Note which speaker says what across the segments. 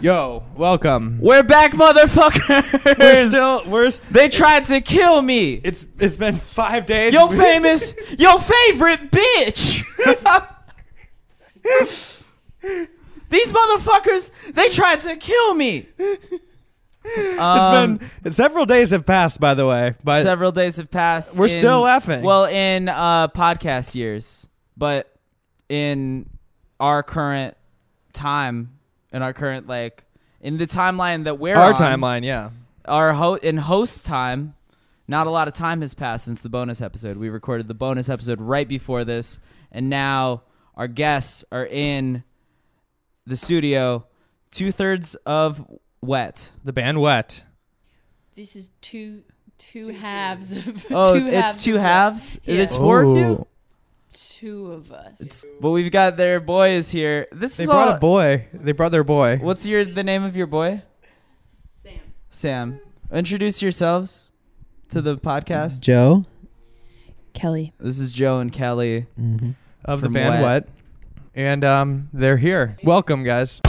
Speaker 1: Yo, welcome.
Speaker 2: We're back, motherfuckers.
Speaker 1: We're still we're s-
Speaker 2: they tried to kill me.
Speaker 1: it's it's been five days.
Speaker 2: Yo,
Speaker 1: We-
Speaker 2: famous, yo, favorite bitch. These motherfuckers, they tried to kill me.
Speaker 1: It's
Speaker 2: Um,
Speaker 1: been several days have passed. By the way, but
Speaker 2: several days have passed.
Speaker 1: We're
Speaker 2: in-
Speaker 1: still laughing.
Speaker 2: Well, in uh, podcast years, but in our current time, in our current like, in the timeline that we're
Speaker 1: our
Speaker 2: on,
Speaker 1: timeline, yeah.
Speaker 2: our ho- in host time, not a lot of time has passed since the bonus episode. We recorded the bonus episode right before this, and now our guests are in the studio, two thirds of wet.
Speaker 1: The band wet.
Speaker 3: This is two two halves of
Speaker 2: Oh,
Speaker 3: two
Speaker 2: it's
Speaker 3: halves
Speaker 2: two
Speaker 3: of
Speaker 2: halves.
Speaker 3: Yeah.
Speaker 2: It's four of
Speaker 1: Oh.
Speaker 2: you.
Speaker 3: two of us.
Speaker 2: It's- but we've got their boy is here. This
Speaker 1: They
Speaker 2: is
Speaker 1: brought
Speaker 2: all,
Speaker 1: a boy. They brought their boy.
Speaker 2: What's your the name of your boy?
Speaker 3: Sam.
Speaker 2: Sam. Introduce yourselves to the podcast.
Speaker 4: Joe.
Speaker 3: Kelly.
Speaker 2: This is Joe and Kelly.
Speaker 1: of the
Speaker 2: From
Speaker 1: band
Speaker 2: Wet.
Speaker 1: Wet. And um, they're here. Welcome, guys.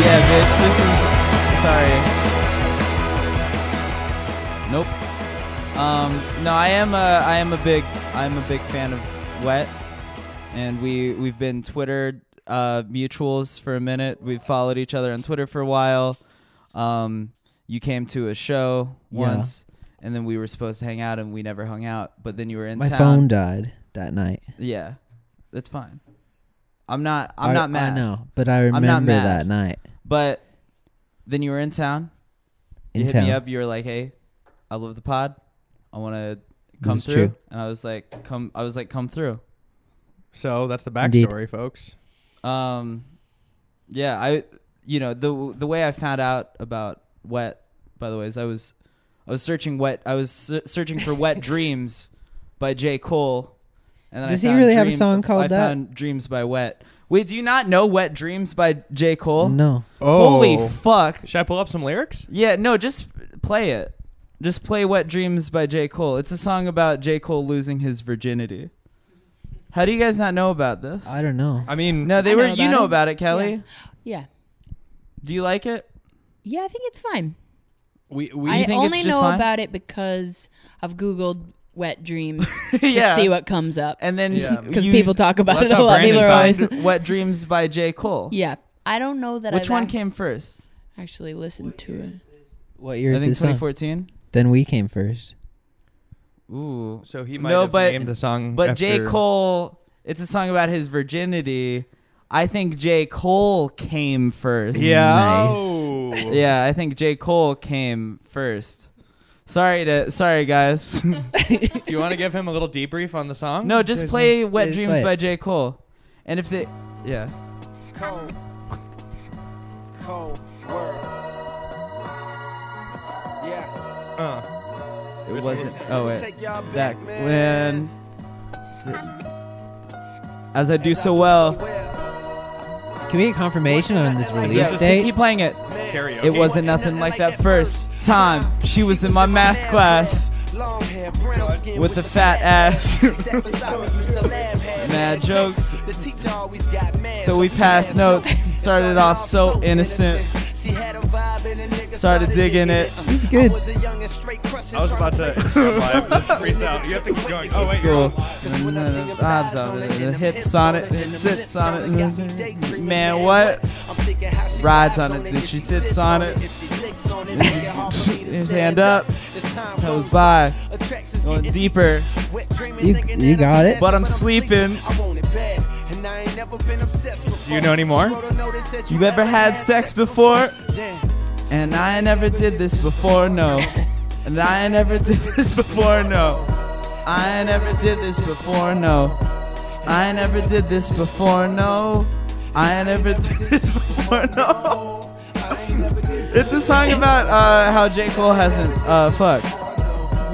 Speaker 2: Yeah, bitch. This is sorry. Nope. Um, no, I am a I am a big I'm a big fan of Wet, and we we've been Twitter uh, mutuals for a minute. We've followed each other on Twitter for a while. Um, you came to a show
Speaker 4: Yeah.
Speaker 2: once, and then we were supposed to hang out, and we never hung out. But then you were in
Speaker 4: My
Speaker 2: town.
Speaker 4: phone died that night.
Speaker 2: Yeah, that's fine. I'm not I'm
Speaker 4: I-
Speaker 2: not mad.
Speaker 4: I know, but I
Speaker 2: not
Speaker 4: remember
Speaker 2: mad.
Speaker 4: that night
Speaker 2: But then you were in town.
Speaker 4: in
Speaker 2: you hit
Speaker 4: town.
Speaker 2: me up. You were like, "Hey, I love the pod. I want to come
Speaker 4: is
Speaker 2: through."
Speaker 4: true.
Speaker 2: And I was like, "Come!" I was like, "Come through."
Speaker 1: So that's the
Speaker 4: Indeed.
Speaker 1: backstory, folks.
Speaker 2: Um, yeah, I, you know, the the way I found out about wet, by the way, is I was, I was searching wet. I was ser- searching for "Wet Dreams" by J. Cole. And then I
Speaker 4: Does he
Speaker 2: found
Speaker 4: really have a
Speaker 2: Dream-
Speaker 4: song called
Speaker 2: I
Speaker 4: that?
Speaker 2: found Dreams by Wet. Wait, do you not know "Wet Dreams" by J. Cole?
Speaker 4: No. Oh.
Speaker 2: Holy fuck!
Speaker 1: Oh. Should I pull up some lyrics?
Speaker 2: Yeah, no, just play it. Just play Wet Dreams by J. Cole. It's a song about J. Cole losing his virginity. How do you guys not know about this?
Speaker 4: I don't know.
Speaker 1: I mean,
Speaker 2: No, they
Speaker 3: I
Speaker 2: were
Speaker 3: know
Speaker 2: you
Speaker 3: about
Speaker 2: know
Speaker 3: it.
Speaker 2: about it, Kelly.
Speaker 3: Yeah. Yeah.
Speaker 2: Do you like it?
Speaker 3: Yeah, I think it's fine.
Speaker 1: we, we
Speaker 2: you
Speaker 3: I
Speaker 2: think it's
Speaker 3: only
Speaker 2: just
Speaker 3: know
Speaker 2: fine?
Speaker 3: about it because I've Googled wet dreams to
Speaker 2: Yeah.
Speaker 3: see what comes up.
Speaker 2: And then
Speaker 1: Yeah.
Speaker 3: Because
Speaker 2: you
Speaker 3: people talk about
Speaker 1: Well,
Speaker 3: it
Speaker 1: that's
Speaker 3: a
Speaker 1: how
Speaker 3: lot. People
Speaker 1: Brandon
Speaker 3: are always
Speaker 2: found Wet Dreams by J. Cole.
Speaker 3: Yeah. I don't know that
Speaker 2: Which
Speaker 3: I've
Speaker 2: one
Speaker 3: ac-
Speaker 2: came first?
Speaker 3: actually listened to it.
Speaker 4: What year
Speaker 2: I
Speaker 4: is
Speaker 2: think
Speaker 4: this song?
Speaker 2: 2014.
Speaker 4: Then we came first.
Speaker 2: Ooh.
Speaker 1: so he might
Speaker 2: No,
Speaker 1: have
Speaker 2: but-
Speaker 1: named the song.
Speaker 2: But J.
Speaker 1: after-
Speaker 2: Cole, it's a song about his virginity. I think J. Cole came first.
Speaker 1: Yeah.
Speaker 4: Nice.
Speaker 1: Oh.
Speaker 2: Yeah, I think J. Cole came first. Sorry to sorry guys.
Speaker 1: Do you want to give him a little debrief on the song?
Speaker 2: no, just play Wet
Speaker 4: just
Speaker 2: Dreams
Speaker 4: play it.
Speaker 2: by J. Cole. And if they yeah.
Speaker 5: Cold. Cold world. Yeah.
Speaker 1: Uh,
Speaker 2: It wasn't oh wait.
Speaker 5: Take y'all
Speaker 2: Back
Speaker 5: back, man.
Speaker 2: when as I do so well.
Speaker 4: Can we get confirmation on this
Speaker 5: Yeah,
Speaker 4: release
Speaker 2: Yeah, just
Speaker 4: date?
Speaker 2: keep playing it.
Speaker 1: karaoke.
Speaker 2: It wasn't nothing like that first time she was in my math class
Speaker 5: Long hair, brown skin
Speaker 2: with a fat ass.
Speaker 5: Sat beside me, used to laugh, had
Speaker 2: Mad jokes.
Speaker 5: The teacher always got mad.
Speaker 2: So we passed notes, started off so innocent.
Speaker 5: She had a vibe and a nigga
Speaker 2: Started digging it.
Speaker 4: It's good.
Speaker 5: I was a young and straight crush and
Speaker 1: I was
Speaker 5: tryna
Speaker 1: about to.
Speaker 5: play the
Speaker 1: just freestyle. You have to keep going. Oh wait. you're
Speaker 2: Cool.
Speaker 1: on live.
Speaker 2: And then the vibes
Speaker 5: uh,
Speaker 2: on it, and the hips on it, and the sits on
Speaker 4: Mm-hmm.
Speaker 2: it. Man, what?
Speaker 5: Rides on it, then she sits on it.
Speaker 4: Mm-hmm.
Speaker 2: Just
Speaker 5: Hand up,
Speaker 2: Toes
Speaker 5: toes by,
Speaker 2: by,
Speaker 5: going
Speaker 2: going
Speaker 5: deep.
Speaker 2: deeper.
Speaker 4: You- you got it?
Speaker 5: But I'm sleeping.
Speaker 1: Do you know any more?
Speaker 5: You ever had sex before?
Speaker 2: And I never did this before, no. And I ain't never did this before, no. I ain't never did this before, no. I ain't never did this before, no. I ain't never did this before, no. It's a song about uh, how J. Cole hasn't uh, fucked.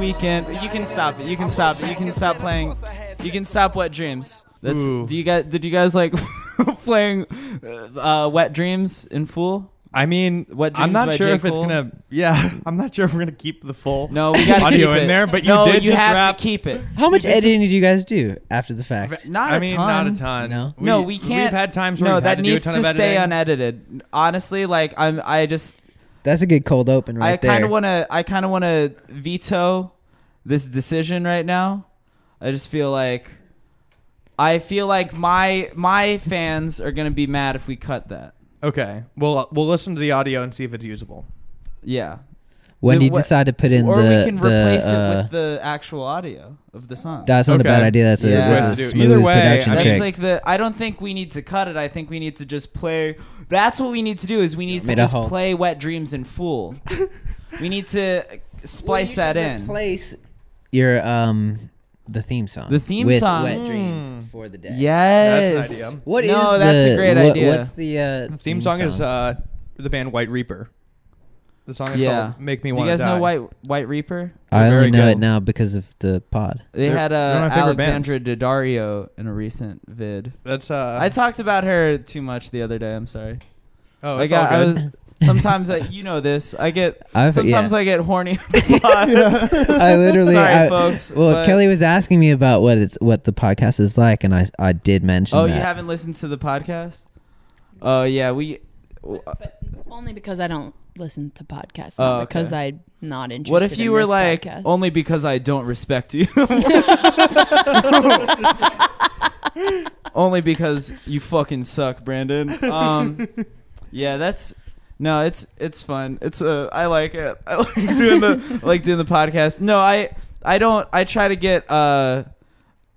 Speaker 2: Weekend. You can stop it. You can stop it. You can stop playing. You can stop Wet Dreams. That's.
Speaker 1: Ooh.
Speaker 2: Do you guys? Did you guys like playing uh, Wet Dreams in full?
Speaker 1: I mean,
Speaker 2: What
Speaker 1: I'm
Speaker 2: Dreams
Speaker 1: not
Speaker 2: by
Speaker 1: sure
Speaker 2: J.
Speaker 1: if it's
Speaker 2: Cole?
Speaker 1: gonna. Yeah, I'm not sure if we're gonna keep the full
Speaker 2: No, we gotta
Speaker 1: audio
Speaker 2: keep
Speaker 1: in
Speaker 2: it.
Speaker 1: there. But you
Speaker 2: no,
Speaker 1: did
Speaker 2: you
Speaker 1: just
Speaker 2: have
Speaker 1: rap.
Speaker 2: to keep it.
Speaker 4: How much editing did you guys do after the fact?
Speaker 2: Not
Speaker 1: I
Speaker 2: a
Speaker 1: mean,
Speaker 2: ton.
Speaker 1: not a ton.
Speaker 4: No.
Speaker 2: no, we can't.
Speaker 1: We've had times where
Speaker 2: no,
Speaker 1: we've
Speaker 2: that
Speaker 1: had to do a
Speaker 2: needs
Speaker 1: ton
Speaker 2: to
Speaker 1: of
Speaker 2: stay
Speaker 1: editing.
Speaker 2: unedited. Honestly, like I'm, I just,
Speaker 4: That's a good cold open right
Speaker 2: I kind
Speaker 4: there.
Speaker 2: of want to, I kind of want to veto this decision right now. I just feel like, I feel like my my fans are gonna be mad if we cut that.
Speaker 1: Okay. Well, uh, we'll listen to the audio and see if it's usable.
Speaker 2: Yeah,
Speaker 4: when do you
Speaker 2: What-
Speaker 4: decide to put in
Speaker 2: or
Speaker 4: the
Speaker 2: we can
Speaker 4: the,
Speaker 2: replace it
Speaker 4: uh,
Speaker 2: with the actual audio of the song.
Speaker 4: That's not
Speaker 1: Okay.
Speaker 4: a bad idea. That's a,
Speaker 2: Yeah.
Speaker 4: that's
Speaker 1: Ways
Speaker 4: a
Speaker 1: to do it. Either
Speaker 4: smooth
Speaker 1: way,
Speaker 4: production
Speaker 1: I
Speaker 2: That's
Speaker 1: mean-
Speaker 4: check.
Speaker 2: like the. I don't think we need to cut it. I think we need to just play. That's what we need to do. Is we need to
Speaker 4: Made a
Speaker 2: just
Speaker 4: hole.
Speaker 2: play "Wet Dreams" in full. we need to splice that in.
Speaker 4: Replace your um the theme song.
Speaker 2: The theme
Speaker 4: with
Speaker 2: song.
Speaker 4: Wet
Speaker 1: Mm.
Speaker 4: Dreams for the day.
Speaker 2: Yes.
Speaker 1: That's an idea.
Speaker 4: What is
Speaker 2: no, that's a
Speaker 4: the-
Speaker 2: great
Speaker 4: what-
Speaker 2: idea.
Speaker 4: What's the uh,
Speaker 1: The theme song is uh, the band White Reaper. The song is
Speaker 2: yeah.
Speaker 1: called "Make Me
Speaker 2: Do
Speaker 1: Want
Speaker 2: you guys
Speaker 1: to Die."
Speaker 2: know White White Reaper?
Speaker 4: I
Speaker 1: very
Speaker 4: only know
Speaker 1: good.
Speaker 4: it now because of the pod.
Speaker 2: They
Speaker 1: They're-
Speaker 2: had uh,
Speaker 1: they're my favorite bands.
Speaker 2: Alexandra Daddario in a recent vid.
Speaker 1: That's uh.
Speaker 2: I talked about her too much the other day. I'm sorry.
Speaker 1: oh,
Speaker 2: Like,
Speaker 1: it's all
Speaker 2: I- I
Speaker 1: good.
Speaker 2: was- Sometimes I, you know this. I get
Speaker 4: I've,
Speaker 2: sometimes
Speaker 4: yeah.
Speaker 2: I get horny. on the pod.
Speaker 4: I literally.
Speaker 2: Sorry,
Speaker 4: I-
Speaker 2: folks.
Speaker 4: Well,
Speaker 2: but-
Speaker 4: Kelly was asking me about what it's what the podcast is like, and I I did mention.
Speaker 2: Oh,
Speaker 4: that.
Speaker 2: you haven't listened to the podcast? Oh yeah, we. w-
Speaker 3: But only because I don't listen to podcasts.
Speaker 2: Oh,
Speaker 3: not
Speaker 2: okay.
Speaker 3: Because I'm not interested.
Speaker 2: What if you
Speaker 3: in
Speaker 2: were
Speaker 3: this
Speaker 2: like oh
Speaker 3: podcast.
Speaker 2: only because I don't respect you? only because you fucking suck, Brandon. Um, yeah, that's no, it's it's fun. It's uh, I like it. I like doing the I like doing the podcast. No, I I don't. I try to get uh.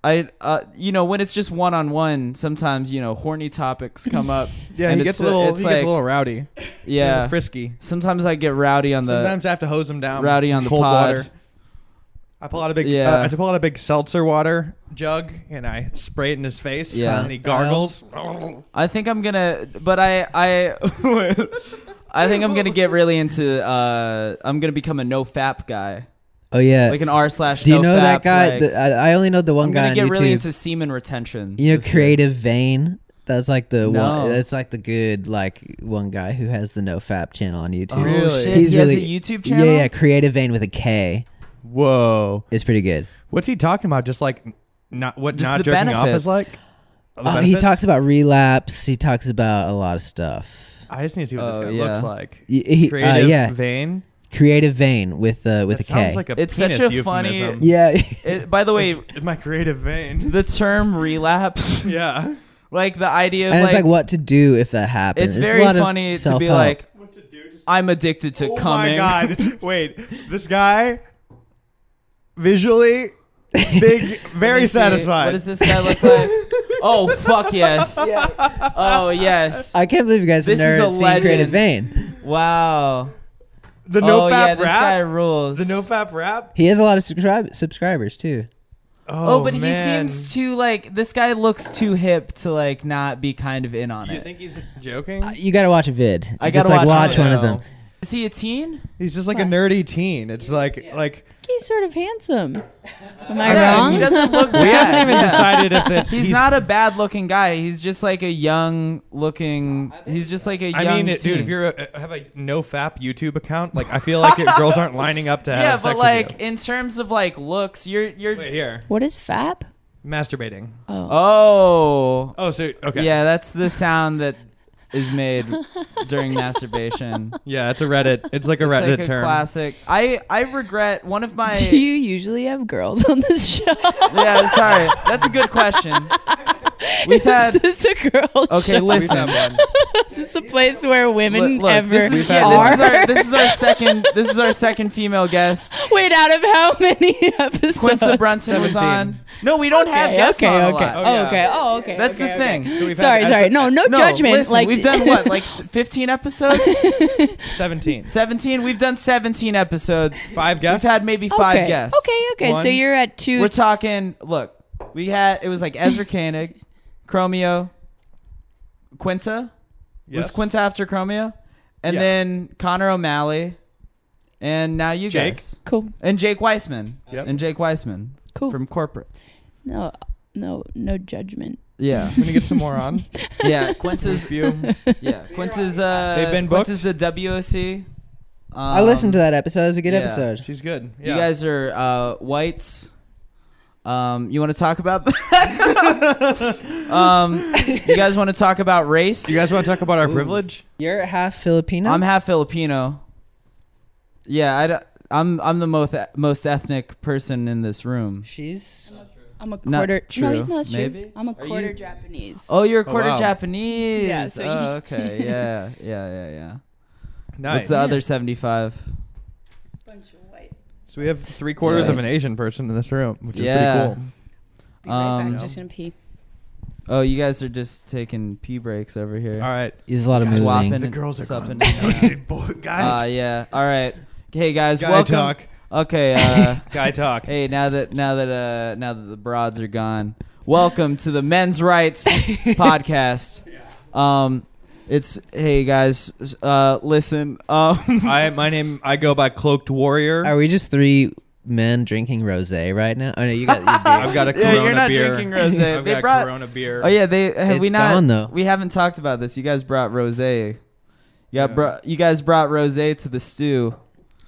Speaker 2: I uh, you know when it's just one on one, sometimes you know horny topics come up.
Speaker 1: yeah,
Speaker 2: and
Speaker 1: he
Speaker 2: it's
Speaker 1: gets a little.
Speaker 2: it's
Speaker 1: He
Speaker 2: like,
Speaker 1: gets a little rowdy. a little
Speaker 2: yeah.
Speaker 1: frisky.
Speaker 2: Sometimes I get rowdy on the
Speaker 1: Sometimes I have to hose him down. with
Speaker 2: rowdy
Speaker 1: some
Speaker 2: on the
Speaker 1: cold
Speaker 2: pod.
Speaker 1: water. I pull out a big.
Speaker 2: Yeah.
Speaker 1: uh, I pull out a big seltzer water jug and I spray it in his face.
Speaker 2: Yeah.
Speaker 1: and he gargles.
Speaker 2: I think I'm gonna, but I, I, I think I'm gonna get really into. uh I'm gonna become a no fap guy,
Speaker 4: Oh yeah.
Speaker 2: like an R slash.
Speaker 4: Do you
Speaker 2: no
Speaker 4: know
Speaker 2: fap,
Speaker 4: that guy?
Speaker 2: like-
Speaker 4: The- I, I only know the one
Speaker 2: I'm
Speaker 4: guy
Speaker 2: gonna
Speaker 4: on
Speaker 2: get
Speaker 4: YouTube.
Speaker 2: really into semen retention.
Speaker 4: you know,
Speaker 2: this year.
Speaker 4: creative vein. That's like the
Speaker 2: No.
Speaker 4: one. That's like the good like one guy who has the no fap channel on YouTube.
Speaker 2: Oh,
Speaker 1: Really?
Speaker 2: shit.
Speaker 4: He's
Speaker 2: he
Speaker 4: really
Speaker 2: has a YouTube channel.
Speaker 4: Yeah, yeah. Creative vein with a K
Speaker 1: Whoa,
Speaker 4: is pretty good.
Speaker 1: what's he talking about? Just like not what
Speaker 2: Just
Speaker 1: not
Speaker 2: the
Speaker 1: jerking off
Speaker 2: benefits.
Speaker 1: is like. The
Speaker 4: Oh, he
Speaker 1: benefits?
Speaker 4: talks about relapse. He talks about a lot of stuff.
Speaker 1: I just need to see what this
Speaker 2: Oh,
Speaker 1: guy
Speaker 2: yeah.
Speaker 1: looks like.
Speaker 4: Y- he- uh,
Speaker 1: Creative
Speaker 4: yeah,
Speaker 1: vein.
Speaker 4: creative vein with uh, with
Speaker 1: that
Speaker 4: a K.
Speaker 1: sounds like a
Speaker 2: It's such
Speaker 1: penis
Speaker 2: a funny-
Speaker 1: euphemism.
Speaker 4: yeah.
Speaker 2: It- by the way,
Speaker 1: It's in my creative vein.
Speaker 2: the term relapse,
Speaker 1: yeah.
Speaker 2: like the idea of
Speaker 4: and
Speaker 2: like,
Speaker 4: it's like what to do if that happens.
Speaker 2: it's
Speaker 4: a
Speaker 2: very
Speaker 4: lot of
Speaker 2: funny to be
Speaker 4: self-help.
Speaker 2: like,
Speaker 1: What to do? Just
Speaker 2: I'm addicted to
Speaker 1: oh
Speaker 2: coming.
Speaker 1: my god! Wait, this guy visually big,
Speaker 2: Let me
Speaker 1: very
Speaker 2: see.
Speaker 1: satisfied.
Speaker 2: What does this guy look like? oh fuck yes! Oh yes!
Speaker 4: I can't believe you guys have
Speaker 2: This is
Speaker 4: never
Speaker 2: a
Speaker 4: seen
Speaker 2: legend.
Speaker 4: creative vein.
Speaker 2: Wow.
Speaker 1: The no
Speaker 2: oh,
Speaker 1: fap
Speaker 2: yeah,
Speaker 1: rap.
Speaker 2: this guy rules.
Speaker 1: the no fap rap.
Speaker 4: He has a lot of subscribe subscribers too.
Speaker 2: Oh, but
Speaker 1: man.
Speaker 2: he seems too like this guy looks too hip to like not be kind of in on
Speaker 1: You
Speaker 2: it.
Speaker 1: think he's joking?
Speaker 4: Uh, You gotta watch a vid.
Speaker 2: I
Speaker 4: Just,
Speaker 2: gotta
Speaker 4: like,
Speaker 2: watch
Speaker 4: watch
Speaker 2: one.
Speaker 4: one of them.
Speaker 1: No.
Speaker 2: Is he a teen?
Speaker 1: He's just like a nerdy teen. It's like like
Speaker 3: he's sort of handsome. Am I
Speaker 2: Yeah,
Speaker 3: wrong?
Speaker 2: He doesn't look
Speaker 1: we haven't
Speaker 2: bad.
Speaker 1: even
Speaker 2: Yeah.
Speaker 1: decided if it's
Speaker 2: He's, not a bad looking guy. He's just like a young looking. He's just like a young.
Speaker 1: I mean, it, dude,
Speaker 2: teen.
Speaker 1: if you're a, have a no fap YouTube account, like I feel like it, girls aren't lining up to have
Speaker 2: yeah,
Speaker 1: sex
Speaker 2: but
Speaker 1: with
Speaker 2: like
Speaker 1: you.
Speaker 2: in terms of like looks, you're you're.
Speaker 1: Wait here,
Speaker 3: what is fap?
Speaker 1: masturbating.
Speaker 3: Oh,
Speaker 2: Oh.
Speaker 1: Oh, so okay,
Speaker 2: Yeah, that's the sound that is made during masturbation.
Speaker 1: yeah, it's a Reddit. It's like a
Speaker 2: It's
Speaker 1: Reddit
Speaker 2: like a
Speaker 1: term.
Speaker 2: classic. I I regret one of my.
Speaker 3: do you usually have girls on this show?
Speaker 2: yeah, sorry. That's a good question. We've
Speaker 3: is
Speaker 2: had-
Speaker 3: this a girl
Speaker 2: Okay,
Speaker 3: show?
Speaker 1: We've
Speaker 2: listen.
Speaker 1: had one.
Speaker 3: Is this a place where women
Speaker 2: Look, look,
Speaker 3: ever
Speaker 2: this, is,
Speaker 1: We've had
Speaker 2: yeah,
Speaker 3: are?
Speaker 2: this is our this is our second this is our second female guest.
Speaker 3: Wait, out of how many episodes?
Speaker 2: Quinta Brunson was
Speaker 1: 17.
Speaker 2: on. No, we don't have
Speaker 3: Okay,
Speaker 2: guests
Speaker 3: okay,
Speaker 2: on a
Speaker 3: okay.
Speaker 2: lot.
Speaker 3: Oh,
Speaker 1: yeah.
Speaker 3: okay. Oh, okay.
Speaker 2: That's
Speaker 3: okay,
Speaker 2: the
Speaker 3: okay.
Speaker 2: thing.
Speaker 1: So we've had
Speaker 3: sorry,
Speaker 1: as
Speaker 3: sorry.
Speaker 1: a-
Speaker 3: No, no,
Speaker 2: No,
Speaker 3: judgment.
Speaker 2: listen,
Speaker 3: like
Speaker 2: we've done what, like s- fifteen episodes,
Speaker 1: 17.
Speaker 2: seventeen. We've done seventeen episodes.
Speaker 1: Five guests.
Speaker 2: We've had maybe
Speaker 3: okay.
Speaker 2: five guests.
Speaker 3: Okay, okay.
Speaker 2: One-
Speaker 3: so you're at 2
Speaker 2: We're talking. Look, we had it was like Ezra Koenig, Chromio, Quinta. Was
Speaker 1: Yes.
Speaker 2: Quinta after Chromio? And
Speaker 1: Yeah.
Speaker 2: then Connor O'Malley, and now you
Speaker 1: Jake.
Speaker 2: guys,
Speaker 3: cool.
Speaker 2: and Jake Weissman,
Speaker 1: Yep.
Speaker 2: and Jake Weissman
Speaker 3: Cool.
Speaker 2: from corporate.
Speaker 3: no, no, no judgment.
Speaker 2: Yeah,
Speaker 1: We're gonna get some more on.
Speaker 2: yeah. Quinta's
Speaker 1: Review.
Speaker 2: yeah. Quinta's uh.
Speaker 1: They've been booked?
Speaker 2: Quinta's the WOC. Um,
Speaker 4: I listened to that episode. It was a good
Speaker 2: yeah.
Speaker 4: episode.
Speaker 1: She's good.
Speaker 2: You
Speaker 1: Yeah.
Speaker 2: guys are uh, whites. Um, you want to talk about? um, you guys want to talk about race?
Speaker 1: You guys want to talk about our privilege?
Speaker 4: You're half Filipino.
Speaker 2: I'm half Filipino. Yeah, I am I'm the most most ethnic person in this room.
Speaker 4: She's
Speaker 3: I'm a
Speaker 2: Not
Speaker 3: quarter.
Speaker 2: true.
Speaker 3: No, no, it's
Speaker 2: Maybe?
Speaker 3: true. I'm a
Speaker 2: Are you-
Speaker 3: quarter Japanese.
Speaker 2: Oh, you're quarter
Speaker 1: wow.
Speaker 2: Japanese.
Speaker 3: Yeah, so
Speaker 2: oh,
Speaker 3: you-
Speaker 2: okay. Yeah, yeah, yeah, yeah. What's
Speaker 1: Nice.
Speaker 2: the other 75?
Speaker 3: bunch of white.
Speaker 1: So we have three quarters
Speaker 2: Yeah.
Speaker 1: of an Asian person in this room, which is
Speaker 2: Yeah.
Speaker 1: pretty cool.
Speaker 3: Be right
Speaker 2: Um,
Speaker 3: back. Just gonna pee.
Speaker 2: Oh, you guys are just taking pee breaks over here.
Speaker 1: All right.
Speaker 4: is a lot of
Speaker 2: Swapping.
Speaker 4: moving.
Speaker 2: And subbing.
Speaker 1: boy,
Speaker 2: Uh, yeah. All right. Hey guys,
Speaker 1: guy
Speaker 2: welcome.
Speaker 1: talk.
Speaker 2: Okay. Uh,
Speaker 1: Guy talk.
Speaker 2: hey, now that now that uh, now that the broads are gone, welcome to the Men's Rights podcast. Um, it's hey guys, s- uh, listen. Um,
Speaker 1: I my name I go by Cloaked Warrior.
Speaker 4: Are we just three men drinking rosé right now? Oh no, you got. You do.
Speaker 1: I've got a
Speaker 2: Yeah,
Speaker 1: Corona
Speaker 2: you're not
Speaker 1: beer.
Speaker 2: drinking rosé.
Speaker 1: I've
Speaker 2: They
Speaker 1: got
Speaker 2: brought-
Speaker 1: Corona beer.
Speaker 2: oh yeah, they have we
Speaker 4: It's
Speaker 2: not?
Speaker 4: gone, though.
Speaker 2: We haven't talked about this. You guys brought rosé. You, got
Speaker 1: Yeah.
Speaker 2: bro- you guys brought rosé to the stew.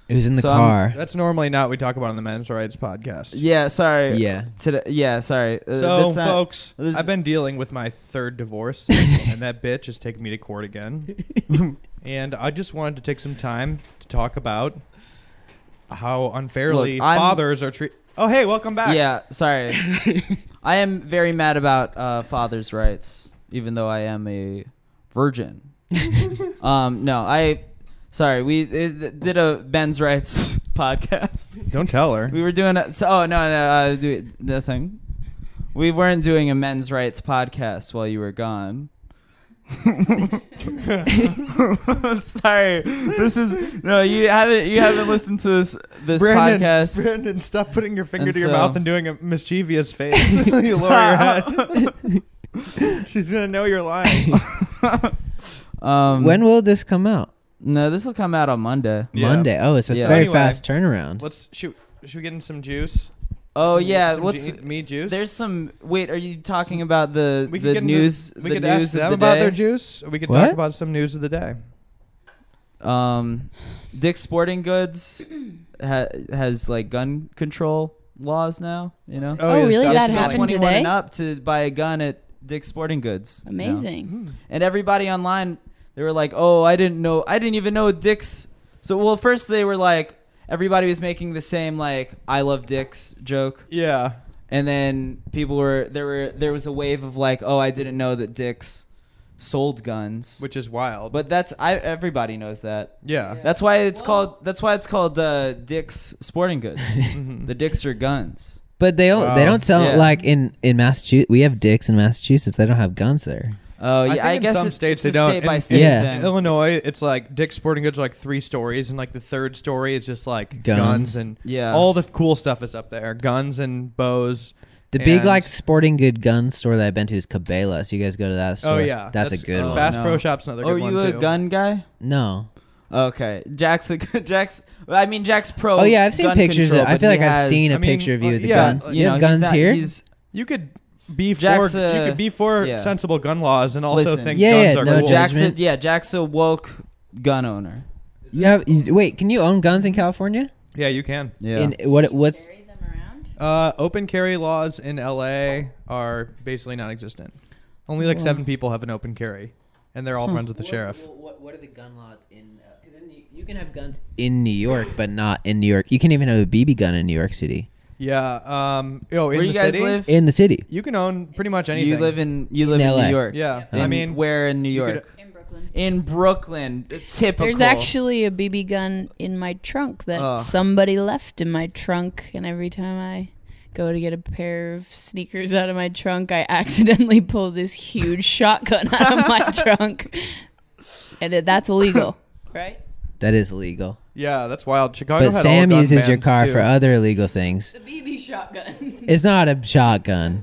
Speaker 4: It was in the
Speaker 2: So I'm-
Speaker 4: car.
Speaker 1: That's normally not what we talk about on the Men's Rights podcast.
Speaker 2: Yeah, sorry.
Speaker 4: Yeah.
Speaker 2: Today, yeah, sorry. Uh,
Speaker 1: So,
Speaker 2: that's not-
Speaker 1: folks,
Speaker 2: this-
Speaker 1: I've been dealing with my third divorce, and that bitch is taking me to court again. and I just wanted to take some time to talk about how unfairly
Speaker 2: Look, I'm-
Speaker 1: fathers are treated. Oh, hey, welcome back.
Speaker 2: Yeah, sorry. I am very mad about uh, father's rights, even though I am a virgin. um, no, I. Sorry, we uh, did a men's rights podcast.
Speaker 1: Don't tell her.
Speaker 2: We were doing a, so. Oh no, no, uh, do, nothing. We weren't doing a men's rights podcast while you were gone. Sorry, this is no. You haven't you haven't listened to this this
Speaker 1: Brandon,
Speaker 2: podcast.
Speaker 1: Brandon, stop putting your finger
Speaker 2: And
Speaker 1: to your
Speaker 2: so-
Speaker 1: mouth and doing a mischievous face. you lower your head. She's gonna know you're lying.
Speaker 2: Um,
Speaker 4: when will this come out?
Speaker 2: No, this will come out on Monday.
Speaker 1: Yeah.
Speaker 4: Monday. Oh, it's a
Speaker 2: Yeah. So
Speaker 4: very
Speaker 1: anyway-
Speaker 4: fast turnaround.
Speaker 1: Let's shoot. Should we get in some juice?
Speaker 2: Oh
Speaker 1: Some-
Speaker 2: yeah,
Speaker 1: some
Speaker 2: what's
Speaker 1: ju- me juice?
Speaker 2: there's some. Wait, are you talking about the
Speaker 1: we could
Speaker 2: the
Speaker 1: get
Speaker 2: news?
Speaker 1: Into, we
Speaker 2: the
Speaker 1: could ask
Speaker 2: news of
Speaker 1: them
Speaker 2: the
Speaker 1: about
Speaker 2: day?
Speaker 1: their juice. We could
Speaker 4: What?
Speaker 1: talk about some news of the day.
Speaker 2: Um, Dick's Sporting Goods ha- has like gun control laws now. You know,
Speaker 3: Oh, really?
Speaker 2: So
Speaker 3: That
Speaker 2: it's
Speaker 3: happened
Speaker 2: 21
Speaker 3: today?
Speaker 2: And up to buy a gun at Dick's Sporting Goods. you know?
Speaker 3: Amazing.
Speaker 1: Hmm.
Speaker 2: And everybody online, they were like, "Oh, I didn't know. I didn't even know Dick's." So well, first they were like, everybody was making the same like "I love Dick's" joke.
Speaker 1: Yeah.
Speaker 2: and then people were there were there was a wave of like oh i didn't know that dicks sold guns
Speaker 1: Which is wild.
Speaker 2: but that's i everybody knows that
Speaker 1: yeah.
Speaker 2: that's why it's called that's why it's called uh dicks sporting goods
Speaker 4: Mm-hmm.
Speaker 2: the dicks are guns
Speaker 4: But they don't. they
Speaker 1: Wow.
Speaker 4: don't sell
Speaker 2: Yeah.
Speaker 4: it like in in Massachusetts. We have dicks in Massachusetts. They don't have guns there.
Speaker 2: oh yeah
Speaker 1: think
Speaker 2: i,
Speaker 1: in
Speaker 2: guess
Speaker 1: some
Speaker 2: it's,
Speaker 1: states
Speaker 2: it's
Speaker 1: they
Speaker 2: a
Speaker 1: don't.
Speaker 2: state by
Speaker 1: In-
Speaker 2: state
Speaker 4: Yeah.
Speaker 1: In
Speaker 2: thing.
Speaker 1: Illinois, it's like Dick's Sporting Goods, are like three stories, and like the third story is just like guns,
Speaker 4: Guns.
Speaker 1: and
Speaker 2: Yeah.
Speaker 1: all the cool stuff is up there. Guns and bows.
Speaker 4: The big
Speaker 1: and-
Speaker 4: like sporting good gun store that I've been to is Cabela. So you guys go to that store.
Speaker 1: oh yeah,
Speaker 4: that's, a good
Speaker 2: oh,
Speaker 4: one.
Speaker 1: Bass
Speaker 2: No.
Speaker 1: Pro Shop's another
Speaker 2: oh
Speaker 1: good one
Speaker 2: you a
Speaker 1: too.
Speaker 2: gun guy
Speaker 4: No,
Speaker 2: okay jack's a good jack's i mean jack's pro
Speaker 4: Oh, yeah, I've seen
Speaker 2: gun
Speaker 4: pictures of-
Speaker 2: control,
Speaker 4: I
Speaker 2: but
Speaker 4: feel
Speaker 2: he
Speaker 4: like I've
Speaker 2: has-
Speaker 4: seen a
Speaker 1: I mean,
Speaker 4: picture of you
Speaker 1: uh,
Speaker 4: with the
Speaker 1: yeah,
Speaker 4: guns.
Speaker 1: uh,
Speaker 4: you have
Speaker 2: he's
Speaker 4: guns
Speaker 2: not-
Speaker 4: here.
Speaker 2: he's-
Speaker 1: You could be for
Speaker 2: Jack's
Speaker 1: you
Speaker 2: a-
Speaker 1: could be for
Speaker 2: yeah.
Speaker 1: sensible gun laws and also
Speaker 2: Listen.
Speaker 1: think
Speaker 4: Yeah,
Speaker 1: guns
Speaker 4: yeah,
Speaker 1: are
Speaker 4: no
Speaker 1: cool.
Speaker 2: jack's a,
Speaker 4: judgment.
Speaker 2: yeah jack's a woke gun owner
Speaker 4: You have you- wait. Can you own guns in California?
Speaker 1: yeah, you can.
Speaker 2: yeah
Speaker 4: In what? What's
Speaker 3: Carry them around.
Speaker 1: Uh, open carry laws in LA are basically non-existent. Only
Speaker 2: Oh.
Speaker 1: like seven people have an open carry, and they're all
Speaker 2: Hmm.
Speaker 1: friends with the sheriff.
Speaker 4: What, what are the gun laws in? Because you can have guns in New York, but not in New York. You can't even have a BB gun in New York City.
Speaker 1: Yeah. Um. Yo,
Speaker 2: Where
Speaker 1: in
Speaker 2: you
Speaker 1: the
Speaker 2: guys
Speaker 1: city,
Speaker 2: live?
Speaker 4: in the city.
Speaker 1: you can own pretty much anything.
Speaker 2: You live in you live in,
Speaker 4: LA.
Speaker 2: New York.
Speaker 1: Yeah.
Speaker 3: Yeah.
Speaker 1: I
Speaker 2: In
Speaker 1: mean,
Speaker 2: where in New
Speaker 1: you could-
Speaker 2: York?
Speaker 3: in Brooklyn.
Speaker 2: in Brooklyn. t- Typical.
Speaker 3: There's actually a BB gun in my trunk that
Speaker 2: Ugh.
Speaker 3: somebody left in my trunk, and every time I go to get a pair of sneakers out of my trunk, I accidentally pull this huge shotgun out of my trunk, and it, that's illegal, right?
Speaker 4: That is illegal.
Speaker 1: yeah, that's wild. Chicago.
Speaker 4: But
Speaker 1: had
Speaker 4: Sam
Speaker 1: all gun
Speaker 4: uses your
Speaker 1: bans,
Speaker 4: car
Speaker 1: too.
Speaker 4: for other illegal things.
Speaker 3: The BB shotgun.
Speaker 4: It's not a shotgun.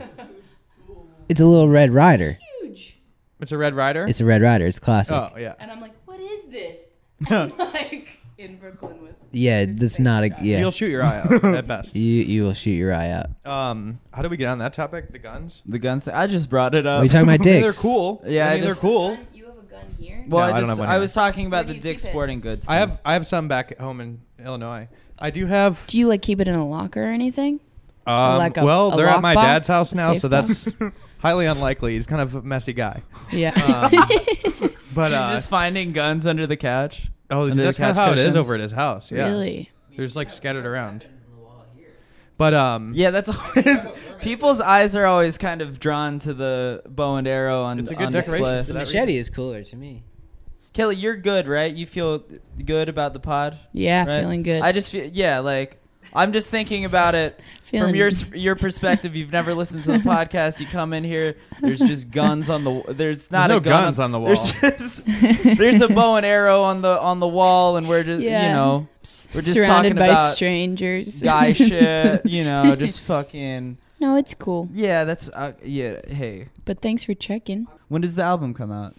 Speaker 4: It's a little Red Rider.
Speaker 3: huge.
Speaker 1: It's a Red Rider.
Speaker 4: It's a Red Rider. It's classic.
Speaker 1: oh yeah.
Speaker 3: And I'm like, what is this? I'm like in Brooklyn with.
Speaker 4: yeah,
Speaker 3: It's
Speaker 4: that's
Speaker 3: a
Speaker 4: not a
Speaker 3: shotgun.
Speaker 4: yeah.
Speaker 1: You'll shoot your eye out at best.
Speaker 4: You you will shoot your eye out.
Speaker 1: Um. How do we get on that topic? The guns.
Speaker 2: the guns. Th- I just brought it up.
Speaker 4: Are you talking about
Speaker 1: I mean, Oh. they're
Speaker 4: dicks?
Speaker 1: cool.
Speaker 2: Yeah,
Speaker 1: I
Speaker 2: I
Speaker 1: mean,
Speaker 2: just-
Speaker 1: they're cool.
Speaker 3: Gun- You have a gun here.
Speaker 1: No,
Speaker 2: well, I,
Speaker 1: I
Speaker 2: just,
Speaker 1: don't have one
Speaker 2: I
Speaker 1: here.
Speaker 2: was talking about
Speaker 3: Where do
Speaker 2: the
Speaker 3: you
Speaker 2: Dick
Speaker 3: keep it?
Speaker 2: Sporting Goods.
Speaker 1: I
Speaker 2: thing.
Speaker 1: have I have some back at home in Illinois. I do have.
Speaker 3: Do you like keep it in a locker or anything?
Speaker 1: Um,
Speaker 3: like a-
Speaker 1: well,
Speaker 3: a
Speaker 1: they're at my
Speaker 3: lockbox?
Speaker 1: dad's house
Speaker 3: A
Speaker 1: now,
Speaker 3: safe
Speaker 1: so that's highly unlikely. He's kind of a messy guy.
Speaker 3: Yeah.
Speaker 1: Um, but
Speaker 2: He's
Speaker 1: uh,
Speaker 2: just finding guns under the couch.
Speaker 1: oh,
Speaker 2: under the
Speaker 1: that's kind of
Speaker 2: couch
Speaker 1: how it is
Speaker 2: cushions.
Speaker 1: over at his house. Yeah,
Speaker 3: Really?
Speaker 1: There's like scattered around. But um,
Speaker 2: Yeah, that's always people's eyes are always kind of drawn to the bow and arrow on
Speaker 1: It's a good
Speaker 2: on
Speaker 1: decoration
Speaker 2: display.
Speaker 1: for
Speaker 4: The
Speaker 1: that
Speaker 4: machete
Speaker 1: reason.
Speaker 4: is cooler to me.
Speaker 2: Kelly, you're good, right? You feel good about the pod?
Speaker 3: Yeah,
Speaker 2: right?
Speaker 3: feeling good.
Speaker 2: I just feel yeah, like I'm just thinking about it
Speaker 3: Feeling-
Speaker 2: from your s- your perspective. You've never listened to the podcast. You come in here. There's just guns on the. w- There's not
Speaker 1: There's no
Speaker 2: a gun
Speaker 1: guns on the
Speaker 2: There's just there's a bow and arrow on the on the wall, and we're just you
Speaker 3: Yeah.
Speaker 2: know we're just
Speaker 3: surrounded
Speaker 2: talking
Speaker 3: by
Speaker 2: about
Speaker 3: strangers.
Speaker 2: guy shit. You know, just fucking
Speaker 3: no, it's cool.
Speaker 2: yeah. That's uh, yeah. Hey,
Speaker 3: But thanks for checking.
Speaker 2: when does the album come out?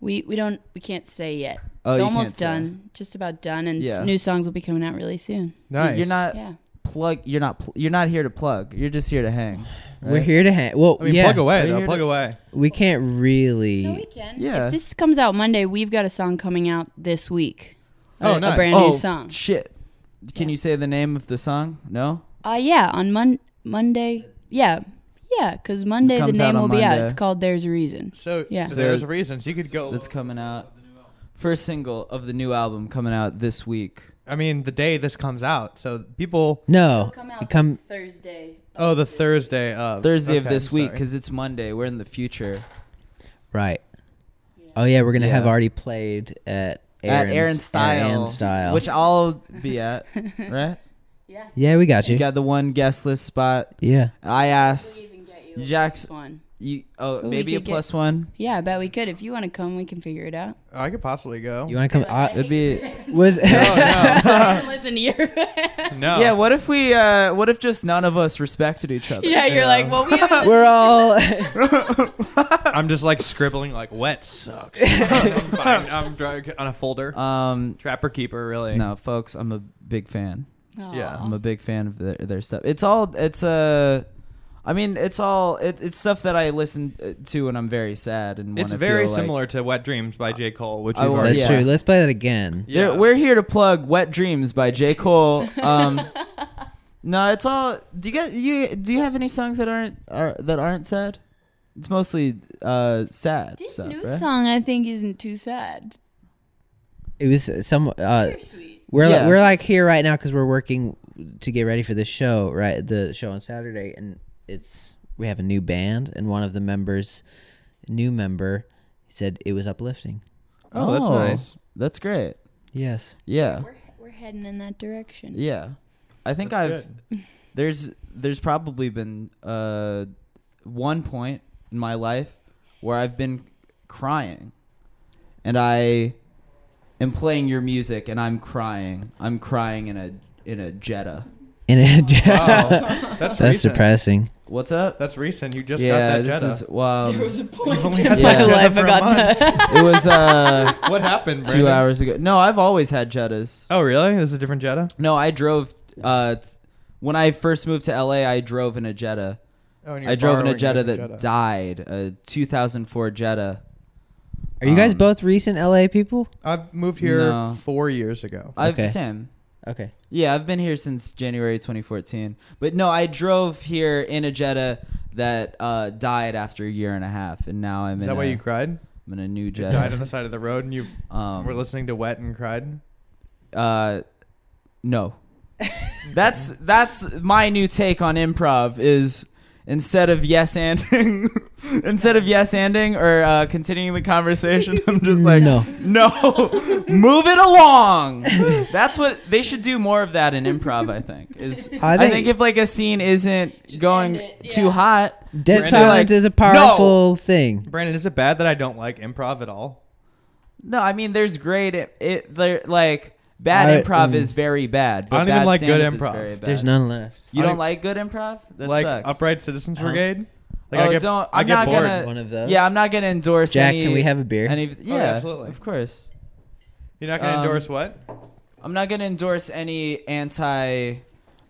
Speaker 3: We we don't we can't say yet.
Speaker 2: Oh,
Speaker 3: it's
Speaker 2: you
Speaker 3: almost
Speaker 2: can't say.
Speaker 3: done, just about done, and s-
Speaker 2: Yeah. Uh,
Speaker 3: new songs will be coming out really soon.
Speaker 1: nice.
Speaker 2: You're not
Speaker 3: Yeah,
Speaker 2: plug. You're not. Pl- you're not here to plug. You're just here to hang.
Speaker 4: We're
Speaker 2: right?
Speaker 4: here to hang. Well,
Speaker 1: I mean,
Speaker 4: yeah,
Speaker 1: plug
Speaker 2: Are
Speaker 1: away
Speaker 2: you
Speaker 1: though.
Speaker 2: here
Speaker 1: Plug
Speaker 2: to-
Speaker 1: away.
Speaker 4: we can't really.
Speaker 3: no, we can.
Speaker 2: Yeah.
Speaker 3: If this comes out Monday, we've got a song coming out this week.
Speaker 1: Oh,
Speaker 3: a, a
Speaker 1: nice.
Speaker 3: brand
Speaker 2: oh
Speaker 3: new song.
Speaker 2: shit! Can you say the name of the song? No.
Speaker 3: Uh, yeah, on Mon- Monday. Yeah, yeah, because Monday the
Speaker 2: comes out
Speaker 3: name will
Speaker 2: on
Speaker 3: be out.
Speaker 2: Monday.
Speaker 3: It's called "There's a Reason."
Speaker 1: So
Speaker 3: Yeah.
Speaker 1: so there's reasons you could go.
Speaker 2: That's coming out. First single of the new album coming out this week.
Speaker 1: I mean, the day this comes out, so people.
Speaker 2: Oh.
Speaker 4: No, come.
Speaker 3: Thursday.
Speaker 1: Oh, the Thursday of
Speaker 2: Thursday of
Speaker 1: Okay,
Speaker 2: this
Speaker 1: I'm
Speaker 2: week
Speaker 1: sorry.
Speaker 2: because it's Monday. We're in the future.
Speaker 4: Right. Oh yeah, we're gonna have
Speaker 2: Yeah.
Speaker 4: already played at
Speaker 2: at Aaron Style.
Speaker 4: Aaron Style.
Speaker 2: Which I'll be at. right?
Speaker 3: Yeah.
Speaker 4: yeah, we got you.
Speaker 2: You got the one guest list spot.
Speaker 4: yeah.
Speaker 2: I asked
Speaker 3: even get
Speaker 2: a Jack's- plus
Speaker 3: one.
Speaker 2: you. Oh,
Speaker 3: we
Speaker 2: maybe a
Speaker 3: could get-
Speaker 2: plus one.
Speaker 3: Yeah, I bet we could. If you want to come, we can figure it out.
Speaker 1: Oh, I could possibly go.
Speaker 4: You want to come? Uh,
Speaker 2: It'd be.
Speaker 4: was
Speaker 3: Listen to your.
Speaker 1: no.
Speaker 2: Yeah. What if we? Uh, what if just none of us respected each other?
Speaker 3: yeah, you're like, well, we haven't
Speaker 4: we're all
Speaker 1: I'm just like scribbling like wet sucks. I'm, fine. I'm drunk on a folder.
Speaker 2: Um.
Speaker 1: Trapper keeper, really.
Speaker 2: No, folks. I'm a big fan.
Speaker 1: Yeah,
Speaker 2: I'm a big fan of their, their stuff. It's all it's uh, I mean it's all it, it's stuff that I listen uh, to when I'm very sad and
Speaker 1: It's
Speaker 2: wanna
Speaker 1: very
Speaker 2: feel like-
Speaker 1: similar to Wet Dreams by J. Cole, which
Speaker 2: I
Speaker 1: you've
Speaker 2: will-
Speaker 1: already
Speaker 4: That's
Speaker 2: Yeah.
Speaker 4: true. Let's play that again.
Speaker 2: They're- We're here to plug "Wet Dreams" by J. Cole. Um, no, it's all. Do you guys you do you have any songs that aren't are, that aren't sad? It's mostly uh sad
Speaker 3: This
Speaker 2: stuff,
Speaker 3: new
Speaker 2: right?
Speaker 3: song I think isn't too sad.
Speaker 4: It was uh, some. Uh,
Speaker 3: sweet.
Speaker 4: we're
Speaker 2: Yeah.
Speaker 4: like, we're like here right now because we're working to get ready for this show. Right, the show on Saturday, and it's we have a new band, and one of the members, new member, said it was uplifting.
Speaker 1: Oh, that's nice.
Speaker 2: That's great.
Speaker 4: Yes.
Speaker 2: Yeah,
Speaker 3: We're we're heading in that direction.
Speaker 2: yeah. I think
Speaker 1: That's
Speaker 2: I've there's there's probably been uh one point in my life where I've been crying and I am playing your music and I'm crying. I'm crying in a in a Jetta.
Speaker 4: And it,
Speaker 1: Wow. Oh. That's,
Speaker 4: that's
Speaker 1: recent.
Speaker 4: depressing.
Speaker 2: What's up?
Speaker 1: That's recent. You just
Speaker 2: yeah,
Speaker 1: got that
Speaker 2: this
Speaker 1: Jetta.
Speaker 2: is well
Speaker 3: There was a point
Speaker 1: only
Speaker 3: in
Speaker 1: had
Speaker 3: my
Speaker 2: that Jetta
Speaker 3: life
Speaker 1: for
Speaker 3: I
Speaker 1: a
Speaker 3: got
Speaker 1: month.
Speaker 3: that.
Speaker 2: it was uh
Speaker 1: what happened, Brandon?
Speaker 2: 2 hours ago. No, I've always had Jettas.
Speaker 1: Oh, really? This is a different Jetta?
Speaker 2: No, I drove uh t- when I first moved to LA, I drove in a Jetta.
Speaker 1: Oh, and you're
Speaker 2: I drove in a
Speaker 1: borrowing
Speaker 2: Jetta that
Speaker 1: different
Speaker 2: died, a 2004 Jetta.
Speaker 4: Are you guys
Speaker 2: Um,
Speaker 4: both recent LA people?
Speaker 1: I've moved here
Speaker 2: No.
Speaker 1: four years ago.
Speaker 2: I've
Speaker 4: Okay.
Speaker 2: Sam.
Speaker 4: Okay.
Speaker 2: Yeah, I've been here since January 2014. But no, I drove here in a Jetta that uh, died after a year and a half, and now I'm
Speaker 1: is
Speaker 2: in.
Speaker 1: that
Speaker 2: a,
Speaker 1: why you cried?
Speaker 2: I'm in a new
Speaker 1: You died on
Speaker 2: Jetta.
Speaker 1: the side of the road and you
Speaker 2: Um,
Speaker 1: were listening to Wet and cried?
Speaker 2: Uh, no, That's that's my new take on improv is instead of yes anding instead of yes anding or uh, continuing the conversation, I'm just like
Speaker 4: No.
Speaker 2: no, move it along. That's what they should do more of that in improv. I think is I
Speaker 4: I
Speaker 2: think,
Speaker 4: think-
Speaker 2: if like a scene isn't going
Speaker 3: end it,
Speaker 2: too
Speaker 3: yeah.
Speaker 2: hot,
Speaker 4: Dead
Speaker 1: Brandon,
Speaker 4: silence
Speaker 2: like,
Speaker 4: is a powerful thing.
Speaker 1: Brandon, is it bad that I don't like improv at all?
Speaker 2: no, I mean there's great it, it there like bad
Speaker 4: I-
Speaker 2: improv
Speaker 4: mm.
Speaker 2: is very bad. But
Speaker 1: I don't even
Speaker 2: bad
Speaker 1: like good
Speaker 2: stand-up is
Speaker 1: improv.
Speaker 2: very bad.
Speaker 4: There's none left.
Speaker 1: I
Speaker 2: You don't
Speaker 1: don't-
Speaker 2: like good improv? That
Speaker 1: like
Speaker 2: sucks. Uh-huh.
Speaker 1: Upright Citizens
Speaker 4: Oh.
Speaker 1: Brigade? Like
Speaker 2: Oh,
Speaker 1: I get,
Speaker 2: don't-
Speaker 1: I
Speaker 2: I'm
Speaker 1: get
Speaker 2: not
Speaker 1: bored.
Speaker 2: gonna- Uh,
Speaker 4: One of those.
Speaker 2: yeah, I'm not gonna endorse.
Speaker 4: Jack,
Speaker 2: any,
Speaker 4: can we have a beer?
Speaker 2: Any, yeah,
Speaker 3: Oh,
Speaker 1: absolutely.
Speaker 2: Of course.
Speaker 1: You're not gonna
Speaker 2: Um,
Speaker 1: endorse what?
Speaker 2: I'm not gonna endorse any anti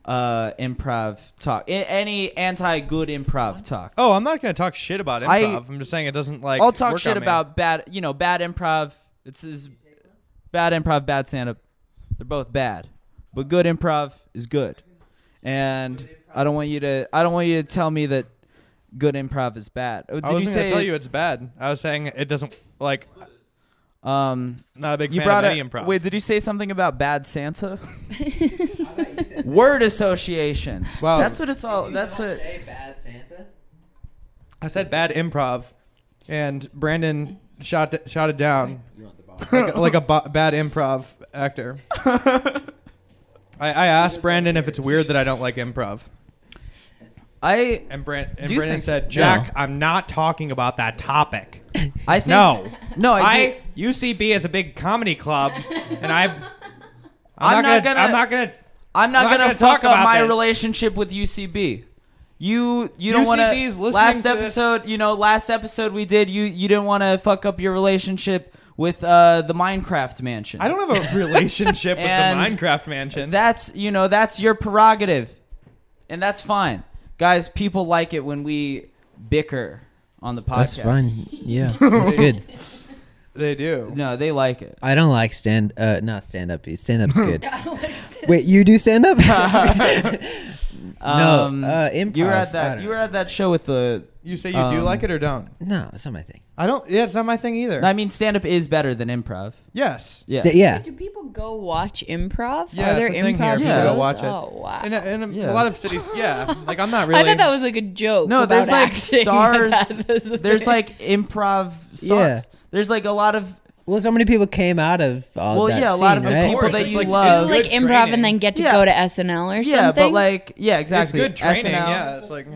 Speaker 2: uh improv talk. I- any anti good improv talk.
Speaker 1: Oh, I'm not gonna talk shit about improv.
Speaker 2: I-
Speaker 1: I'm just saying it doesn't like.
Speaker 2: I'll talk
Speaker 1: work
Speaker 2: shit
Speaker 1: on me.
Speaker 2: about bad. You know, bad improv. It's is bad improv, bad stand up. They're both bad, but good improv is good. And I don't want you to. I don't want you to tell me that good improv is bad. Oh, did
Speaker 1: I
Speaker 2: you
Speaker 1: wasn't
Speaker 2: say?
Speaker 1: gonna tell you it's bad. I was saying it doesn't like.
Speaker 2: um,
Speaker 1: Not a big
Speaker 2: you
Speaker 1: fan
Speaker 2: brought
Speaker 1: of
Speaker 2: up.
Speaker 1: any improv.
Speaker 2: Wait, did you say something about bad Santa? Word association.
Speaker 1: Wow.
Speaker 2: That's what it's all. That's what.
Speaker 4: bad Santa.
Speaker 1: I said bad improv, and Brandon shot shot it down
Speaker 4: You want the ball?
Speaker 1: like, like a bo- bad improv actor. I, I asked Brandon if it's weird that I don't like improv,
Speaker 2: I
Speaker 1: and, Brand, and
Speaker 2: Do you
Speaker 1: Brandon
Speaker 2: think so?
Speaker 1: said, "Jack, I'm not talking about that topic."
Speaker 2: I think
Speaker 1: No,
Speaker 2: no I,
Speaker 1: I UCB is a big comedy club, and I. I'm,
Speaker 2: I'm not gonna-
Speaker 1: I'm not gonna.
Speaker 2: I am not
Speaker 1: I'm
Speaker 2: gonna,
Speaker 1: gonna
Speaker 2: fuck
Speaker 1: talk
Speaker 2: up
Speaker 1: about
Speaker 2: my
Speaker 1: this.
Speaker 2: relationship with UCB. You you don't want
Speaker 1: UCB 's
Speaker 2: to
Speaker 1: listening
Speaker 2: last
Speaker 1: to this.
Speaker 2: episode you know last episode we did you you didn't want to fuck up your relationship with uh the Minecraft mansion.
Speaker 1: I don't have a relationship with the
Speaker 2: And
Speaker 1: Minecraft mansion.
Speaker 2: That's you know that's your prerogative, and that's fine, guys. People like it when we bicker on the podcast.
Speaker 4: That's fine. Yeah, that's good.
Speaker 1: they do.
Speaker 2: No, they like it.
Speaker 4: I don't like stand. Uh, not stand up. Stand up's good. Wait, you do stand up? No,
Speaker 2: Um,
Speaker 4: uh, improv.
Speaker 2: You were at
Speaker 4: I
Speaker 2: that.
Speaker 4: don't
Speaker 2: You were
Speaker 4: know.
Speaker 2: at that show with the.
Speaker 1: You say you
Speaker 2: Um,
Speaker 1: do like it or don't?
Speaker 4: No, that's not my thing.
Speaker 1: I don't. Yeah, it's not my thing either.
Speaker 2: I mean, stand up is better than improv.
Speaker 1: yes.
Speaker 2: Yeah.
Speaker 4: Sta- yeah.
Speaker 3: Do people go watch improv?
Speaker 1: Yeah,
Speaker 3: Are there
Speaker 1: it's a thing
Speaker 3: improv
Speaker 1: here.
Speaker 2: Yeah.
Speaker 3: shows?
Speaker 1: Go watch it.
Speaker 3: Oh wow!
Speaker 1: In a, in a,
Speaker 2: Yeah.
Speaker 1: a lot of cities, yeah. Like I'm not really.
Speaker 3: I thought that was like a joke.
Speaker 2: No, there's
Speaker 3: about
Speaker 2: like
Speaker 3: acting.
Speaker 2: stars.
Speaker 3: That was the
Speaker 2: There's
Speaker 3: thing.
Speaker 2: like improv stars.
Speaker 4: Yeah.
Speaker 2: There's like a lot of
Speaker 4: Well, so many people came out of all
Speaker 2: Well,
Speaker 4: that
Speaker 2: yeah, a lot
Speaker 4: scene,
Speaker 2: of the
Speaker 4: right?
Speaker 2: people that
Speaker 1: It's
Speaker 2: you
Speaker 1: like-
Speaker 3: Do,
Speaker 2: love.
Speaker 1: Good
Speaker 3: like improv
Speaker 1: training.
Speaker 3: and then get to
Speaker 2: Yeah.
Speaker 3: go to SNL or
Speaker 2: yeah,
Speaker 3: something.
Speaker 2: but like yeah,
Speaker 1: It's
Speaker 2: exactly.
Speaker 1: good training.
Speaker 2: SNL,
Speaker 1: Yeah, it's like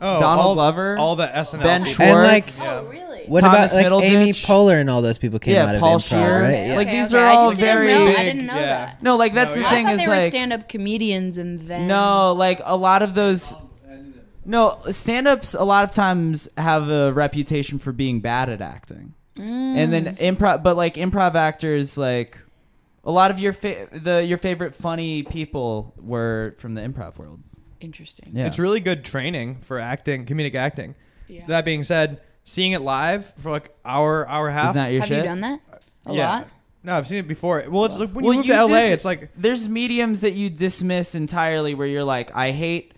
Speaker 1: oh,
Speaker 2: Donald
Speaker 1: all,
Speaker 2: Glover,
Speaker 1: all the SNL,
Speaker 2: Ben
Speaker 1: people.
Speaker 2: Schwartz,
Speaker 4: And, like,
Speaker 1: Yeah.
Speaker 3: Oh, really?
Speaker 4: What
Speaker 2: Thomas
Speaker 4: about like Amy
Speaker 2: Middleditch.
Speaker 4: Poehler and all those people came
Speaker 2: Yeah,
Speaker 4: out of
Speaker 2: Paul
Speaker 4: improv,
Speaker 2: Scheer.
Speaker 4: right?
Speaker 2: Okay,
Speaker 4: Yeah.
Speaker 2: like, these are all very
Speaker 3: Didn't know, I
Speaker 1: big-
Speaker 3: didn't know
Speaker 1: yeah.
Speaker 3: that.
Speaker 2: No, like
Speaker 1: No,
Speaker 2: that's the
Speaker 1: yeah.
Speaker 3: I
Speaker 2: thing
Speaker 3: thought
Speaker 2: is
Speaker 3: they were
Speaker 2: like
Speaker 3: stand-up comedians and then
Speaker 2: no, like a lot of those. No, stand-ups a lot of times have a reputation for being bad at acting, and then
Speaker 3: Mm.
Speaker 2: improv. But like improv actors, like a lot of your fa- the your favorite funny people were from the improv world.
Speaker 3: Interesting.
Speaker 2: Yeah,
Speaker 1: It's really good training for acting, comedic acting.
Speaker 3: Yeah.
Speaker 1: That being said, seeing it live for like hour, hour and a half.
Speaker 2: Is that your
Speaker 3: Have
Speaker 2: shit?
Speaker 3: you done that? A
Speaker 1: yeah.
Speaker 3: lot.
Speaker 1: No, I've seen it before. Well, it's like when
Speaker 2: Well,
Speaker 1: you move
Speaker 2: you
Speaker 1: to LA,
Speaker 2: dis-
Speaker 1: it's like
Speaker 2: there's mediums that you dismiss entirely where you're like i hate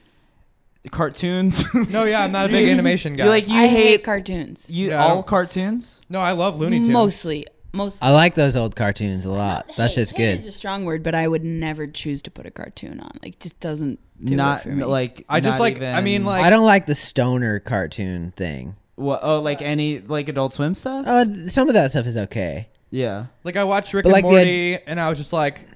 Speaker 2: cartoons
Speaker 1: no, yeah, I'm not a big animation guy.
Speaker 2: you're like you
Speaker 3: I
Speaker 2: hate,
Speaker 3: hate, cartoons.
Speaker 2: you
Speaker 1: No.
Speaker 2: all cartoons
Speaker 1: no, I love Looney Tunes.
Speaker 3: Mostly, mostly.
Speaker 4: I like those old cartoons a lot. That's
Speaker 3: Hey,
Speaker 4: just
Speaker 3: hate
Speaker 4: good.
Speaker 3: Is a strong word, but I would never choose to put a cartoon on. Like, just doesn't do
Speaker 2: not
Speaker 3: it for me.
Speaker 2: like
Speaker 1: I just
Speaker 2: not
Speaker 1: like-
Speaker 2: even-
Speaker 1: I mean, like-
Speaker 4: I don't like the stoner cartoon thing.
Speaker 2: Wha- oh like any like adult swim stuff
Speaker 4: Uh, th- some of that stuff is okay.
Speaker 2: yeah
Speaker 1: Like I watched Rick
Speaker 4: But,
Speaker 1: and
Speaker 4: like, the
Speaker 1: Morty, and I was just like,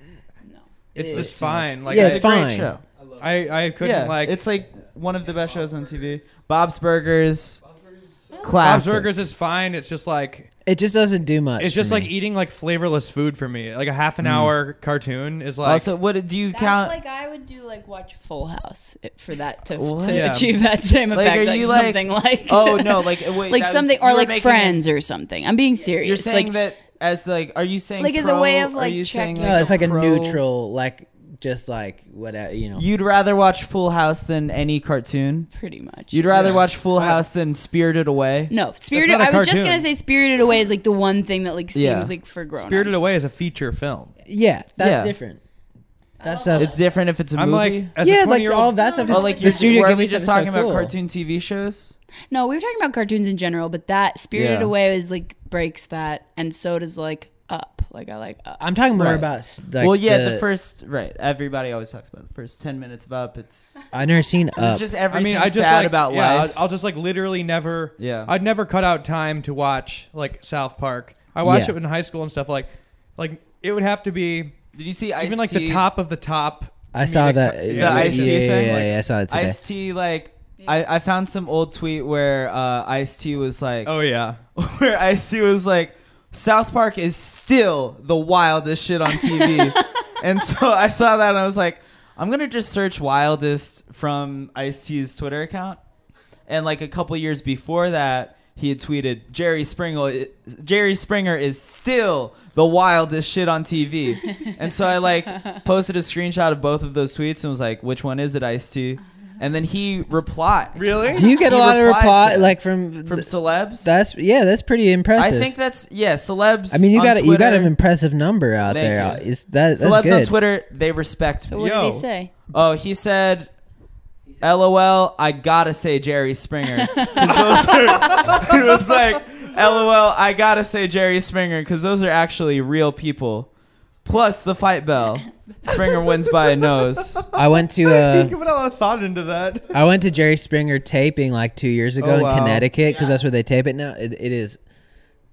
Speaker 3: No.
Speaker 1: it's
Speaker 3: Ew.
Speaker 1: just fine. Like
Speaker 4: Yeah,
Speaker 1: I,
Speaker 4: it's
Speaker 2: a great
Speaker 4: fine.
Speaker 2: show.
Speaker 1: I, I couldn't
Speaker 2: yeah
Speaker 1: like.
Speaker 2: it's like one of the best shows on tv bob's burgers
Speaker 1: Bob's
Speaker 2: classic
Speaker 1: Burgers is fine. It's just like
Speaker 4: It just doesn't do much.
Speaker 1: it's
Speaker 4: for
Speaker 1: just like
Speaker 4: me. Mm.
Speaker 1: eating like flavorless food for me. Like a half an hour cartoon is like.
Speaker 2: also what do you
Speaker 3: That's
Speaker 2: count
Speaker 3: like I would do like watch Full House it- for that to,
Speaker 2: What?
Speaker 3: to
Speaker 1: Yeah.
Speaker 3: achieve that same
Speaker 2: Like, are
Speaker 3: effect, like,
Speaker 2: you, like-
Speaker 3: something like
Speaker 2: oh no like wait,
Speaker 3: like
Speaker 2: that was-
Speaker 3: something
Speaker 2: you
Speaker 3: or
Speaker 2: were
Speaker 3: like
Speaker 2: making a-
Speaker 3: Friends or something. I'm being serious.
Speaker 2: You're saying
Speaker 3: like,
Speaker 2: that as like, are you saying
Speaker 3: Like, as a way
Speaker 2: pro?
Speaker 3: of,
Speaker 2: Are
Speaker 3: like,
Speaker 2: you saying,
Speaker 3: checking-
Speaker 4: no, it's like a
Speaker 2: pro-
Speaker 4: neutral, like just like whatever you know.
Speaker 2: You'd rather watch Full House than any cartoon.
Speaker 3: pretty much.
Speaker 2: You'd rather
Speaker 1: Yeah.
Speaker 2: watch Full
Speaker 1: I-
Speaker 2: House than Spirited Away.
Speaker 3: no, Spirited.
Speaker 1: not
Speaker 3: I
Speaker 1: a
Speaker 3: was just
Speaker 1: cartoon.
Speaker 3: gonna say Spirited Away is like the one thing that like seems
Speaker 2: Yeah.
Speaker 3: like for grown.
Speaker 1: Spirited Away is a feature film.
Speaker 4: yeah, that's
Speaker 2: Yeah.
Speaker 4: different. That's
Speaker 2: It's different if it's a
Speaker 1: I'm
Speaker 2: movie.
Speaker 1: like as a
Speaker 4: yeah, like
Speaker 1: twenty year
Speaker 4: all
Speaker 1: old.
Speaker 4: that stuff. Is,
Speaker 2: oh, like
Speaker 4: the studio
Speaker 2: Were
Speaker 4: gave
Speaker 2: we
Speaker 4: me
Speaker 2: just
Speaker 4: stuff
Speaker 2: talking
Speaker 4: is so
Speaker 2: about
Speaker 4: cool.
Speaker 2: cartoon TV shows?
Speaker 3: No, we were talking about cartoons in general, but that Spirited
Speaker 2: Yeah.
Speaker 3: Away is like breaks that, and so does like up. Like I like up.
Speaker 4: I'm talking more
Speaker 2: Right.
Speaker 4: about s- like
Speaker 2: well, yeah, the, first right. Everybody always talks about the first ten minutes of Up. It's,
Speaker 4: I've never seen
Speaker 2: it's
Speaker 4: Up.
Speaker 2: just
Speaker 1: I
Speaker 2: everything
Speaker 1: mean, I just
Speaker 2: sad
Speaker 1: like,
Speaker 2: about
Speaker 1: yeah,
Speaker 2: life.
Speaker 1: I'll, I'll just like literally never.
Speaker 2: Yeah.
Speaker 1: I'd never cut out time to watch like South Park. I watched
Speaker 4: Yeah.
Speaker 1: it in high school and stuff. Like, like it would have to be
Speaker 2: Did you see
Speaker 1: even like the
Speaker 2: Ice-T?
Speaker 1: top of the top.
Speaker 4: I saw
Speaker 1: comedic-
Speaker 4: that.
Speaker 1: Yeah,
Speaker 2: The Ice-T
Speaker 4: yeah, yeah,
Speaker 2: thing,
Speaker 4: yeah,
Speaker 2: like,
Speaker 4: yeah, I saw it today.
Speaker 2: Ice T like I, I found some old tweet where uh, Ice T was like
Speaker 1: Oh yeah.
Speaker 2: where Ice T was like South Park is still the wildest shit on TV, and so I saw that and I was like I'm gonna just search wildest from Ice T's Twitter account, and like a couple years before that he had tweeted Jerry Springer Jerry Springer is still the wildest shit on TV, and so I like posted a screenshot of both of those tweets and was like which one is it Ice T, and then he replied
Speaker 1: Really?
Speaker 4: Do you get a
Speaker 2: He
Speaker 4: lot of
Speaker 2: replied to
Speaker 4: reply
Speaker 2: that.
Speaker 4: like from,
Speaker 2: from
Speaker 4: th-
Speaker 2: celebs.
Speaker 4: that's yeah, that's pretty
Speaker 2: I
Speaker 4: impressive. I,
Speaker 2: think that's yeah, celebs.
Speaker 4: mean, you
Speaker 2: on
Speaker 4: got a- you got
Speaker 2: Twitter-
Speaker 4: an impressive number out
Speaker 2: Thank
Speaker 4: there.
Speaker 2: you.
Speaker 4: Is that that's
Speaker 2: celebs
Speaker 4: good?
Speaker 2: on Twitter. They respect.
Speaker 3: So
Speaker 2: me.
Speaker 3: what
Speaker 1: Yo.
Speaker 3: did he say?
Speaker 2: Oh, he said, "LOL." I gotta say Jerry Springer. 'Cause those are- it was like, "LOL." I gotta say Jerry Springer because those are actually real people. Plus the fight bell. Springer wins by a nose.
Speaker 4: I went to
Speaker 1: You
Speaker 4: uh,
Speaker 1: put a lot of thought into that.
Speaker 4: I went to Jerry Springer taping like two years ago
Speaker 1: Oh,
Speaker 4: in
Speaker 1: wow.
Speaker 4: Connecticut because that's where they tape it now. It, it is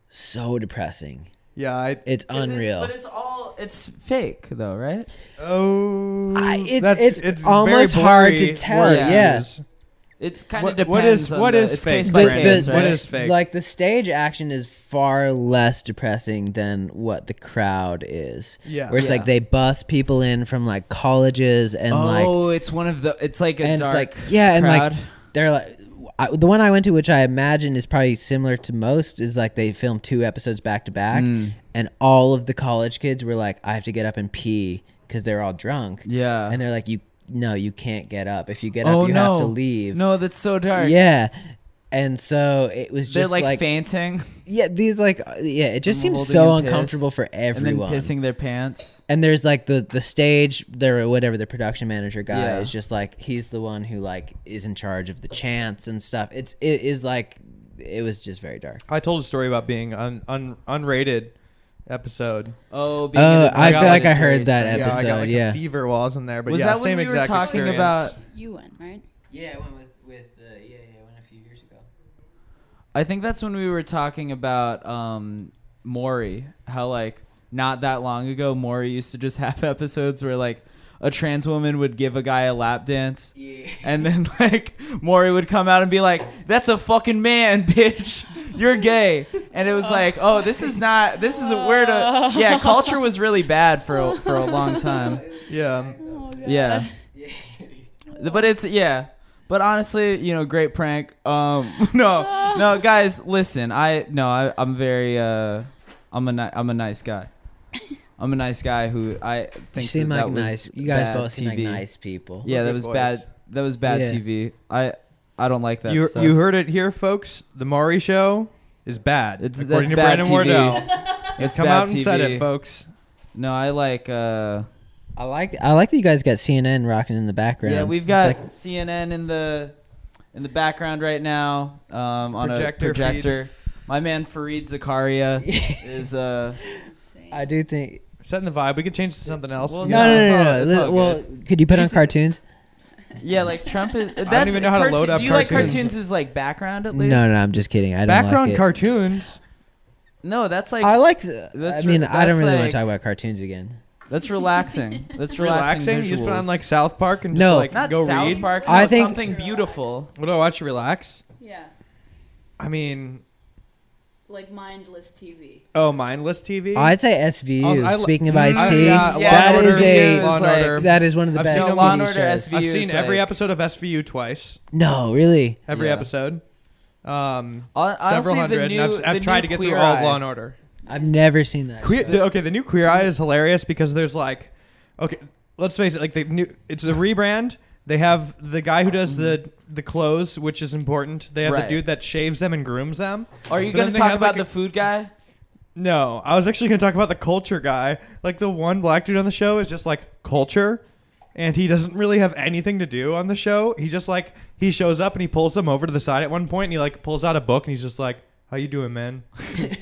Speaker 4: so depressing.
Speaker 1: Yeah. I,
Speaker 4: It's unreal.
Speaker 2: but it's all it's fake though, right?
Speaker 1: oh.
Speaker 4: I- it's-
Speaker 1: that's-
Speaker 4: it's
Speaker 1: very
Speaker 4: almost hard to
Speaker 1: blurry
Speaker 4: tell,
Speaker 1: word
Speaker 4: yeah.
Speaker 1: use.
Speaker 2: It's kind of
Speaker 1: What-
Speaker 2: depends.
Speaker 1: what is-
Speaker 2: on
Speaker 1: what
Speaker 2: the-
Speaker 1: is
Speaker 2: it's
Speaker 1: fake?
Speaker 2: case
Speaker 1: The-
Speaker 2: by
Speaker 1: the-
Speaker 2: case,
Speaker 1: the-
Speaker 2: right?
Speaker 1: What is fake?
Speaker 4: Like the stage action is far less depressing than what the crowd is.
Speaker 1: Yeah.
Speaker 4: Where it's like
Speaker 2: Yeah.
Speaker 4: they bus people in from like colleges and like
Speaker 2: oh, it's one of the. It's like a
Speaker 4: and
Speaker 2: dark.
Speaker 4: it's like yeah and
Speaker 2: crowd.
Speaker 4: like they're like I, the one I went to, which I imagine is probably similar to most, is like they filmed two episodes back to back,
Speaker 2: Mm.
Speaker 4: and all of the college kids were like, "I have to get up and pee" because they're all drunk,
Speaker 2: yeah.
Speaker 4: and they're like, "You no, you can't get up. If you get
Speaker 2: oh
Speaker 4: up, you
Speaker 2: no!
Speaker 4: have to leave."
Speaker 2: No, that's so dark.
Speaker 4: Yeah. And so it was
Speaker 2: they're
Speaker 4: just
Speaker 2: like,
Speaker 4: like,
Speaker 2: fainting
Speaker 4: yeah, these like uh, yeah, it just
Speaker 2: And
Speaker 4: seems
Speaker 2: holding
Speaker 4: so
Speaker 2: and piss,
Speaker 4: uncomfortable for everyone.
Speaker 2: and then
Speaker 4: And,
Speaker 2: pissing their pants.
Speaker 4: there's like the the stage there whatever the production manager guy
Speaker 2: Yeah.
Speaker 4: is just like he's the one who like is in charge of the chants and stuff. It's it is like it was just very dark.
Speaker 1: I told a story about being un, un unrated episode.
Speaker 2: Oh, being
Speaker 4: Oh,
Speaker 2: in a
Speaker 4: I
Speaker 1: feel
Speaker 2: crowd
Speaker 1: like
Speaker 4: I
Speaker 2: is very
Speaker 4: heard that
Speaker 2: strange.
Speaker 1: yeah, I
Speaker 4: episode,
Speaker 1: got like
Speaker 4: yeah.
Speaker 1: a fever while I was in there, but
Speaker 2: Was
Speaker 1: yeah,
Speaker 2: that when
Speaker 1: same
Speaker 2: we were
Speaker 1: exact
Speaker 2: talking
Speaker 1: experience.
Speaker 2: about?
Speaker 3: You went right.
Speaker 4: Yeah, I went with with uh, yeah, yeah, I went a few years ago.
Speaker 2: I think that's when we were talking about um Maury. How like not that long ago, Maury used to just have episodes where like a trans woman would give a guy a lap dance.
Speaker 4: Yeah.
Speaker 2: And then like Maury would come out and be like, "That's a fucking man, bitch. You're gay." And it was like, "Oh, this is not. This is a weird. Uh, yeah, culture was really bad for a, for a long time.
Speaker 1: Yeah.
Speaker 3: Oh, God.
Speaker 2: Yeah, but it's yeah. But honestly, you know, great prank. Um, no, no, guys, listen. I no, I, I'm very. Uh, I'm a ni- I'm a nice guy. I'm a nice guy who I
Speaker 4: You
Speaker 2: think
Speaker 4: seem
Speaker 2: that,
Speaker 4: like
Speaker 2: that was
Speaker 4: nice. You guys
Speaker 2: bad
Speaker 4: both seem like
Speaker 2: TV.
Speaker 4: nice people.
Speaker 2: Yeah, that
Speaker 1: Good
Speaker 2: was
Speaker 1: voice.
Speaker 2: bad. That was bad
Speaker 4: Yeah.
Speaker 2: TV. I I don't like that.
Speaker 1: You,
Speaker 2: stuff.
Speaker 1: you heard it here, folks. The Maury Show is bad.
Speaker 2: It's-
Speaker 1: according
Speaker 2: that's
Speaker 1: to Brandon
Speaker 2: bad TV.
Speaker 1: Wardell.
Speaker 2: It's
Speaker 1: He's come
Speaker 2: bad
Speaker 1: out and said
Speaker 2: TV.
Speaker 1: it, folks.
Speaker 2: No, I like. uh
Speaker 4: I like I like that you guys got CNN rocking in the background.
Speaker 2: Yeah, we've
Speaker 4: It's
Speaker 2: got
Speaker 4: like-
Speaker 2: CNN in the in the background right now um, on
Speaker 1: Projector
Speaker 2: a projector. My man Fareed Zakaria is uh
Speaker 3: Insane.
Speaker 4: I do think
Speaker 1: Setting the vibe. We could change to something else.
Speaker 2: Well,
Speaker 1: if you
Speaker 4: No,
Speaker 2: Yeah,
Speaker 1: want.
Speaker 4: no,
Speaker 2: it's all-
Speaker 4: no, no.
Speaker 2: it's
Speaker 4: Li-
Speaker 2: all
Speaker 4: well, could you put on cartoons?
Speaker 2: yeah like Trump is. That,
Speaker 1: even know how to
Speaker 2: cartoon-
Speaker 1: load up
Speaker 2: Do you like
Speaker 1: cartoons.
Speaker 2: cartoons as like background at
Speaker 4: No,
Speaker 2: least?
Speaker 4: no, I'm just kidding. I don't
Speaker 1: Background
Speaker 4: like it.
Speaker 1: cartoons.
Speaker 2: No, that's like
Speaker 4: I like.
Speaker 2: That's
Speaker 4: I mean,
Speaker 2: re-
Speaker 4: I don't
Speaker 2: that's
Speaker 4: really want
Speaker 2: like-
Speaker 4: to talk about cartoons again.
Speaker 2: that's relaxing. That's relaxing.
Speaker 1: Relaxing. You just put on
Speaker 2: visuals.
Speaker 1: like South Park and
Speaker 4: No.
Speaker 1: just like
Speaker 2: not
Speaker 1: go
Speaker 2: South
Speaker 1: read.
Speaker 2: Park.
Speaker 4: I
Speaker 2: no,
Speaker 4: think-
Speaker 2: something beautiful.
Speaker 1: What do I watch to relax?
Speaker 3: Yeah,
Speaker 1: I mean,
Speaker 3: like mindless TV.
Speaker 1: oh, mindless TV.
Speaker 4: I'd say SVU.
Speaker 1: Also, I li-
Speaker 4: Speaking of Ice
Speaker 2: Mm,
Speaker 1: I-
Speaker 4: T,
Speaker 1: yeah, Law
Speaker 4: that
Speaker 1: and
Speaker 4: is
Speaker 1: Order,
Speaker 4: a
Speaker 1: Law and
Speaker 2: like-
Speaker 1: Order.
Speaker 4: that is one of the
Speaker 1: I've
Speaker 4: best.
Speaker 1: seen
Speaker 4: TV
Speaker 1: Law and
Speaker 2: Order
Speaker 4: shows.
Speaker 2: SVU.
Speaker 1: I've
Speaker 2: SVU
Speaker 1: seen
Speaker 2: is,
Speaker 1: every
Speaker 2: like-
Speaker 1: episode of SVU twice.
Speaker 4: No, really.
Speaker 1: Every
Speaker 2: Yeah.
Speaker 1: episode. Um,
Speaker 2: Hon-
Speaker 1: several
Speaker 2: honestly, the
Speaker 1: hundred.
Speaker 2: new-
Speaker 1: and I've,
Speaker 2: the
Speaker 1: I've tried
Speaker 2: new
Speaker 1: to get through
Speaker 2: Queer
Speaker 1: all
Speaker 2: Eye.
Speaker 1: of Law and Order.
Speaker 4: I've never seen that.
Speaker 1: Queer, the, okay, the new Queer Eye is hilarious because there's like, okay, let's face it, like the new, it's a rebrand. They have the guy who does the the clothes, which is important. They have
Speaker 2: Right.
Speaker 1: the dude that shaves them and grooms them.
Speaker 2: Are you
Speaker 1: But then
Speaker 2: gonna
Speaker 1: they
Speaker 2: talk
Speaker 1: have,
Speaker 2: about
Speaker 1: like,
Speaker 2: the food guy?
Speaker 1: No, I was actually going to talk about the culture guy. Like the one black dude on the show is just like culture, and he doesn't really have anything to do on the show. He just like he shows up and he pulls them over to the side at one point, and he like pulls out a book and he's just like, "How you doing, man?" They're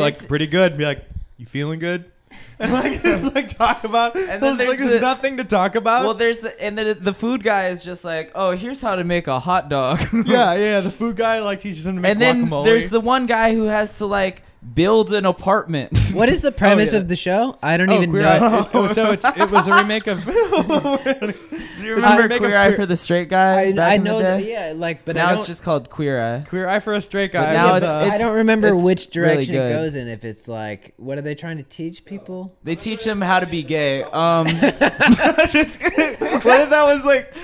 Speaker 1: like
Speaker 2: It's-
Speaker 1: pretty good. Be like, you feeling good? And like, it's like talk about.
Speaker 2: And
Speaker 1: And
Speaker 2: then
Speaker 1: then like,
Speaker 2: there's
Speaker 1: there's
Speaker 2: the-
Speaker 1: nothing to talk about.
Speaker 2: Well, there's the, and then the food guy is just like, oh, here's how to make a hot dog.
Speaker 1: yeah, yeah. The food guy like teaches him to make
Speaker 2: and then
Speaker 1: guacamole.
Speaker 2: there's the one guy who has to like build an apartment.
Speaker 4: What is
Speaker 2: Oh,
Speaker 4: the premise
Speaker 1: yeah.
Speaker 4: of the show? I don't
Speaker 1: Oh,
Speaker 4: even
Speaker 1: Queer
Speaker 4: know.
Speaker 1: Eye- it- oh, so it's, it was a remake of.
Speaker 2: Do you remember
Speaker 1: make a
Speaker 2: Queer Eye
Speaker 1: queer-
Speaker 2: for the Straight Guy?
Speaker 4: I,
Speaker 2: back
Speaker 4: I
Speaker 2: in the
Speaker 4: know that.
Speaker 2: day?
Speaker 4: Yeah, like, but
Speaker 2: now
Speaker 4: I
Speaker 2: it's
Speaker 4: don't.
Speaker 2: just called Queer Eye.
Speaker 1: Queer Eye for a Straight Guy.
Speaker 2: But now
Speaker 1: was,
Speaker 2: it's-
Speaker 1: uh,
Speaker 2: it's-
Speaker 4: I don't remember
Speaker 2: it's
Speaker 4: which
Speaker 2: really
Speaker 4: direction
Speaker 2: good.
Speaker 4: it goes in. If it's like, what are they trying to teach people?
Speaker 2: They teach him how to be gay. Um, just kidding. what if that was like?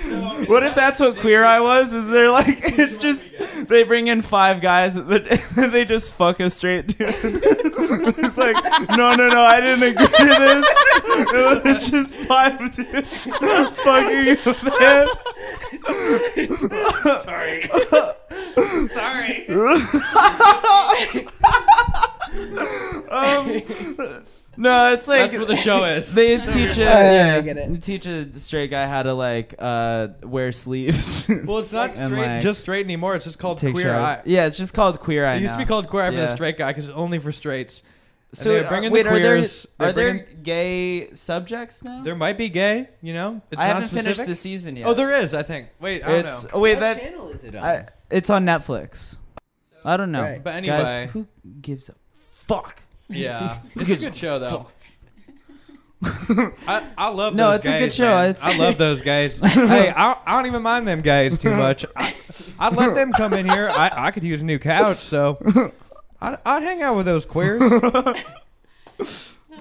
Speaker 2: What if that's what Queer Eye was? Is they're like, it's just they bring in five guys and then they just fuck a straight dude. it's like, no, no, no, I didn't agree to this. It was just five dudes fucking a man.
Speaker 1: sorry. sorry.
Speaker 2: Um, no, it's like
Speaker 1: That's what the show is.
Speaker 2: They teach a
Speaker 4: Oh, yeah, I
Speaker 2: yeah,
Speaker 4: get it.
Speaker 2: they teach a straight guy how to like uh, wear sleeves.
Speaker 1: well, it's not
Speaker 2: And,
Speaker 1: straight,
Speaker 2: like,
Speaker 1: just straight anymore. It's just called
Speaker 2: Take
Speaker 1: Queer
Speaker 2: showers.
Speaker 1: Eye.
Speaker 2: Yeah, it's just called queer eye.
Speaker 1: It used to be
Speaker 2: now.
Speaker 1: called Queer Eye for
Speaker 2: Yeah.
Speaker 1: the Straight Guy because it's only for straights. And
Speaker 2: So
Speaker 1: they
Speaker 2: uh,
Speaker 1: bring in
Speaker 2: wait,
Speaker 1: the
Speaker 2: are there
Speaker 1: queers. they
Speaker 2: are there
Speaker 1: bring in-
Speaker 2: gay subjects now?
Speaker 1: there might be gay. You know, it's
Speaker 2: I
Speaker 1: not
Speaker 2: haven't finished
Speaker 1: specific.
Speaker 2: the season yet.
Speaker 1: Oh, there is. I think. Wait, I don't
Speaker 2: It's
Speaker 1: know.
Speaker 2: oh, wait
Speaker 4: what
Speaker 2: that
Speaker 4: channel is it on?
Speaker 2: I, it's on Netflix. I don't know.
Speaker 4: Right.
Speaker 1: But
Speaker 2: Guys,
Speaker 1: anyway,
Speaker 2: who gives a fuck?
Speaker 1: yeah, it's a good show though. I, I love
Speaker 2: No,
Speaker 1: those
Speaker 2: it's a good
Speaker 1: gays,
Speaker 2: show.
Speaker 1: man.
Speaker 2: It's-
Speaker 1: I love those guys. hey, I, I don't even mind them guys too much. I, I'd let them come in here. I, I could use a new couch, so I'd, I'd hang out with those queers.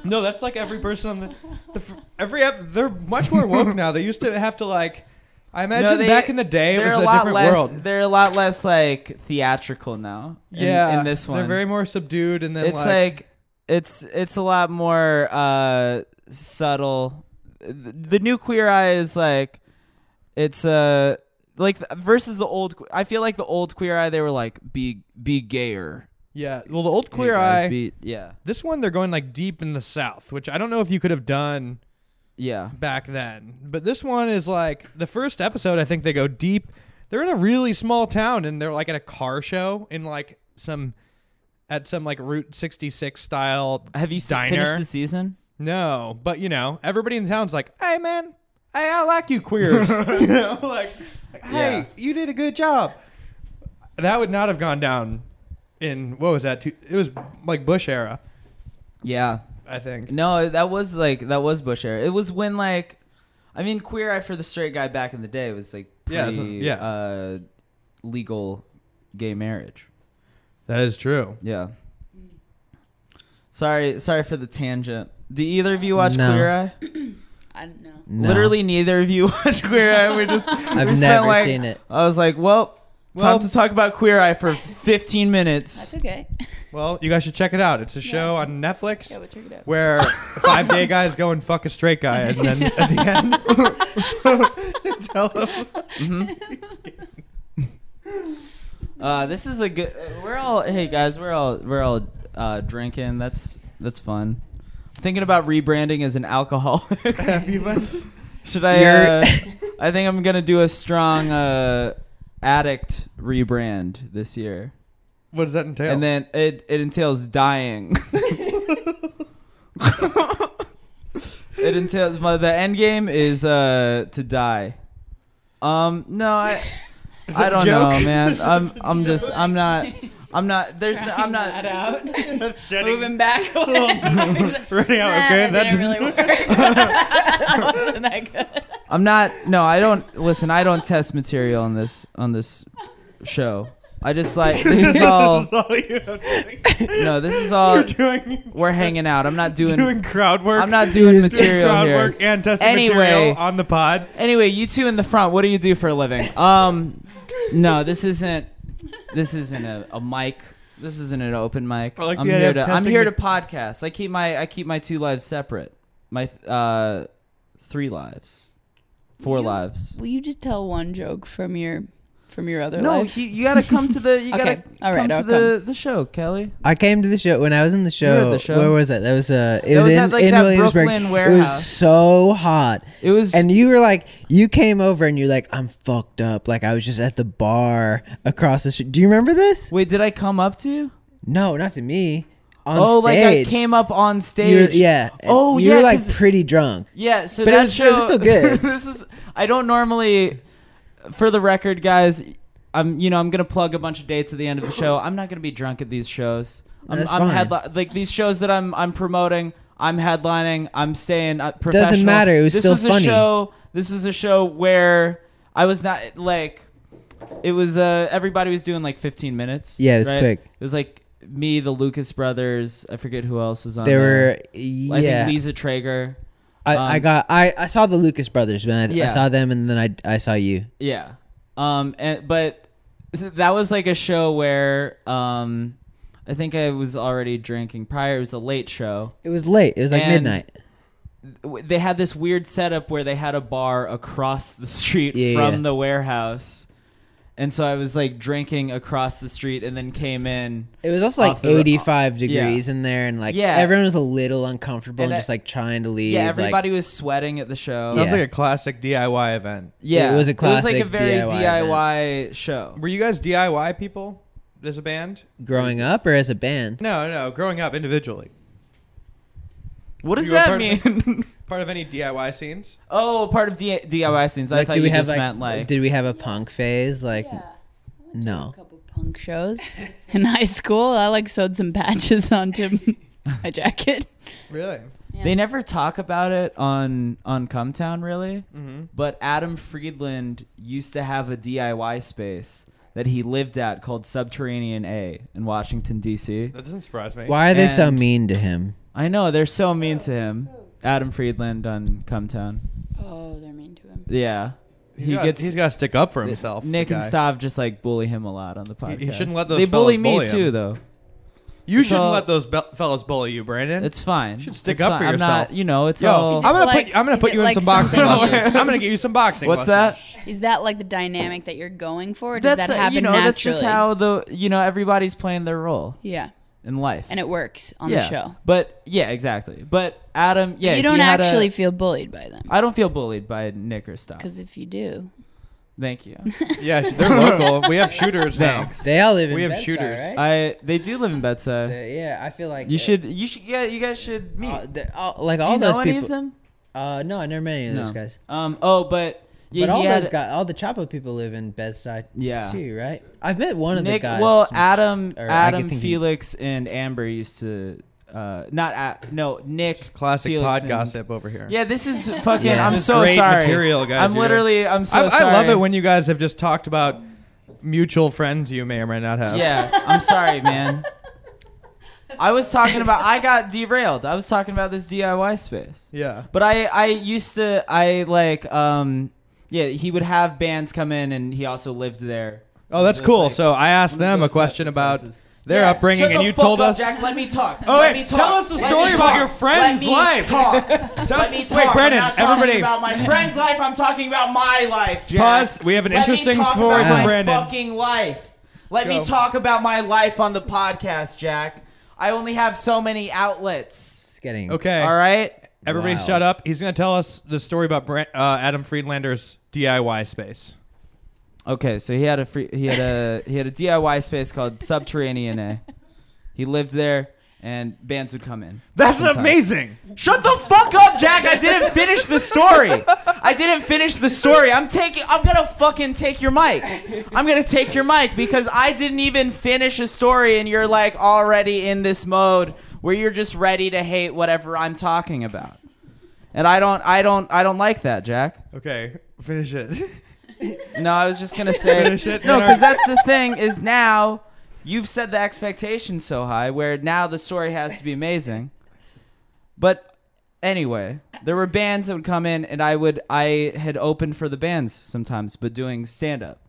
Speaker 1: no, that's like every person on the, the fr- every ep- they're much more woke now. They used to have to like. I imagine
Speaker 2: they-
Speaker 1: back in the day it
Speaker 2: they're
Speaker 1: was a,
Speaker 2: lot
Speaker 1: different
Speaker 2: less,
Speaker 1: world.
Speaker 2: They're a lot less like theatrical now. in-
Speaker 1: Yeah,
Speaker 2: in, this one,
Speaker 1: they're very more subdued, and then
Speaker 2: it's like, it's it's a lot more uh, subtle. The, the new Queer Eye is like it's uh, like versus the old. I feel like the old Queer Eye they were like be be gayer.
Speaker 1: yeah. Well, the old
Speaker 2: Hey,
Speaker 1: queer
Speaker 2: guys,
Speaker 1: eye.
Speaker 2: be- yeah,
Speaker 1: This one they're going like deep in the south, which I don't know if you could have done
Speaker 2: yeah.
Speaker 1: back then. But this one is like the first episode I think they go deep. They're in a really small town and they're like at a car show in like some at some like Route 66 style
Speaker 2: Have you se-
Speaker 1: diner.
Speaker 2: finished the season?
Speaker 1: No, but you know, everybody in the town's like, "Hey man, hey, I like you queers." you know, like, like, "Hey,
Speaker 2: Yeah.
Speaker 1: you did a good job." That would not have gone down in what was that? Two- It was like Bush era,
Speaker 2: Yeah,
Speaker 1: I think.
Speaker 2: No, that was like that was Bush era. It was when like, I mean, Queer Eye for the Straight Guy back in the day was like
Speaker 1: Yeah,
Speaker 2: pretty,
Speaker 1: so- yeah.
Speaker 2: uh, legal gay marriage.
Speaker 1: That is true.
Speaker 2: Yeah. Sorry, sorry for the tangent. Do either of you watch
Speaker 4: No.
Speaker 2: Queer Eye?
Speaker 3: I don't know.
Speaker 4: No.
Speaker 2: Literally, neither of you watch Queer Eye. We just
Speaker 4: I've
Speaker 2: we spent,
Speaker 4: never
Speaker 2: like-
Speaker 4: seen it.
Speaker 2: I was like, well,
Speaker 1: Well-
Speaker 2: time to talk about Queer Eye for 15 minutes.
Speaker 3: That's okay.
Speaker 1: Well, you guys should check it out. It's a show
Speaker 3: Yeah.
Speaker 1: on Netflix
Speaker 3: Yeah, we'll check it out.
Speaker 1: where five gay guys go and fuck a straight guy, and then at the end, tell him.
Speaker 2: Mm-hmm. Uh, this is a good. uh, We're all hey guys. We're all we're all uh, drinking. That's that's fun. Thinking about rebranding as an alcoholic.
Speaker 1: Have you been?
Speaker 2: Should I?
Speaker 4: You're-
Speaker 2: Uh, I think I'm gonna do a strong uh, addict rebrand this year,
Speaker 1: What does that entail?
Speaker 2: and then it it entails dying. it entails my, the end game is uh, to die. Um, no, I.
Speaker 1: Is
Speaker 2: I
Speaker 1: that a
Speaker 2: don't
Speaker 1: joke?
Speaker 2: know, man. I'm I'm just I'm not I'm not there's no,
Speaker 3: Trying
Speaker 2: I'm not
Speaker 3: that out.
Speaker 1: Jenny-
Speaker 3: Moving back away.
Speaker 1: Right now,
Speaker 3: Nah,
Speaker 1: okay,
Speaker 3: that
Speaker 1: that's
Speaker 3: didn't really work. That wasn't that good.
Speaker 2: I'm not no, I don't listen, I don't test material on this on this show. I just like this is all
Speaker 1: you have to think.
Speaker 2: no, this is all
Speaker 1: You're doing
Speaker 2: we're hanging out. I'm not doing,
Speaker 1: doing, crowd work.
Speaker 2: I'm not doing
Speaker 1: doing
Speaker 2: material
Speaker 1: crowd
Speaker 2: here.
Speaker 1: work and testing
Speaker 2: Anyway.
Speaker 1: material on the pod.
Speaker 2: Anyway, you two in the front, what do you do for a living? Um no, this isn't this isn't a, a mic. This isn't an open mic.
Speaker 1: I like
Speaker 2: I'm
Speaker 1: the idea
Speaker 2: here
Speaker 1: of
Speaker 2: to I'm
Speaker 1: testing
Speaker 2: here
Speaker 1: the-
Speaker 2: to podcast. I keep my I keep my two lives separate. My th- uh three lives. Four
Speaker 3: You-
Speaker 2: lives.
Speaker 3: Will you just tell one joke from your from your other
Speaker 2: No,
Speaker 3: life?
Speaker 2: you, you gotta come to the you
Speaker 3: Okay,
Speaker 2: gotta
Speaker 3: all right,
Speaker 2: come to
Speaker 3: I'll
Speaker 2: the, the show, Kelly.
Speaker 4: I came to the show when I was in the
Speaker 2: were at
Speaker 4: show.
Speaker 2: the show?
Speaker 4: Where was that? That was uh, it
Speaker 2: That
Speaker 4: was,
Speaker 2: was
Speaker 4: in,
Speaker 2: at, like,
Speaker 4: in
Speaker 2: that
Speaker 4: Williamsburg.
Speaker 2: Brooklyn
Speaker 4: It
Speaker 2: warehouse.
Speaker 4: was so hot,
Speaker 2: It was
Speaker 4: and you were like, you came over and you're like, I'm fucked up. Like I was just at the bar across the street. Do you remember this?
Speaker 2: wait, did I come up to you?
Speaker 4: No, not to me. on
Speaker 2: oh, like I
Speaker 4: stage.
Speaker 2: came up on
Speaker 4: You were-
Speaker 2: stage.
Speaker 4: yeah. and
Speaker 2: Oh,
Speaker 4: you were
Speaker 2: yeah,
Speaker 4: like
Speaker 2: 'cause-
Speaker 4: pretty drunk.
Speaker 2: Yeah, so
Speaker 4: But it
Speaker 2: that
Speaker 4: was-
Speaker 2: show
Speaker 4: it was still good.
Speaker 2: this is I don't normally for the record guys, I'm you know, I'm going to plug a bunch of dates at the end of the show. I'm not going to be drunk at these shows. I'm,
Speaker 4: That's
Speaker 2: I'm
Speaker 4: fine.
Speaker 2: headli- like these shows that I'm I'm promoting, I'm headlining, I'm staying uh, professional.
Speaker 4: Doesn't matter, it was
Speaker 2: this
Speaker 4: still
Speaker 2: was
Speaker 4: funny.
Speaker 2: A show, this is a show where I was not like it was uh everybody was doing like 15 minutes.
Speaker 4: Yeah, it was
Speaker 2: right?
Speaker 4: quick.
Speaker 2: It was like me, the Lucas brothers, I forget who else was on
Speaker 4: There were
Speaker 2: there. I
Speaker 4: yeah.
Speaker 2: think Lisa Traeger.
Speaker 4: I, I
Speaker 2: um,
Speaker 4: got I, I saw the Lucas brothers, man. I, I
Speaker 2: Yeah.
Speaker 4: saw them, and then I I saw you.
Speaker 2: Yeah. Um. And but so that was like a show where um, I think I was already drinking prior. It was a late show.
Speaker 4: It was late. It was like
Speaker 2: And-
Speaker 4: midnight.
Speaker 2: W- They had this weird setup where they had a bar across the street
Speaker 4: Yeah,
Speaker 2: from
Speaker 4: yeah.
Speaker 2: the warehouse. And so I was like drinking across the street and then came in.
Speaker 4: It was also
Speaker 2: off
Speaker 4: like
Speaker 2: the ro-
Speaker 4: 85
Speaker 2: yeah.
Speaker 4: degrees in there, and like
Speaker 2: Yeah.
Speaker 4: everyone was a little uncomfortable and,
Speaker 2: And I-
Speaker 4: just like trying to leave.
Speaker 2: Yeah,
Speaker 4: like-
Speaker 2: everybody was sweating at the show.
Speaker 1: Sounds
Speaker 4: Yeah.
Speaker 1: like a classic DIY event.
Speaker 2: Yeah.
Speaker 4: It was a
Speaker 2: It was like
Speaker 4: classic
Speaker 2: a very
Speaker 4: DIY
Speaker 2: DIY, show.
Speaker 1: Were you guys DIY people as a band?
Speaker 4: growing up or as a band.
Speaker 1: No, no. Growing up individually,
Speaker 2: What does
Speaker 1: You were
Speaker 2: that
Speaker 1: part of
Speaker 2: mean?
Speaker 1: part of any DIY scenes?
Speaker 2: oh, part of D- DIY scenes. I
Speaker 4: Like,
Speaker 2: thought
Speaker 4: did
Speaker 2: you
Speaker 4: we have
Speaker 2: just
Speaker 4: like,
Speaker 2: meant like
Speaker 4: did we have a punk phase? Like,
Speaker 3: A
Speaker 2: Oh.
Speaker 4: no.
Speaker 3: couple punk shows in high school. I like sewed some patches onto my jacket.
Speaker 1: Really?
Speaker 2: They never talk about it on on Cumtown really,
Speaker 1: Mm. Mm-hmm.
Speaker 2: but Adam Friedland used to have a DIY space that he lived at called Subterranean A in Washington D.C.
Speaker 1: That doesn't surprise me.
Speaker 4: Why are they so
Speaker 2: And-
Speaker 4: mean to him?
Speaker 2: I know they're so mean to him. Adam Friedland on Cumtown.
Speaker 3: Oh, they're mean to him.
Speaker 2: Yeah.
Speaker 1: He's got, he's got to stick up for himself.
Speaker 2: Nick
Speaker 1: the
Speaker 2: and
Speaker 1: guy.
Speaker 2: Stav just like bully him a lot on the podcast.
Speaker 1: he shouldn't let those
Speaker 2: They bully
Speaker 1: fellas
Speaker 2: me
Speaker 1: bully him.
Speaker 2: too though.
Speaker 1: You shouldn't
Speaker 2: all-
Speaker 1: let those be- fellas bully you, Brandon.
Speaker 2: It's fine.
Speaker 1: should stick
Speaker 2: It's
Speaker 1: up for
Speaker 2: fine. I'm not,
Speaker 1: yourself.
Speaker 2: you know, it's
Speaker 1: Yo,
Speaker 2: all
Speaker 1: I'm gonna
Speaker 3: like-
Speaker 1: put I'm gonna
Speaker 3: is
Speaker 1: put
Speaker 3: it
Speaker 1: you in
Speaker 3: like
Speaker 1: some boxing
Speaker 3: something-
Speaker 1: lessons. I'm gonna get you some boxing.
Speaker 2: What's
Speaker 1: lessons.
Speaker 2: that?
Speaker 3: Is that like the dynamic that you're going for? Or does that
Speaker 2: uh,
Speaker 3: happen
Speaker 2: you know,
Speaker 3: naturally?
Speaker 2: that's just how the you know, everybody's playing their role
Speaker 3: Yeah,
Speaker 2: in life.
Speaker 3: and it works on
Speaker 2: yeah.
Speaker 3: the show.
Speaker 2: But yeah, exactly. But Adam, yeah,
Speaker 3: you
Speaker 2: if
Speaker 3: don't
Speaker 2: had
Speaker 3: actually
Speaker 2: A,
Speaker 3: feel bullied by them
Speaker 2: I don't feel bullied by Nick or Stop.
Speaker 3: because if you do,
Speaker 2: Thank you.
Speaker 1: Yeah, they're local. We have shooters now.
Speaker 2: Thanks.
Speaker 4: They all live in
Speaker 1: We have
Speaker 4: Bedside,
Speaker 1: shooters.
Speaker 4: right?
Speaker 2: I they do live in Bethsaida.
Speaker 4: They- yeah, I feel like
Speaker 2: You
Speaker 4: uh,
Speaker 2: should you should yeah you guys should meet.
Speaker 4: uh, the- all- like
Speaker 2: do
Speaker 4: all
Speaker 2: you
Speaker 4: those
Speaker 2: know
Speaker 4: people.
Speaker 2: any of them?
Speaker 4: Uh, no, I never met any of those
Speaker 2: No.
Speaker 4: guys.
Speaker 2: Um. Oh, but yeah,
Speaker 4: but all
Speaker 2: he had,
Speaker 4: those guys, all the Chapo people live in Bedside.
Speaker 2: Yeah.
Speaker 4: too, right? I've met one of
Speaker 2: Nick.
Speaker 4: the guys.
Speaker 2: well,
Speaker 4: from-
Speaker 2: Adam,
Speaker 4: or I
Speaker 2: Adam,
Speaker 4: could think he-
Speaker 2: Felix, and Amber used to. Uh, not at no Nick.
Speaker 1: Classic
Speaker 2: Felix,
Speaker 1: pod
Speaker 2: and-
Speaker 1: gossip over here.
Speaker 2: Yeah, this is fucking.
Speaker 4: Yeah.
Speaker 2: I'm
Speaker 4: This
Speaker 1: is
Speaker 2: so
Speaker 1: great
Speaker 2: sorry.
Speaker 1: material, guys.
Speaker 2: I'm
Speaker 1: You're-
Speaker 2: literally. I'm so
Speaker 1: I, I
Speaker 2: sorry.
Speaker 1: love it when you guys have just talked about mutual friends you may or may not have.
Speaker 2: Yeah, I'm sorry, man. I was talking about I got derailed. I was talking about this DIY space.
Speaker 1: Yeah.
Speaker 2: But I I used to I like um yeah, he would have bands come in and he also lived there.
Speaker 1: Oh, that's
Speaker 2: Those,
Speaker 1: cool.
Speaker 2: like,
Speaker 1: so I asked
Speaker 2: one of
Speaker 1: them a
Speaker 2: those
Speaker 1: question
Speaker 2: sets of
Speaker 1: about
Speaker 2: places.
Speaker 1: their
Speaker 2: Yeah,
Speaker 1: upbringing,
Speaker 2: shut
Speaker 1: and
Speaker 2: the
Speaker 1: you
Speaker 2: fuck
Speaker 1: told
Speaker 2: up,
Speaker 1: us.
Speaker 2: Jack, let me talk.
Speaker 1: Oh,
Speaker 2: let
Speaker 1: wait,
Speaker 2: me talk.
Speaker 1: tell us the
Speaker 2: Let me
Speaker 1: story about
Speaker 2: talk.
Speaker 1: your friend's
Speaker 2: Let me
Speaker 1: life.
Speaker 2: Talk.
Speaker 1: Tell-
Speaker 2: Let me
Speaker 1: wait,
Speaker 2: talk. I'm
Speaker 1: Brandon,
Speaker 2: not talking
Speaker 1: everybody-
Speaker 2: about my friend's life. I'm talking about my life, Jack.
Speaker 1: Pause. We have an
Speaker 2: Let
Speaker 1: interesting
Speaker 2: me talk
Speaker 1: story
Speaker 2: about
Speaker 1: for
Speaker 2: my
Speaker 1: Brandon.
Speaker 2: fucking life. Let
Speaker 1: Go.
Speaker 2: me talk about my life on the podcast, Jack. I only have so many outlets.
Speaker 4: It's getting
Speaker 1: Okay.
Speaker 2: All right.
Speaker 1: Everybody,
Speaker 4: Wow.
Speaker 1: shut up. He's gonna tell us the story about Brent, uh, Adam Friedlander's DIY space.
Speaker 2: Okay, so he had a free, he had a he had a DIY space called Subterranean A. He lived there, and bands would come in.
Speaker 1: That's
Speaker 2: Sometimes.
Speaker 1: amazing.
Speaker 2: Shut the fuck up, Jack. I didn't finish the story. I didn't finish the story. I'm taking I'm going to fucking take your mic. I'm going to take your mic because I didn't even finish a story and you're like already in this mode where you're just ready to hate whatever I'm talking about. And I don't I don't I don't like that, Jack.
Speaker 1: Okay, finish it.
Speaker 2: No, I was just going to say
Speaker 1: Finish it.
Speaker 2: No,
Speaker 1: Then
Speaker 2: cuz
Speaker 1: our-
Speaker 2: that's the thing is now you've set the expectation so high where now the story has to be amazing. But anyway, there were bands that would come in, and I would I had opened for the bands sometimes, but doing stand up.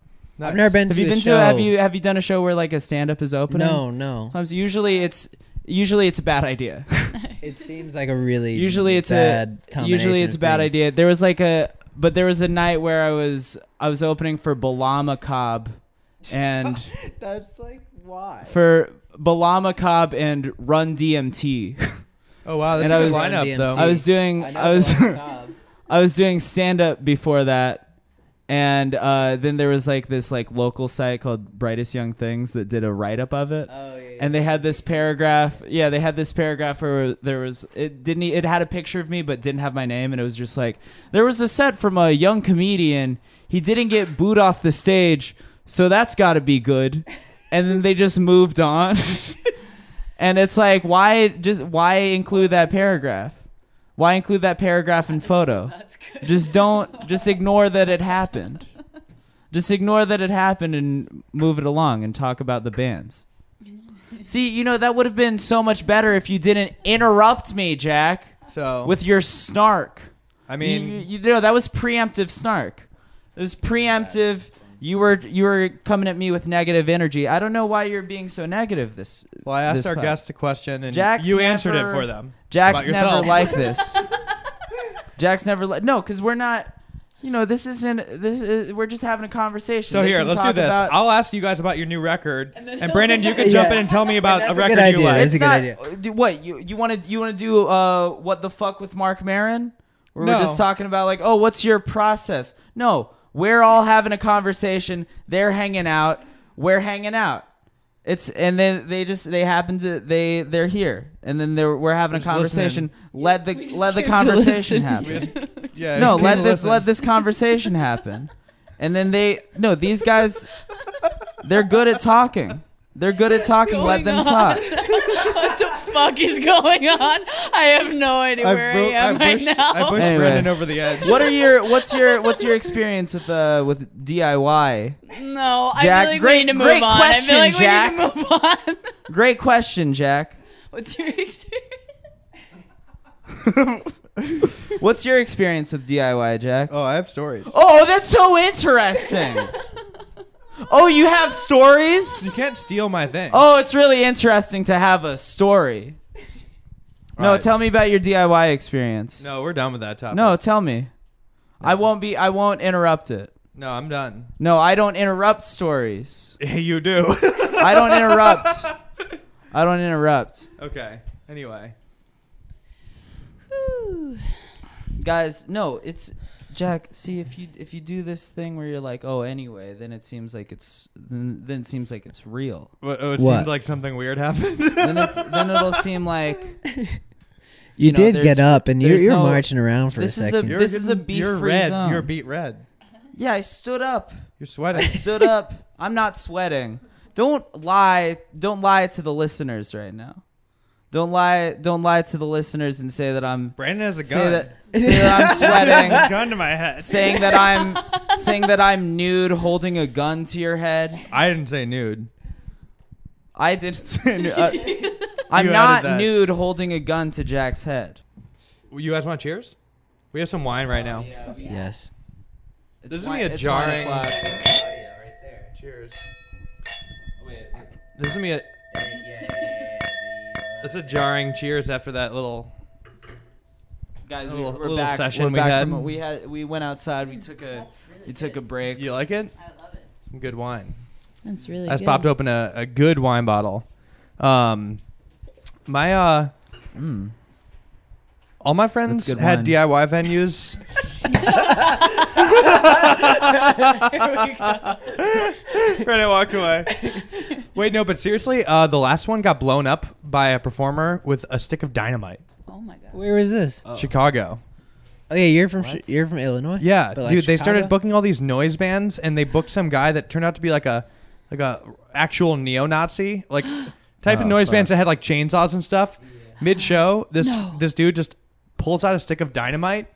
Speaker 4: I've never been.
Speaker 2: Have
Speaker 4: to
Speaker 2: you
Speaker 4: a
Speaker 2: been
Speaker 4: show.
Speaker 2: to have you have you done a show where like a stand up is opening?
Speaker 4: No, no.
Speaker 2: Sometimes usually it's usually it's a bad idea.
Speaker 4: It seems like a really
Speaker 2: usually it's
Speaker 4: bad
Speaker 2: a usually
Speaker 4: combination
Speaker 2: it's a
Speaker 4: of
Speaker 2: bad
Speaker 4: things.
Speaker 2: idea. There was like a but there was a night where I was I was opening for Balama Cobb and
Speaker 4: That's like why.
Speaker 2: for Balama Cobb and Run DMT.
Speaker 1: Oh wow, that's
Speaker 2: And
Speaker 1: a
Speaker 2: I
Speaker 1: good
Speaker 2: was-
Speaker 1: lineup
Speaker 4: DMC.
Speaker 1: though.
Speaker 2: I was doing I was I was doing stand up before that. And uh, then there was like this like local site called Brightest Young Things that did a write up of it.
Speaker 4: Oh yeah.
Speaker 2: and they had this paragraph. Yeah, they had this paragraph where there was it didn't e, it had a picture of me but didn't have my name, and it was just like there was a set from a young comedian. He didn't get booed off the stage, so that's got to be good. And then they just moved on. and it's like why just why include that paragraph? Why include that paragraph and photo?
Speaker 3: That's good.
Speaker 2: Just don't just ignore that it happened. Just ignore that it happened and move it along and talk about the bands. See, you know that would have been so much better if you didn't interrupt me, Jack,
Speaker 1: So
Speaker 2: with your snark.
Speaker 1: I
Speaker 2: I mean,
Speaker 1: mean,
Speaker 2: you, you know that was preemptive snark. It was preemptive. You were you were coming at me with negative energy. I don't know why you're being so negative this
Speaker 1: well, I asked
Speaker 2: this
Speaker 1: our
Speaker 2: pod-
Speaker 1: guests a question, and
Speaker 2: Jack's
Speaker 1: you answered it
Speaker 2: never-
Speaker 1: for them.
Speaker 2: Jack's
Speaker 1: About
Speaker 2: never
Speaker 1: yourself.
Speaker 2: like this. Jack's never like no, because we're not. You know, this isn't. This is, we're just having a conversation.
Speaker 1: So
Speaker 2: They
Speaker 1: here,
Speaker 2: can
Speaker 1: let's do
Speaker 2: talk
Speaker 1: this.
Speaker 2: about-
Speaker 1: I'll ask you guys about your new record, and,
Speaker 3: And then-
Speaker 1: Brandon, you can
Speaker 4: Yeah.
Speaker 1: jump in and tell me about
Speaker 4: That's
Speaker 1: a
Speaker 4: a
Speaker 1: record
Speaker 4: good
Speaker 1: you
Speaker 4: idea.
Speaker 1: like.
Speaker 4: That's a good idea.
Speaker 2: uh, do- What you you want to you want to do? Uh, what the fuck with Mark Maron? Where
Speaker 1: No.
Speaker 2: we're just talking about like, oh, what's your process? No, we're all having a conversation. They're hanging out. We're hanging out. It's and then they just they happen to they they're here and then they're we're having
Speaker 1: We're
Speaker 2: a
Speaker 1: just
Speaker 2: conversation. Let the
Speaker 3: We just
Speaker 2: let the
Speaker 3: came to
Speaker 2: conversation
Speaker 3: listen.
Speaker 2: happen.
Speaker 1: Yeah,
Speaker 2: no,
Speaker 1: just
Speaker 2: let
Speaker 1: came to
Speaker 2: this
Speaker 1: listen.
Speaker 2: let this conversation happen, and then they no these guys, they're good at talking. They're good at talking. Let
Speaker 3: going
Speaker 2: them
Speaker 3: on?
Speaker 2: talk.
Speaker 3: what the fuck is going on? I have no idea where I,
Speaker 1: bu-
Speaker 3: am
Speaker 1: I
Speaker 3: right
Speaker 1: pushed,
Speaker 3: now.
Speaker 1: I pushed
Speaker 2: Anyway.
Speaker 1: Brandon over the edge.
Speaker 2: What are your what's your what's your experience with uh with DIY?
Speaker 3: no, I
Speaker 2: Jack,
Speaker 3: feel like
Speaker 2: great-
Speaker 3: we need to move
Speaker 2: great
Speaker 3: on.
Speaker 2: question,
Speaker 3: I feel like
Speaker 2: Jack.
Speaker 3: we need to move on.
Speaker 2: Great question, Jack.
Speaker 3: What's your experience?
Speaker 2: What's your experience with DIY, Jack?
Speaker 1: oh, I have stories.
Speaker 2: Oh, that's so interesting. oh, you have stories?
Speaker 1: You can't steal my thing.
Speaker 2: Oh, it's really interesting to have a story. No,
Speaker 1: Alright.
Speaker 2: tell me about your DIY experience.
Speaker 1: No, we're done with that topic.
Speaker 2: No, tell me. I won't be I won't interrupt it.
Speaker 1: no, I'm done.
Speaker 2: No, I don't interrupt stories.
Speaker 1: you do.
Speaker 2: I don't interrupt. I don't interrupt.
Speaker 1: okay. Anyway,
Speaker 3: Whew.
Speaker 2: guys no it's jack see if you if you do this thing where you're like oh anyway then it seems like it's then, then it seems like it's real
Speaker 1: what, oh, it
Speaker 4: What?
Speaker 1: seemed like something weird happened.
Speaker 2: then it's then it'll seem like
Speaker 4: You,
Speaker 2: You know,
Speaker 4: did
Speaker 2: there's-
Speaker 4: get up, and you're,
Speaker 2: there's
Speaker 4: you're
Speaker 2: no-
Speaker 4: marching around for
Speaker 2: this
Speaker 4: a
Speaker 2: is a-
Speaker 4: second.
Speaker 1: You're
Speaker 2: This is a
Speaker 1: getting-
Speaker 2: beef-free
Speaker 1: You're red.
Speaker 2: zone.
Speaker 1: You're beat red.
Speaker 2: yeah i stood up
Speaker 1: You're
Speaker 2: i
Speaker 1: sweating.
Speaker 2: stood up i'm not sweating don't lie don't lie to the listeners right now don't lie don't lie to the listeners and say that i'm
Speaker 1: Brandon has a gun.
Speaker 2: say that, say that
Speaker 1: Brandon has a
Speaker 2: i'm sweating
Speaker 1: gun to my head.
Speaker 2: saying that i'm saying that i'm nude holding a gun to your head
Speaker 1: I didn't say nude.
Speaker 2: I didn't. Say nu- uh, I'm
Speaker 1: You added
Speaker 2: not
Speaker 1: that.
Speaker 2: nude holding a gun to Jack's head.
Speaker 1: You guys want cheers? We have some wine right now.
Speaker 4: Yes.
Speaker 2: Oh, It's
Speaker 1: This is gonna
Speaker 2: wi-
Speaker 1: be a
Speaker 2: it's
Speaker 1: jarring-
Speaker 2: wine o'clock.
Speaker 1: Cheers.
Speaker 2: Oh,
Speaker 1: This is gonna be a. It's a jarring cheers after that little.
Speaker 2: Guys,
Speaker 1: A
Speaker 2: we,
Speaker 1: little-
Speaker 2: we're
Speaker 1: little
Speaker 2: back.
Speaker 1: session
Speaker 2: we're
Speaker 1: we
Speaker 2: back
Speaker 1: had.
Speaker 2: From, we had. We went outside. We took a. We took a break.
Speaker 1: You like it?
Speaker 3: I love it.
Speaker 1: Some good wine.
Speaker 3: That's really
Speaker 1: I just popped open a, a good wine bottle. Um, my uh,
Speaker 2: Mm.
Speaker 1: all my friends
Speaker 2: good
Speaker 1: had
Speaker 2: wine.
Speaker 1: DIY venues. Brandon walked away. Wait, no, but seriously, uh, the last one got blown up by a performer with a stick of dynamite.
Speaker 3: Oh my god.
Speaker 4: Where is this?
Speaker 2: Oh.
Speaker 1: Chicago.
Speaker 4: Oh yeah, you're from Chi-
Speaker 2: What?
Speaker 4: you're from Illinois.
Speaker 1: Yeah,
Speaker 4: But, like,
Speaker 1: dude, they started
Speaker 4: Chicago?
Speaker 1: booking all these noise bands, and they booked some guy that turned out to be like a like a actual neo-Nazi, like type of
Speaker 2: Oh,
Speaker 1: noise
Speaker 2: fuck.
Speaker 1: bands that had like chainsaws and stuff. Mid show, this
Speaker 3: No.
Speaker 1: this dude just pulls out a stick of dynamite
Speaker 4: Oh.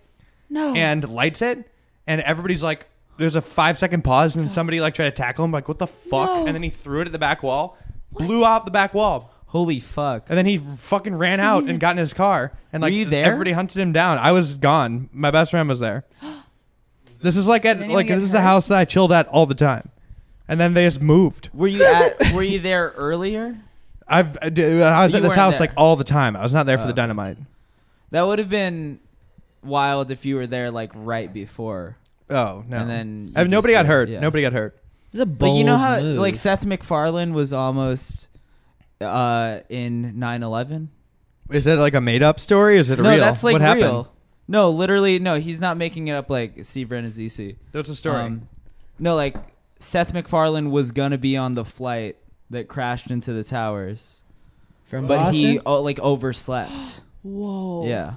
Speaker 3: No.
Speaker 1: and lights it, and everybody's like, there's a five second pause, and then somebody like tried to tackle him, like what the fuck,
Speaker 3: No.
Speaker 1: and then he threw it at the back wall, blew out the back wall.
Speaker 2: Holy fuck!
Speaker 1: And then he fucking ran out and got in his car. And
Speaker 2: Were
Speaker 1: like
Speaker 2: you there?
Speaker 1: everybody hunted him down. I was gone. My best friend was there. this is like at
Speaker 3: anyone
Speaker 1: like
Speaker 3: get
Speaker 1: this is a
Speaker 3: hurt?
Speaker 1: house that I chilled at all the time. And then they just moved.
Speaker 2: Were you at? were you there earlier?
Speaker 1: I've I do- I was
Speaker 2: You
Speaker 1: at this
Speaker 2: weren't
Speaker 1: house
Speaker 2: there.
Speaker 1: like all the time. I was not there for
Speaker 2: Oh.
Speaker 1: the dynamite.
Speaker 2: That would have been wild if you were there like right before.
Speaker 1: Oh no.
Speaker 2: And then you
Speaker 1: Uh,
Speaker 2: just
Speaker 1: nobody got
Speaker 2: got-
Speaker 1: hurt.
Speaker 2: yeah.
Speaker 1: Nobody got hurt.
Speaker 4: It's a
Speaker 2: But
Speaker 4: bold
Speaker 2: you know how
Speaker 4: move.
Speaker 2: like Seth MacFarlane was almost uh in 9/11.
Speaker 1: Is it like a made up story? Is it
Speaker 2: no,
Speaker 1: real?
Speaker 2: that's like
Speaker 1: what
Speaker 2: real.
Speaker 1: happened?
Speaker 2: No, literally, no. He's not making it up like Steve Ren is easy.
Speaker 1: That's a story.
Speaker 2: Um, no, like Seth MacFarlane was gonna be on the flight that crashed into the towers,
Speaker 4: From
Speaker 2: but
Speaker 4: Boston?
Speaker 2: he oh, like overslept.
Speaker 3: Whoa.
Speaker 2: Yeah.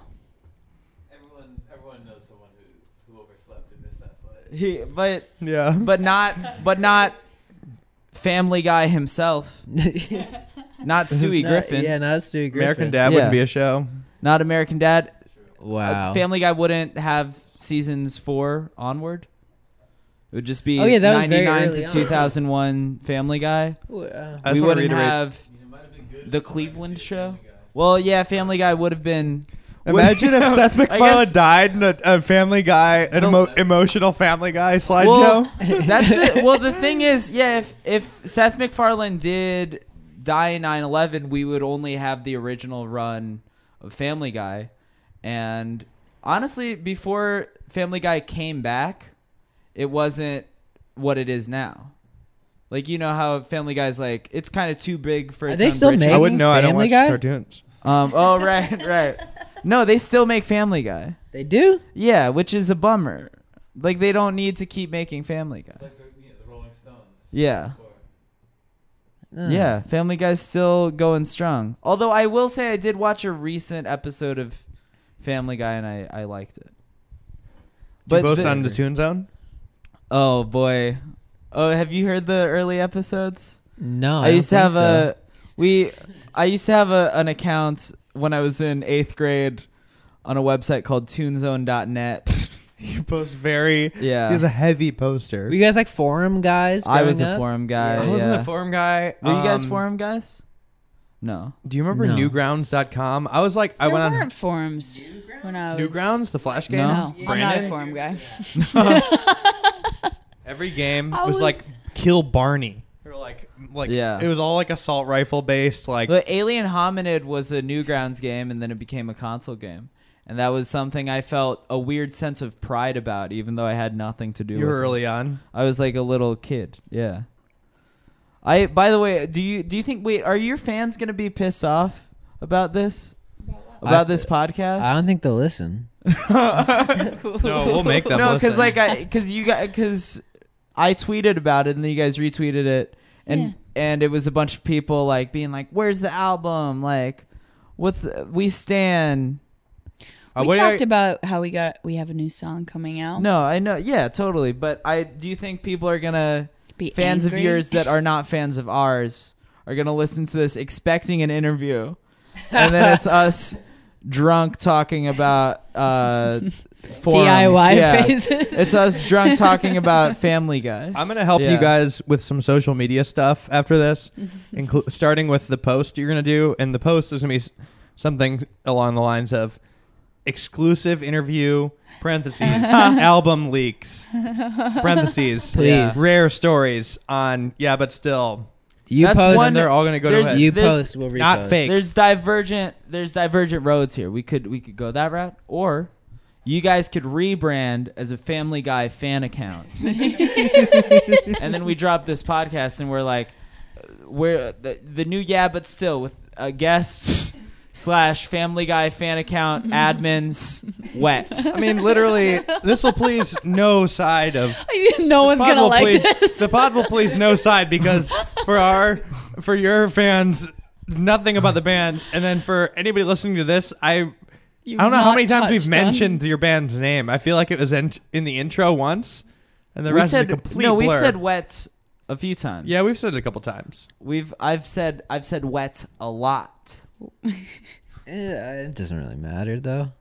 Speaker 6: Everyone, everyone knows someone who, who overslept and missed that flight.
Speaker 2: He but
Speaker 1: Yeah.
Speaker 2: but not but not Family Guy himself, not Stewie
Speaker 4: Not-
Speaker 2: Griffin,
Speaker 4: Yeah, not Stewie Griffin.
Speaker 1: American Dad
Speaker 2: Yeah.
Speaker 1: wouldn't be a show.
Speaker 2: not American Dad.
Speaker 4: Wow.
Speaker 2: Uh, Family Guy wouldn't have seasons four onward. It would just be
Speaker 4: Oh, yeah, that was very
Speaker 2: 99
Speaker 4: early
Speaker 2: to
Speaker 4: on.
Speaker 2: 2001 Family Guy.
Speaker 4: Wow.
Speaker 1: I just
Speaker 2: we
Speaker 1: wanna
Speaker 2: wouldn't
Speaker 1: reiterate-
Speaker 2: have
Speaker 6: You know, it might have been good.
Speaker 2: the
Speaker 6: if I could
Speaker 2: Cleveland
Speaker 6: see
Speaker 2: show.
Speaker 6: Family Guy.
Speaker 2: Well, yeah, Family Guy would have been. would-
Speaker 1: Imagine if Seth
Speaker 2: I
Speaker 1: MacFarlane
Speaker 2: guess-
Speaker 1: died in a, a Family Guy, an emo- emotional Family Guy slideshow.
Speaker 2: Well, that's the, well. The thing is, yeah, if if Seth MacFarlane did die in 9/11, we would only have the original run of Family Guy, and honestly, before Family Guy came back, it wasn't what it is now. Like you know how Family Guy's like it's kind of too big for.
Speaker 4: Are
Speaker 2: its
Speaker 4: they
Speaker 2: own
Speaker 4: still
Speaker 2: britches.
Speaker 1: I wouldn't
Speaker 4: Making
Speaker 1: know. I don't
Speaker 4: Family
Speaker 1: watch
Speaker 4: Guy?
Speaker 1: cartoons.
Speaker 2: Um. Oh right, right. No, they still make Family Guy.
Speaker 4: They do?
Speaker 2: Yeah, which is a bummer. Like they don't need to keep making Family
Speaker 6: It's
Speaker 2: Guy.
Speaker 6: like the, you know, the Rolling Stones.
Speaker 2: Yeah.
Speaker 6: Or-
Speaker 4: Uh,
Speaker 2: Yeah, Family Guy's still going strong. Although I will say I did watch a recent episode of Family Guy and I, I liked it.
Speaker 1: Do you both
Speaker 2: the-
Speaker 1: sound in the Toon Zone?
Speaker 2: oh boy, oh have you heard the early episodes?
Speaker 4: No.
Speaker 2: I,
Speaker 4: I,
Speaker 2: used to
Speaker 4: don't
Speaker 2: have
Speaker 4: think
Speaker 2: a we I used to have a, an account when I was in eighth grade on a website called TuneZone.net.
Speaker 1: You post very.
Speaker 2: Yeah.
Speaker 1: He's a heavy
Speaker 4: so.
Speaker 1: poster.
Speaker 4: Were you guys like forum guys?
Speaker 2: I was
Speaker 4: growing
Speaker 2: a
Speaker 4: up?
Speaker 2: forum guy.
Speaker 1: I wasn't
Speaker 2: yeah.
Speaker 1: a forum guy.
Speaker 2: Were you guys
Speaker 1: Um,
Speaker 2: forum guys? No.
Speaker 1: Do you remember
Speaker 4: No.
Speaker 1: Newgrounds.com? I was like, I
Speaker 3: There
Speaker 1: went
Speaker 3: weren't
Speaker 1: on
Speaker 3: forums when I was
Speaker 1: Newgrounds, the Flash
Speaker 2: No.
Speaker 1: games.
Speaker 3: No, I'm not a
Speaker 1: Brandon?
Speaker 3: forum guy.
Speaker 1: Every game
Speaker 3: I
Speaker 1: was,
Speaker 3: was-
Speaker 1: like kill Barney. Or like like
Speaker 2: Yeah.
Speaker 1: it was all like assault rifle based like
Speaker 2: But Alien Hominid was a Newgrounds game, and then it became a console game, and that was something I felt a weird sense of pride about, even though I had nothing to do.
Speaker 1: you
Speaker 2: with
Speaker 1: were
Speaker 2: it.
Speaker 1: early on.
Speaker 2: I was like a little kid. Yeah. I. By the way, do you do you think? Wait, are your fans gonna be pissed off about this? About
Speaker 4: I-
Speaker 2: this podcast?
Speaker 4: I don't think they'll listen.
Speaker 1: No, we'll make them
Speaker 2: no,
Speaker 1: listen.
Speaker 2: because like I, because you got, because I tweeted about it and then you guys retweeted it, and
Speaker 3: Yeah.
Speaker 2: and it was a bunch of people like being like, "Where's the album? Like, what's the, we stand?"
Speaker 1: Uh,
Speaker 3: we
Speaker 1: what do
Speaker 3: talked
Speaker 1: I-
Speaker 3: about how we got we have a new song coming out.
Speaker 2: No, I know, yeah, totally. But I do you think people are gonna
Speaker 3: Be
Speaker 2: fans
Speaker 3: angry.
Speaker 2: of yours that are not fans of ours are gonna listen to this expecting an interview, and then it's us drunk talking about uh forums.
Speaker 3: DIY
Speaker 2: Yeah.
Speaker 3: phases.
Speaker 2: It's us drunk talking about Family Guy.
Speaker 1: I'm gonna help
Speaker 2: Yeah.
Speaker 1: you guys with some social media stuff after this, inclu- starting with the post you're gonna do, and the post is gonna be s- something along the lines of exclusive interview parentheses album leaks parentheses
Speaker 4: Please.
Speaker 1: rare stories on yeah but still
Speaker 4: You
Speaker 2: That's
Speaker 4: post.
Speaker 2: one-
Speaker 1: and they're all gonna go to
Speaker 2: There's-
Speaker 1: it.
Speaker 4: you
Speaker 2: there's-
Speaker 4: post. We'll repost.
Speaker 1: not fake.
Speaker 2: There's divergent. There's divergent roads here. We could we could go that route, or you guys could rebrand as a Family Guy fan account, and then we drop this podcast, and we're like, uh, we're the, the new yeah, but still with uh, guests slash Family Guy fan account admins wet.
Speaker 1: I mean, literally, this will please no side of.
Speaker 3: no one's
Speaker 1: This pod
Speaker 3: gonna
Speaker 1: will
Speaker 3: like
Speaker 1: please-
Speaker 3: this.
Speaker 1: The pod will please no side because for our, for your fans, nothing about the band, and then for anybody listening to this, I. I don't know how many times we've mentioned your band's name. I feel like it was in, in the intro once, and the
Speaker 2: we
Speaker 1: rest
Speaker 2: said
Speaker 1: is a complete
Speaker 2: no. We've
Speaker 1: blur.
Speaker 2: said wet a few times.
Speaker 1: yeah, we've said it a couple times.
Speaker 2: we've I've said I've said wet a lot.
Speaker 4: Eh, it doesn't really matter though.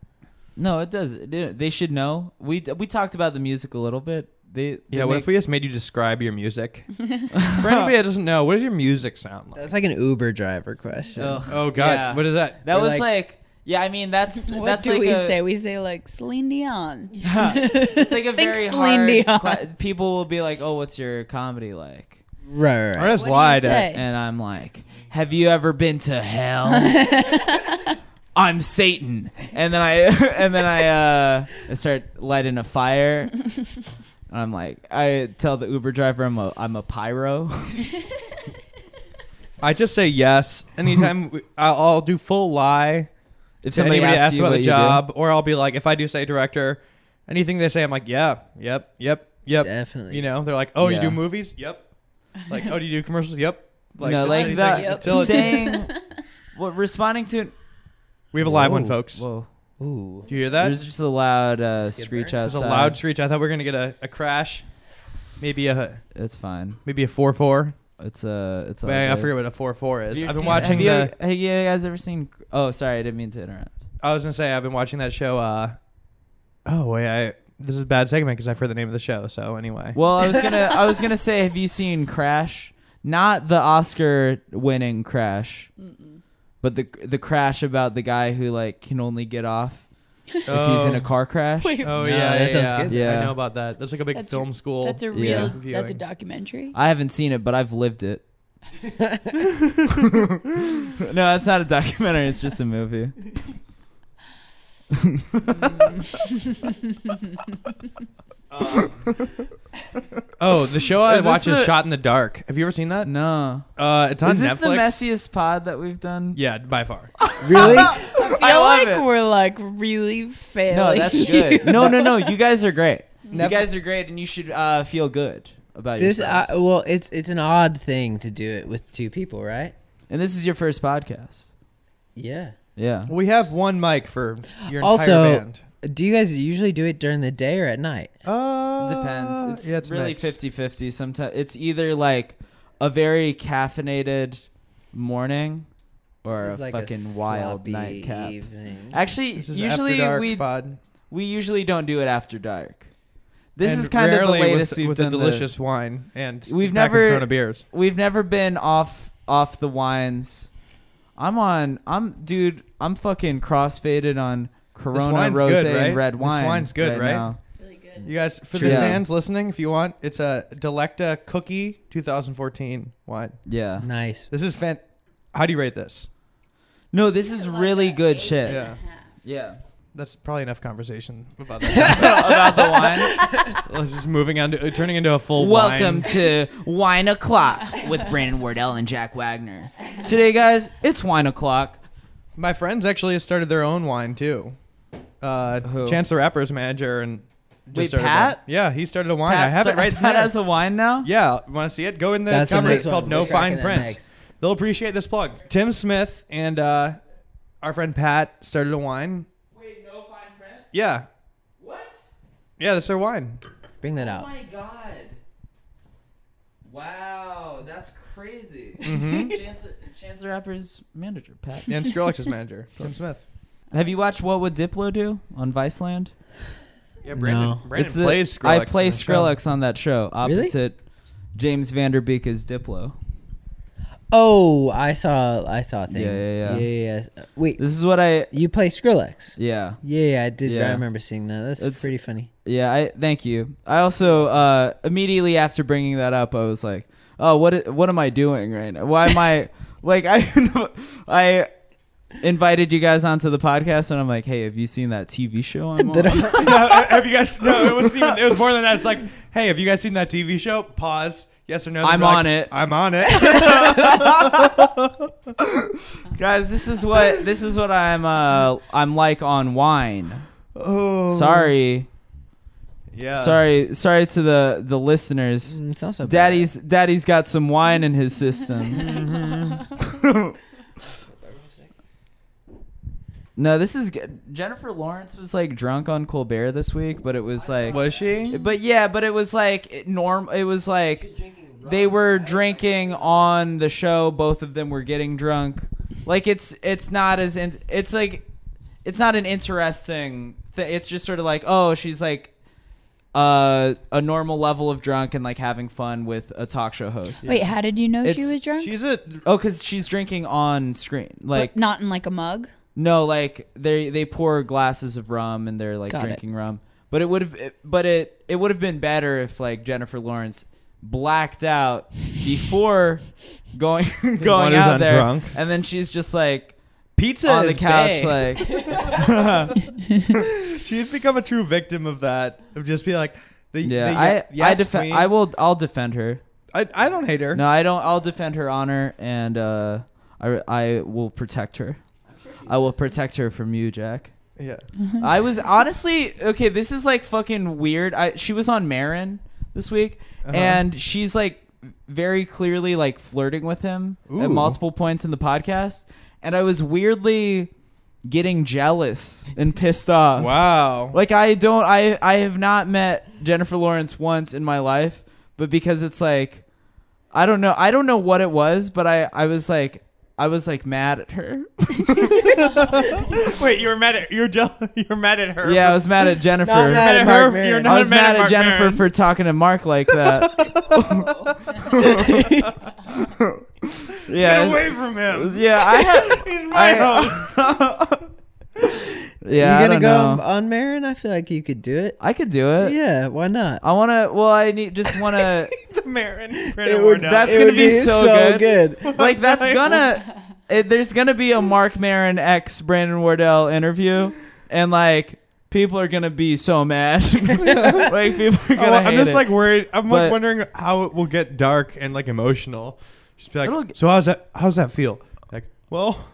Speaker 2: No, it does. It- They should know. We we talked about the music a little bit. They, they
Speaker 1: Yeah, what
Speaker 2: make-
Speaker 1: if we just made you describe your music? for anybody that doesn't know, what does your music sound like?
Speaker 4: That's like an Uber driver question.
Speaker 2: Ugh,
Speaker 1: Oh God,
Speaker 2: yeah.
Speaker 1: what is that?
Speaker 2: that
Speaker 4: we're
Speaker 2: was
Speaker 4: like-
Speaker 2: like, yeah. I mean that's
Speaker 3: What
Speaker 2: that's
Speaker 3: do
Speaker 2: like
Speaker 3: we
Speaker 2: a,
Speaker 3: say? We say like Celine Dion.
Speaker 2: it's like a
Speaker 3: Think
Speaker 2: very
Speaker 3: Celine
Speaker 2: hard.
Speaker 3: Dion.
Speaker 2: que- people will be like, "Oh, what's your comedy like?"
Speaker 4: Right, right,
Speaker 1: I
Speaker 4: right.
Speaker 1: just
Speaker 3: What do you
Speaker 1: lied.
Speaker 3: say?
Speaker 2: And I'm like, "Have you ever been to hell?" I'm Satan, and then I and then I uh I start lighting a fire. And I'm like, I tell the Uber driver I'm a I'm a pyro.
Speaker 1: I just say yes anytime. we, I'll, I'll do full lie.
Speaker 2: If
Speaker 1: If somebody asks,
Speaker 2: you
Speaker 1: about
Speaker 2: what
Speaker 1: the
Speaker 2: you do-
Speaker 1: job, or I'll be like, if I do say director, anything they say, I'm like, yeah, yep, yep, yep.
Speaker 4: Definitely.
Speaker 1: You know, they're like, oh,
Speaker 2: Yeah.
Speaker 1: you do movies? Yep. Like, oh, do you do commercials? Yep.
Speaker 2: no,
Speaker 1: just
Speaker 2: like
Speaker 1: anything
Speaker 2: that
Speaker 1: until it-
Speaker 2: saying, what responding to.
Speaker 1: we have a live one,
Speaker 4: Whoa,
Speaker 1: folks.
Speaker 2: Whoa,
Speaker 4: Ooh.
Speaker 1: Do you hear that?
Speaker 2: there's just a loud uh,
Speaker 4: Skip
Speaker 2: screech
Speaker 4: burn?
Speaker 1: There's a
Speaker 2: outside.
Speaker 1: loud screech. I thought we were gonna get a, a crash, maybe a
Speaker 2: It's fine.
Speaker 1: maybe a four four.
Speaker 2: It's a. It's. all
Speaker 1: I, I
Speaker 2: good.
Speaker 1: forget what a four four
Speaker 2: Have
Speaker 1: is.
Speaker 2: you
Speaker 1: I've been
Speaker 2: seen-
Speaker 1: watching the.
Speaker 2: have you, have you guys ever seen? Oh, sorry, I didn't mean to interrupt.
Speaker 1: I was gonna say I've been watching that show. Uh, oh wait, I this is a bad segment because I forgot the name of the show. So anyway,
Speaker 2: Well, I was gonna. I was gonna say, have you seen Crash? Not the Oscar-winning Crash, but the the Crash about the guy who like can only get off if he's in a car crash.
Speaker 3: Wait,
Speaker 1: Oh
Speaker 4: No,
Speaker 1: yeah,
Speaker 4: that
Speaker 1: yeah,
Speaker 4: sounds
Speaker 1: yeah.
Speaker 4: good.
Speaker 2: Yeah.
Speaker 1: I know about that. That's like a big
Speaker 3: That's-
Speaker 1: film school.
Speaker 3: That's a
Speaker 2: Yeah.
Speaker 3: real. That's a
Speaker 1: Viewing.
Speaker 3: documentary.
Speaker 2: I haven't seen it, but I've lived it. no, that's not a documentary. It's just a movie.
Speaker 1: oh, the show I
Speaker 2: Is this
Speaker 1: watch is
Speaker 2: the-
Speaker 1: Shot in the Dark. Have you ever seen that?
Speaker 2: No.
Speaker 1: Uh, it's on
Speaker 2: Is this
Speaker 1: Netflix.
Speaker 2: the messiest pod that we've done?
Speaker 1: Yeah, by far.
Speaker 4: Really?
Speaker 3: I feel
Speaker 2: I love
Speaker 3: like
Speaker 2: it.
Speaker 3: we're like really failing.
Speaker 2: No, that's
Speaker 3: you.
Speaker 2: good. No, no, no. You guys are great. You
Speaker 4: Never-
Speaker 2: guys are great, and you should uh, feel good about
Speaker 4: This uh,
Speaker 2: yourselves.
Speaker 4: well, it's it's an odd thing to do it with two people, right?
Speaker 2: and this is your first podcast.
Speaker 4: Yeah.
Speaker 2: Yeah.
Speaker 1: We have one mic for your entire
Speaker 4: Also-
Speaker 1: band.
Speaker 4: Do you guys usually do it during the day or at night?
Speaker 1: Uh,
Speaker 2: Depends. It's,
Speaker 1: yeah,
Speaker 2: really
Speaker 1: mixed.
Speaker 2: 50 50. Sometimes it's either like a very caffeinated morning or
Speaker 4: This
Speaker 2: a
Speaker 4: is like a
Speaker 2: fucking wild
Speaker 4: sloppy
Speaker 2: nightcap.
Speaker 4: Evening.
Speaker 2: Actually,
Speaker 1: This is
Speaker 2: usually
Speaker 1: after dark
Speaker 2: we
Speaker 1: pod.
Speaker 2: we usually don't do it after dark. This
Speaker 1: And
Speaker 2: is kind of the
Speaker 1: rarely
Speaker 2: latest
Speaker 1: with,
Speaker 2: we've
Speaker 1: with
Speaker 2: done.
Speaker 1: the delicious wine and
Speaker 2: We've
Speaker 1: back of
Speaker 2: never-
Speaker 1: Corona beers.
Speaker 2: we've never been off off the wines. I'm on. I'm dude. I'm fucking crossfaded on Corona
Speaker 1: wine's
Speaker 2: Rosé
Speaker 1: good, right?
Speaker 2: and red
Speaker 1: This
Speaker 2: wine.
Speaker 1: wine's good, right?
Speaker 2: now.
Speaker 3: Really good.
Speaker 1: You guys, for
Speaker 2: True.
Speaker 1: the
Speaker 2: Yeah.
Speaker 1: fans listening, if you want, it's a Delecta Cookie 2014 wine.
Speaker 2: Yeah.
Speaker 4: Nice.
Speaker 1: This is fan. How do you rate this?
Speaker 2: No, this is really good shit.
Speaker 1: Yeah.
Speaker 2: Yeah.
Speaker 1: That's probably enough conversation about that.
Speaker 2: About the wine.
Speaker 1: Let's just moving on to uh, turning into a full
Speaker 2: Welcome
Speaker 1: wine.
Speaker 2: to Wine O'clock with Brandon Wardell and Jack Wagner. Today, guys, it's Wine O'clock.
Speaker 1: My friends actually started their own wine too. Uh,
Speaker 2: Who?
Speaker 1: Chance the Rapper's manager and just
Speaker 2: Wait,
Speaker 1: started
Speaker 2: Pat?
Speaker 1: one. Yeah, he started a wine. I
Speaker 2: Pat,
Speaker 1: have
Speaker 2: sor-
Speaker 1: it right
Speaker 2: Pat
Speaker 1: there.
Speaker 2: has a wine now.
Speaker 1: Yeah, want to see it? Go in the
Speaker 4: That's the
Speaker 1: cover.
Speaker 4: next
Speaker 1: It's called
Speaker 4: one.
Speaker 1: No
Speaker 4: We're
Speaker 1: Fine
Speaker 4: cracking that
Speaker 1: Print.
Speaker 4: next.
Speaker 1: They'll appreciate this plug. Tim Smith and uh, our friend Pat started a wine.
Speaker 2: Wait, no fine print.
Speaker 1: Yeah,
Speaker 2: What?
Speaker 1: yeah, that's their wine.
Speaker 4: Bring that
Speaker 2: Oh
Speaker 4: out.
Speaker 2: my god. Wow, that's crazy. Chance, the- Chance the Rapper's manager, Pat.
Speaker 1: And Skrillex manager, Tim Smith.
Speaker 2: Have you watched What Would Diplo Do on Viceland?
Speaker 1: Yeah, Brandon.
Speaker 4: Brandon- No.
Speaker 1: Brandon
Speaker 2: the-
Speaker 1: plays Skrillex.
Speaker 2: I
Speaker 1: in
Speaker 2: play
Speaker 1: the show.
Speaker 2: Skrillex on that show,
Speaker 4: Really?
Speaker 2: opposite James Vanderbeek as Diplo.
Speaker 4: Oh, I saw I saw a thing.
Speaker 2: Yeah, yeah, yeah.
Speaker 4: yeah, yeah. Uh, Wait,
Speaker 2: This is what I.
Speaker 4: you play Skrillex?
Speaker 2: Yeah,
Speaker 4: Yeah, yeah, I did.
Speaker 2: Yeah.
Speaker 4: I remember seeing that. That's
Speaker 2: It's-
Speaker 4: pretty funny.
Speaker 2: yeah. I thank you. I also uh, immediately after bringing that up, I was like, "Oh, what? i- What am I doing right now? Why am I like I? I invited you guys onto the podcast, and I'm like, "Hey, have you seen that TV show I'm on?"
Speaker 1: No, uh, have you guys? No, it was even. It was more than that. It's like, hey, have you guys seen that TV show? Pause. Yes or no? They'd
Speaker 2: I'm
Speaker 1: be like,
Speaker 2: on it.
Speaker 1: I'm on it.
Speaker 2: guys this is what this is what i'm uh i'm like on wine
Speaker 1: oh, Uh.
Speaker 2: sorry
Speaker 1: Yeah.
Speaker 2: sorry sorry to the the listeners
Speaker 4: Mm, It's also bad.
Speaker 2: daddy's daddy's got some wine in his system no this is good jennifer lawrence was like drunk on colbert this week but it was like
Speaker 1: Was she?
Speaker 2: but yeah but it was like it norm it was like they were drinking on the show both of them were getting drunk like it's it's not as in, it's like it's not an interesting thing it's just sort of like oh she's like uh, a normal level of drunk and like having fun with a talk show host
Speaker 3: Wait, how did you know she
Speaker 2: It's-
Speaker 3: was drunk?
Speaker 1: She's a.
Speaker 2: oh because she's drinking on screen like
Speaker 3: but not in like a mug.
Speaker 2: no, like they they pour glasses of rum and they're like
Speaker 3: Got it.
Speaker 2: drinking rum. But it would have but it it would have been better if like Jennifer Lawrence blacked out before going going
Speaker 1: who's
Speaker 2: out there
Speaker 1: undrunk.
Speaker 2: and then she's just like
Speaker 1: Pizza
Speaker 2: on the
Speaker 1: is
Speaker 2: couch
Speaker 1: bae.
Speaker 2: like
Speaker 1: She's become a true victim of that. Of just be like, the, the,
Speaker 2: yeah I
Speaker 1: yes
Speaker 2: I defend
Speaker 1: queen.
Speaker 2: I will I'll defend her
Speaker 1: I, I don't hate her.
Speaker 2: no I don't I'll defend her honor and uh I I will protect her I will protect her from you Jack
Speaker 1: Yeah.
Speaker 2: I was honestly okay. This is like fucking weird. I she was on Marin this week,
Speaker 1: Uh-huh.
Speaker 2: and she's like very clearly like flirting with him
Speaker 1: Ooh.
Speaker 2: at multiple points in the podcast, and I was weirdly getting jealous and pissed off.
Speaker 1: Wow.
Speaker 2: Like I don't I I have not met Jennifer Lawrence once in my life, but because it's like I don't know I don't know what it was, but I I was like I was like mad at her.
Speaker 1: Wait, you were mad at you were jealous, you were mad at her.
Speaker 2: Yeah, I was mad at Jennifer.
Speaker 4: Not mad
Speaker 1: Mad at
Speaker 4: Mark
Speaker 1: her.
Speaker 4: Maron.
Speaker 1: You're not
Speaker 2: I was mad, at
Speaker 1: Mark
Speaker 2: Jennifer
Speaker 1: Maron.
Speaker 2: for talking to Mark like that.
Speaker 1: Get
Speaker 2: yeah.
Speaker 1: away from him.
Speaker 2: Yeah, I had
Speaker 1: He's my
Speaker 2: I,
Speaker 1: host.
Speaker 2: yeah,
Speaker 4: you
Speaker 2: I don't
Speaker 4: gonna go
Speaker 2: know. Uh,
Speaker 4: on Marin? I feel like you could do it.
Speaker 2: I could do it.
Speaker 4: yeah, why not?
Speaker 2: I want to well, I need just want to
Speaker 1: the Marin.
Speaker 2: that's
Speaker 4: it
Speaker 2: gonna
Speaker 4: would
Speaker 2: be so
Speaker 4: good.
Speaker 2: like that's gonna it, there's gonna be a Mark Marin ex Brandon Wardell interview, and like people are gonna be so mad. like people are gonna.
Speaker 1: Oh, I'm
Speaker 2: hate
Speaker 1: just
Speaker 2: it.
Speaker 1: like worried. I'm
Speaker 2: But-
Speaker 1: like wondering how it will get dark and like emotional. Just be
Speaker 2: It'll-
Speaker 1: like, so how's that? How's that feel? Like, well,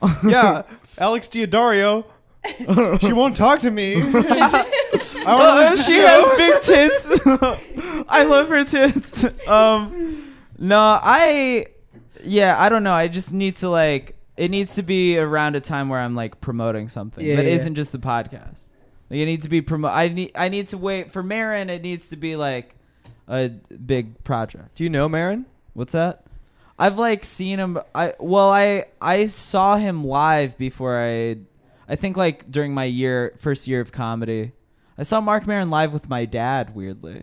Speaker 1: yeah, Alex Diodario. she won't talk to me. I don't know
Speaker 2: Oh,
Speaker 1: what to
Speaker 2: she
Speaker 1: do.
Speaker 2: has big tits. I love her tits. Um, no, I, yeah, I don't know. I just need to like. It needs to be around a time where I'm like promoting something
Speaker 4: Yeah,
Speaker 2: that
Speaker 4: yeah, yeah.
Speaker 2: not just the podcast. Like, it needs to be promo. I need. I need to wait for Marin. It needs to be like a big project.
Speaker 1: Do you know Marin?
Speaker 2: What's that? I've like seen him. I well, I I saw him live before I. I think like during my year, first year of comedy, I saw Mark Maron live with my dad. Weirdly.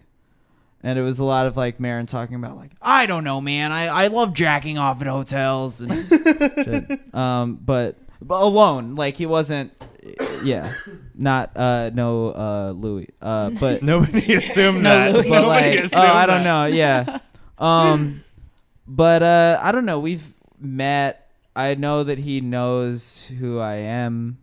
Speaker 2: And it was a lot of like Marin talking about like I don't know, man. I, I love jacking off at hotels and shit. Um, but but alone, like he wasn't, yeah, not uh no uh Louis. Uh, but
Speaker 1: Nobody assumed
Speaker 3: No,
Speaker 1: that.
Speaker 3: Louis.
Speaker 2: but
Speaker 1: Nobody
Speaker 2: like,
Speaker 1: assumed
Speaker 2: oh,
Speaker 1: that.
Speaker 2: I don't know, yeah. Um, but uh, I don't know. We've met. I know that he knows who I am,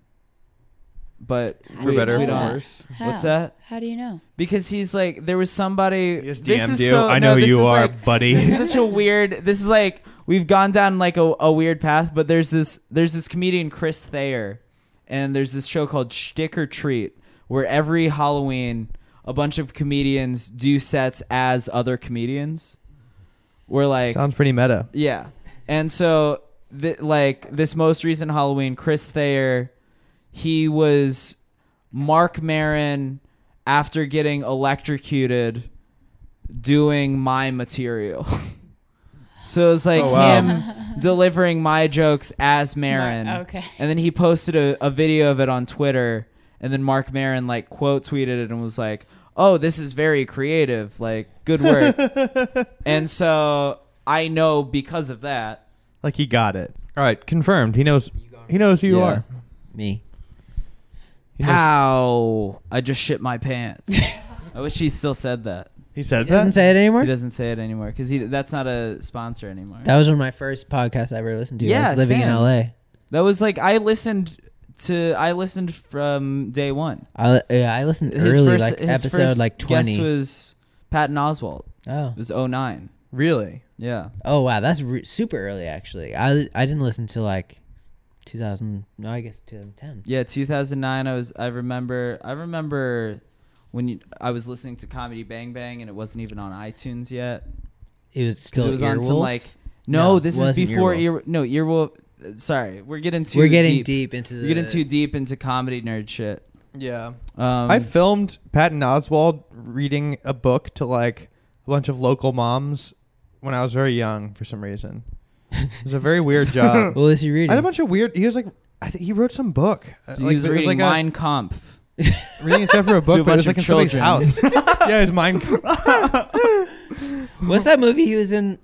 Speaker 2: but
Speaker 1: For
Speaker 2: we,
Speaker 1: better
Speaker 2: we
Speaker 1: or
Speaker 3: don't-
Speaker 1: for worse.
Speaker 3: How?
Speaker 2: What's that?
Speaker 3: How do you know?
Speaker 2: Because he's like, there was somebody.
Speaker 1: He just
Speaker 2: this
Speaker 1: DM'd
Speaker 2: is
Speaker 1: you.
Speaker 2: so-
Speaker 1: I
Speaker 2: no,
Speaker 1: know
Speaker 2: this
Speaker 1: you
Speaker 2: is
Speaker 1: are,
Speaker 2: like- this
Speaker 1: buddy.
Speaker 2: is such a weird. This is like we've gone down like a, a weird path, but there's this there's this comedian Chris Thayer, and there's this show called Shtick or Treat, where every Halloween a bunch of comedians do sets as other comedians. Where like
Speaker 1: Sounds pretty meta.
Speaker 2: yeah. And so, th- like, this most recent Halloween, Chris Thayer, he was Mark Marin after getting electrocuted doing my material. so it was like
Speaker 1: Oh, wow.
Speaker 2: him delivering my jokes as Marin.
Speaker 3: Mar- okay.
Speaker 2: And then he posted a, a video of it on Twitter. And then Mark Marin, like, quote tweeted it and was like, oh, this is very creative. Like, good work. And so I know because of that.
Speaker 1: Like he got it. All right, confirmed. He knows. He knows who you
Speaker 2: Yeah.
Speaker 1: are.
Speaker 4: Me.
Speaker 1: He, knows-
Speaker 2: How I just shit my pants. I wish he still said that.
Speaker 1: he said
Speaker 4: He doesn't
Speaker 1: that.
Speaker 4: say it
Speaker 2: He
Speaker 4: anymore.
Speaker 2: doesn't say it anymore because he that's not a sponsor anymore.
Speaker 4: That was one of my first podcasts I ever listened to. I
Speaker 2: Yeah,
Speaker 4: was living in
Speaker 2: same.
Speaker 4: LA.
Speaker 2: That was like I listened to I listened from day one.
Speaker 4: I uh, I listened early, like episode like
Speaker 2: guest
Speaker 4: twenty.
Speaker 2: was Patton Oswald.
Speaker 4: oh,
Speaker 2: It was 09.
Speaker 1: Really?
Speaker 2: Yeah.
Speaker 4: oh wow, that's re- super early actually. I I didn't listen till like two thousand. No, I guess two thousand ten.
Speaker 2: Yeah, 2009. I was. I remember. I remember when you, I was listening to Comedy Bang Bang, and it wasn't even on iTunes yet.
Speaker 4: It was
Speaker 2: 'Cause
Speaker 4: still
Speaker 2: it was
Speaker 4: Earwolf.
Speaker 2: on some like. No,
Speaker 4: No,
Speaker 2: this
Speaker 4: it
Speaker 2: is
Speaker 4: wasn't
Speaker 2: before
Speaker 4: Earwolf.
Speaker 2: ear. No, earwolf. uh, Sorry, we're getting too.
Speaker 4: We're getting
Speaker 2: deep.
Speaker 4: deep, into the.
Speaker 2: We're getting too deep into comedy nerd shit.
Speaker 1: Yeah.
Speaker 2: Um,
Speaker 1: I filmed Patton Oswald reading a book to like a bunch of local moms when I was very young for some reason. It was a very weird job.
Speaker 4: What was he
Speaker 1: I
Speaker 4: reading?
Speaker 1: had a bunch of weird. He was like, I think he wrote some book. Uh,
Speaker 2: he
Speaker 1: like,
Speaker 2: was
Speaker 1: it
Speaker 2: reading
Speaker 1: like a-
Speaker 2: Mein Kampf.
Speaker 1: reading except for a
Speaker 2: to a
Speaker 1: book, but it was
Speaker 2: bunch
Speaker 1: like
Speaker 2: of
Speaker 1: in somebody's house.
Speaker 2: children.
Speaker 1: yeah, it was mine.
Speaker 4: What's that movie he was in?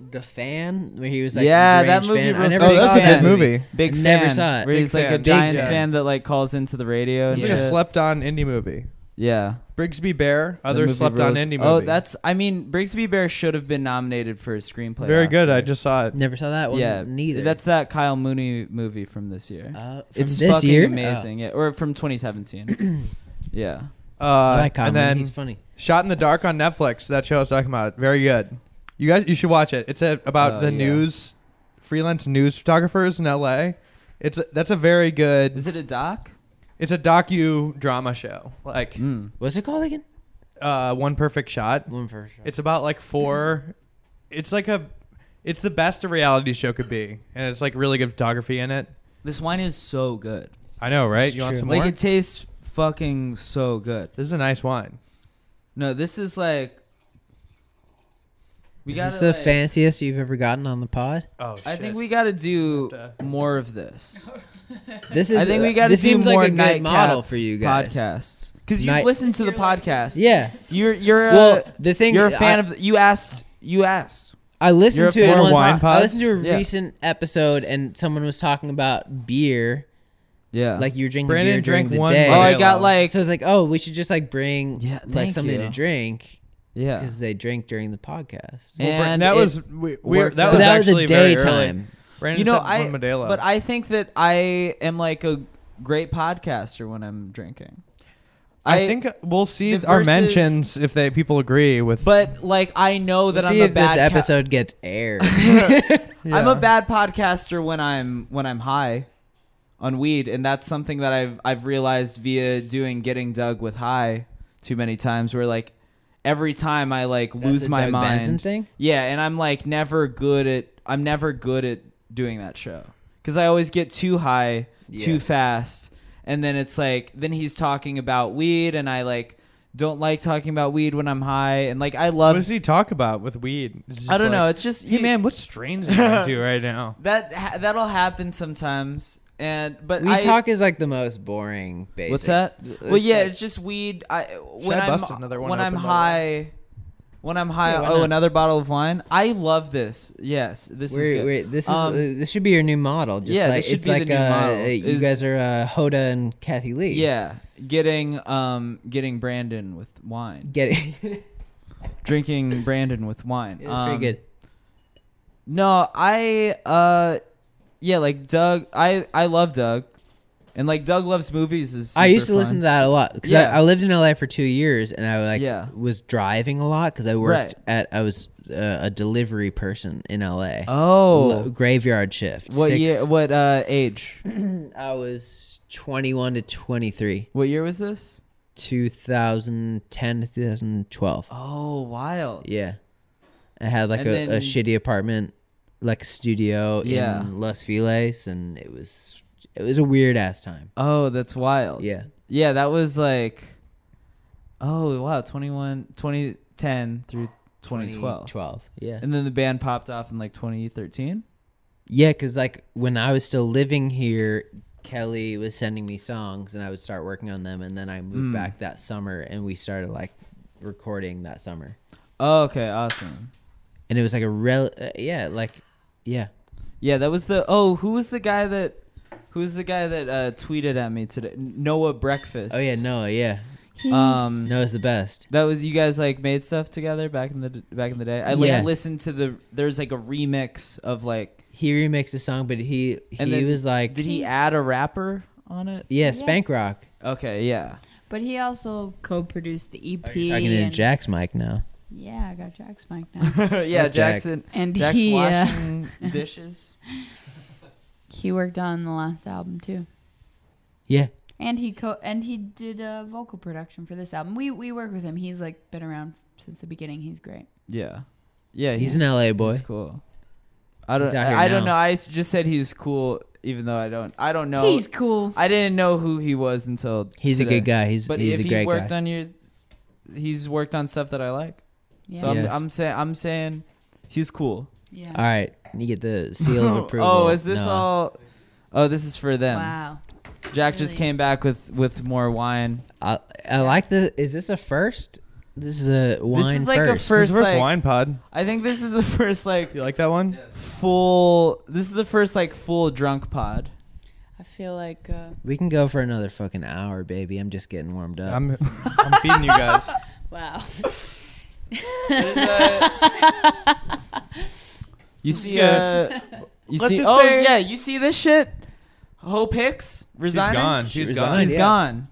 Speaker 4: the Fan, where he was like.
Speaker 2: Yeah,
Speaker 4: a
Speaker 2: that movie
Speaker 4: deranged Fan. I
Speaker 2: rules
Speaker 4: never
Speaker 1: Oh,
Speaker 4: saw
Speaker 1: that's a
Speaker 4: that
Speaker 1: good movie.
Speaker 2: Big
Speaker 4: I
Speaker 2: fan.
Speaker 4: never saw it.
Speaker 2: Where
Speaker 1: Big
Speaker 2: he's like a
Speaker 1: fan. Big
Speaker 2: Giants
Speaker 1: fan.
Speaker 2: fan that like calls into the radio.
Speaker 1: It's
Speaker 2: And
Speaker 1: like a
Speaker 2: shit.
Speaker 1: slept-on indie movie.
Speaker 2: Yeah.
Speaker 1: Brigsby Bear,
Speaker 2: The
Speaker 1: other
Speaker 2: movie
Speaker 1: slept-on
Speaker 2: rules.
Speaker 1: indie movie.
Speaker 2: Oh, that's. I mean, Brigsby Bear should have been nominated for a screenplay.
Speaker 1: very good.
Speaker 2: Oscar.
Speaker 1: I just saw it.
Speaker 4: Never saw that one.
Speaker 2: yeah.
Speaker 4: neither.
Speaker 2: That's that Kyle Mooney movie from this year.
Speaker 4: uh, from
Speaker 2: it's
Speaker 4: this
Speaker 2: fucking
Speaker 4: year.
Speaker 2: amazing.
Speaker 1: Oh.
Speaker 2: Yeah, or from 2017. yeah.
Speaker 4: Oh, I
Speaker 1: Uh,
Speaker 4: like Common.
Speaker 1: and then
Speaker 4: he's funny.
Speaker 1: Shot in the Dark on Netflix. That show I was talking about. Very good. You guys, you should watch it. It's a, about
Speaker 2: Oh,
Speaker 1: the
Speaker 2: yeah.
Speaker 1: news, freelance news photographers in L.A. It's a, that's a very good.
Speaker 2: Is it a doc?
Speaker 1: It's a docu drama show. Like
Speaker 2: Mm.
Speaker 4: What's it called again?
Speaker 1: uh, one perfect shot.
Speaker 4: One for sure.
Speaker 1: It's about like four it's like a it's the best a reality show could be, and it's like really good photography in it.
Speaker 2: This wine is so good.
Speaker 1: I know, right?
Speaker 4: It's
Speaker 1: you want
Speaker 4: true.
Speaker 1: some
Speaker 2: like
Speaker 1: more?
Speaker 2: it tastes fucking so good.
Speaker 1: this is a nice wine.
Speaker 2: No, this is like we
Speaker 4: is
Speaker 2: got
Speaker 4: this the fanciest you've ever gotten on the pod?
Speaker 1: Oh, shit.
Speaker 2: I think we got to do
Speaker 1: Have
Speaker 2: more of this
Speaker 4: This is.
Speaker 2: I think we gotta
Speaker 4: This
Speaker 2: do
Speaker 4: seems
Speaker 2: more
Speaker 4: like a good
Speaker 2: nightcap
Speaker 4: model for you guys.
Speaker 2: podcasts because you
Speaker 4: Night-
Speaker 2: listen to the podcast.
Speaker 4: Yeah.
Speaker 2: You're you're
Speaker 4: Well,
Speaker 2: a,
Speaker 4: the thing
Speaker 2: you're a fan
Speaker 4: I,
Speaker 2: of. The, you asked. You asked.
Speaker 4: I
Speaker 2: you're
Speaker 4: listened
Speaker 2: a
Speaker 4: to it
Speaker 1: fan of
Speaker 4: once.
Speaker 1: wine
Speaker 4: I
Speaker 1: pods?
Speaker 4: listened to a
Speaker 2: Yeah.
Speaker 4: recent episode, and someone was talking about beer,
Speaker 2: Yeah.
Speaker 4: like you were drinking
Speaker 1: Brandon
Speaker 4: beer during
Speaker 1: drank
Speaker 4: the
Speaker 1: one.
Speaker 4: day.
Speaker 2: oh, I
Speaker 1: Modelo.
Speaker 2: got like
Speaker 4: so it's like, oh, we should just like bring
Speaker 2: Yeah,
Speaker 4: like
Speaker 2: thank
Speaker 4: something
Speaker 2: you.
Speaker 4: to drink
Speaker 2: yeah.
Speaker 4: because they drink during the podcast.
Speaker 1: Well, Bra-
Speaker 2: and
Speaker 1: that
Speaker 2: it-
Speaker 1: was we, we
Speaker 2: worked
Speaker 1: that
Speaker 2: out.
Speaker 4: But
Speaker 1: was
Speaker 4: that was
Speaker 1: actually
Speaker 4: a
Speaker 1: very early.
Speaker 4: daytime.
Speaker 1: Brandon
Speaker 2: you know
Speaker 1: said
Speaker 2: I
Speaker 1: one Modelo.
Speaker 2: but I think that I am like a great podcaster when I'm drinking.
Speaker 1: I, think we'll see
Speaker 2: the
Speaker 1: our
Speaker 2: verses-
Speaker 1: mentions if they people agree with.
Speaker 2: but like I know that
Speaker 4: We'll
Speaker 2: I'm
Speaker 4: see
Speaker 2: a
Speaker 4: if
Speaker 2: bad
Speaker 4: this
Speaker 2: ca-
Speaker 4: episode gets aired.
Speaker 2: I'm a
Speaker 1: Yeah.
Speaker 2: bad podcaster when I'm when I'm high on weed, and that's something that I've I've realized via doing getting Doug with high too many times. Where like every time I like lose
Speaker 4: That's a
Speaker 2: my
Speaker 4: Doug
Speaker 2: mind.
Speaker 4: Benson thing.
Speaker 2: Yeah, and I'm like never good at I'm never good at doing that show because I always get too high
Speaker 4: Yeah.
Speaker 2: too fast, and then it's like then he's talking about weed, and I like don't like talking about weed when I'm high, and like I
Speaker 1: what
Speaker 2: love
Speaker 1: does he talk about with weed? It's just
Speaker 2: I don't
Speaker 1: like,
Speaker 2: know, it's just
Speaker 1: Hey
Speaker 2: you-
Speaker 1: man, what strains are you into right now?
Speaker 2: that ha- that'll happen sometimes, and but
Speaker 4: We
Speaker 2: I,
Speaker 4: talk is like the most boring. Basic.
Speaker 2: What's that?
Speaker 4: It's
Speaker 2: well, yeah,
Speaker 4: like-
Speaker 2: it's just weed. I when
Speaker 1: I
Speaker 2: I'm
Speaker 1: bust another one
Speaker 2: when I'm
Speaker 1: open, by the way?
Speaker 2: high. When I'm high,
Speaker 1: Yeah, why
Speaker 2: oh,
Speaker 1: not?
Speaker 2: another bottle of wine. I love this. Yes, this is
Speaker 4: Wait,
Speaker 2: good.
Speaker 4: wait, this is
Speaker 2: Um,
Speaker 4: uh, this should be your new model. Just
Speaker 2: yeah,
Speaker 4: like,
Speaker 2: this should
Speaker 4: it's
Speaker 2: be the
Speaker 4: like
Speaker 2: new
Speaker 4: uh,
Speaker 2: model,
Speaker 4: uh,
Speaker 2: is-
Speaker 4: you guys are uh, Hoda and Kathy Lee.
Speaker 2: Yeah, getting um getting Brandon with wine,
Speaker 4: getting it's
Speaker 2: drinking Brandon with wine. Um,
Speaker 4: pretty good.
Speaker 2: No, I uh, yeah, like Doug. I I love Doug, and like Doug loves movies. Is
Speaker 4: I used to
Speaker 2: super fun.
Speaker 4: listen to that a lot because
Speaker 2: Yeah.
Speaker 4: I, I lived in LA for two years and I like
Speaker 2: Yeah.
Speaker 4: was driving a lot because I
Speaker 2: Right.
Speaker 4: worked at I was uh, a delivery person in LA. L-
Speaker 2: Oh,
Speaker 4: graveyard shift.
Speaker 2: what
Speaker 4: Six-
Speaker 2: year? What uh age?
Speaker 4: I was twenty one to twenty three,
Speaker 2: What year was this?
Speaker 4: two thousand ten to two thousand twelve.
Speaker 2: Oh, wild.
Speaker 4: Yeah. I had like
Speaker 2: And
Speaker 4: a, a
Speaker 2: then-
Speaker 4: shitty apartment, like a studio
Speaker 2: Yeah.
Speaker 4: in Los Feliz, and it was it was a weird ass time.
Speaker 2: Oh, that's wild.
Speaker 4: Yeah,
Speaker 2: Yeah, that was like, oh wow, 21, 2010 through twenty twelve,
Speaker 4: twelve. Yeah,
Speaker 2: and then the band popped off in like twenty thirteen.
Speaker 4: yeah, because like when I was still living here, Kelly was sending me songs, and I would start working on them, and then I
Speaker 2: Mm.
Speaker 4: moved back that summer, and we started like recording that summer,
Speaker 2: Oh, okay, awesome.
Speaker 4: and it was like a rel, uh, yeah, like yeah,
Speaker 2: Yeah, that was the oh, who was the guy that who was the guy that uh, tweeted at me today? Noah Breakfast.
Speaker 4: oh yeah, Noah, yeah,
Speaker 2: Um
Speaker 4: Noah's the best.
Speaker 2: that was you guys like made stuff together back in the back in the day. I like
Speaker 4: Yeah.
Speaker 2: listened to the there's like a remix of like
Speaker 4: He remixed a song, but he he
Speaker 2: And then
Speaker 4: was like,
Speaker 2: did he add a rapper on it?
Speaker 4: yeah,
Speaker 3: Yeah.
Speaker 4: Spank Rock.
Speaker 2: Okay, yeah.
Speaker 3: But he also co-produced the EP.
Speaker 4: I can do
Speaker 3: and-
Speaker 4: Jack's mic now.
Speaker 3: Yeah, I got Jack's mic now.
Speaker 2: yeah,
Speaker 4: Jack.
Speaker 2: Jackson
Speaker 3: And
Speaker 2: Jack's
Speaker 3: he uh,
Speaker 2: washing dishes.
Speaker 3: he worked on the last album too.
Speaker 4: Yeah.
Speaker 3: And he co and he did uh, vocal production for this album. We we work with him. He's like been around since the beginning. He's great.
Speaker 2: Yeah. Yeah, he's,
Speaker 4: He's, an LA boy.
Speaker 2: he's cool. I don't
Speaker 4: He's out here
Speaker 2: I, I don't
Speaker 4: now.
Speaker 2: know. I s- just said he's cool even though I don't I don't know.
Speaker 3: He's cool.
Speaker 2: I didn't know who he was until
Speaker 4: He's a
Speaker 2: today.
Speaker 4: good guy. He's
Speaker 2: But
Speaker 4: he's
Speaker 2: if
Speaker 4: a
Speaker 2: he
Speaker 4: great
Speaker 2: worked
Speaker 4: guy.
Speaker 2: on your, he's worked on stuff that I like.
Speaker 3: Yeah.
Speaker 2: So I'm,
Speaker 4: Yes.
Speaker 2: I'm saying, I'm saying, he's cool.
Speaker 3: yeah.
Speaker 4: All right, you get the seal of approval.
Speaker 2: oh, is this
Speaker 4: Noah.
Speaker 2: all? Oh, this is for them.
Speaker 3: Wow.
Speaker 2: Jack just
Speaker 3: Really?
Speaker 2: came back with with more wine.
Speaker 4: I, I like the. Is this a first? This is a wine
Speaker 2: this is like
Speaker 4: first.
Speaker 2: a
Speaker 1: First,
Speaker 2: first,
Speaker 1: first
Speaker 2: like,
Speaker 1: wine pod.
Speaker 2: I think this is the first like
Speaker 1: You like that one?
Speaker 2: full. This is the first like full drunk pod.
Speaker 3: I feel like uh,
Speaker 4: We can go for another fucking hour, baby. I'm just getting warmed up.
Speaker 1: I'm I'm feeding you guys.
Speaker 3: wow.
Speaker 2: There's a- You see, uh, you
Speaker 1: Let's
Speaker 2: see.
Speaker 1: just
Speaker 2: Oh
Speaker 1: say-
Speaker 2: yeah, you see this shit. Hope Hicks
Speaker 1: She's
Speaker 2: resigning.
Speaker 1: gone.
Speaker 4: She
Speaker 1: She's
Speaker 4: resigned.
Speaker 1: gone.
Speaker 2: He's
Speaker 4: Yeah.
Speaker 2: gone.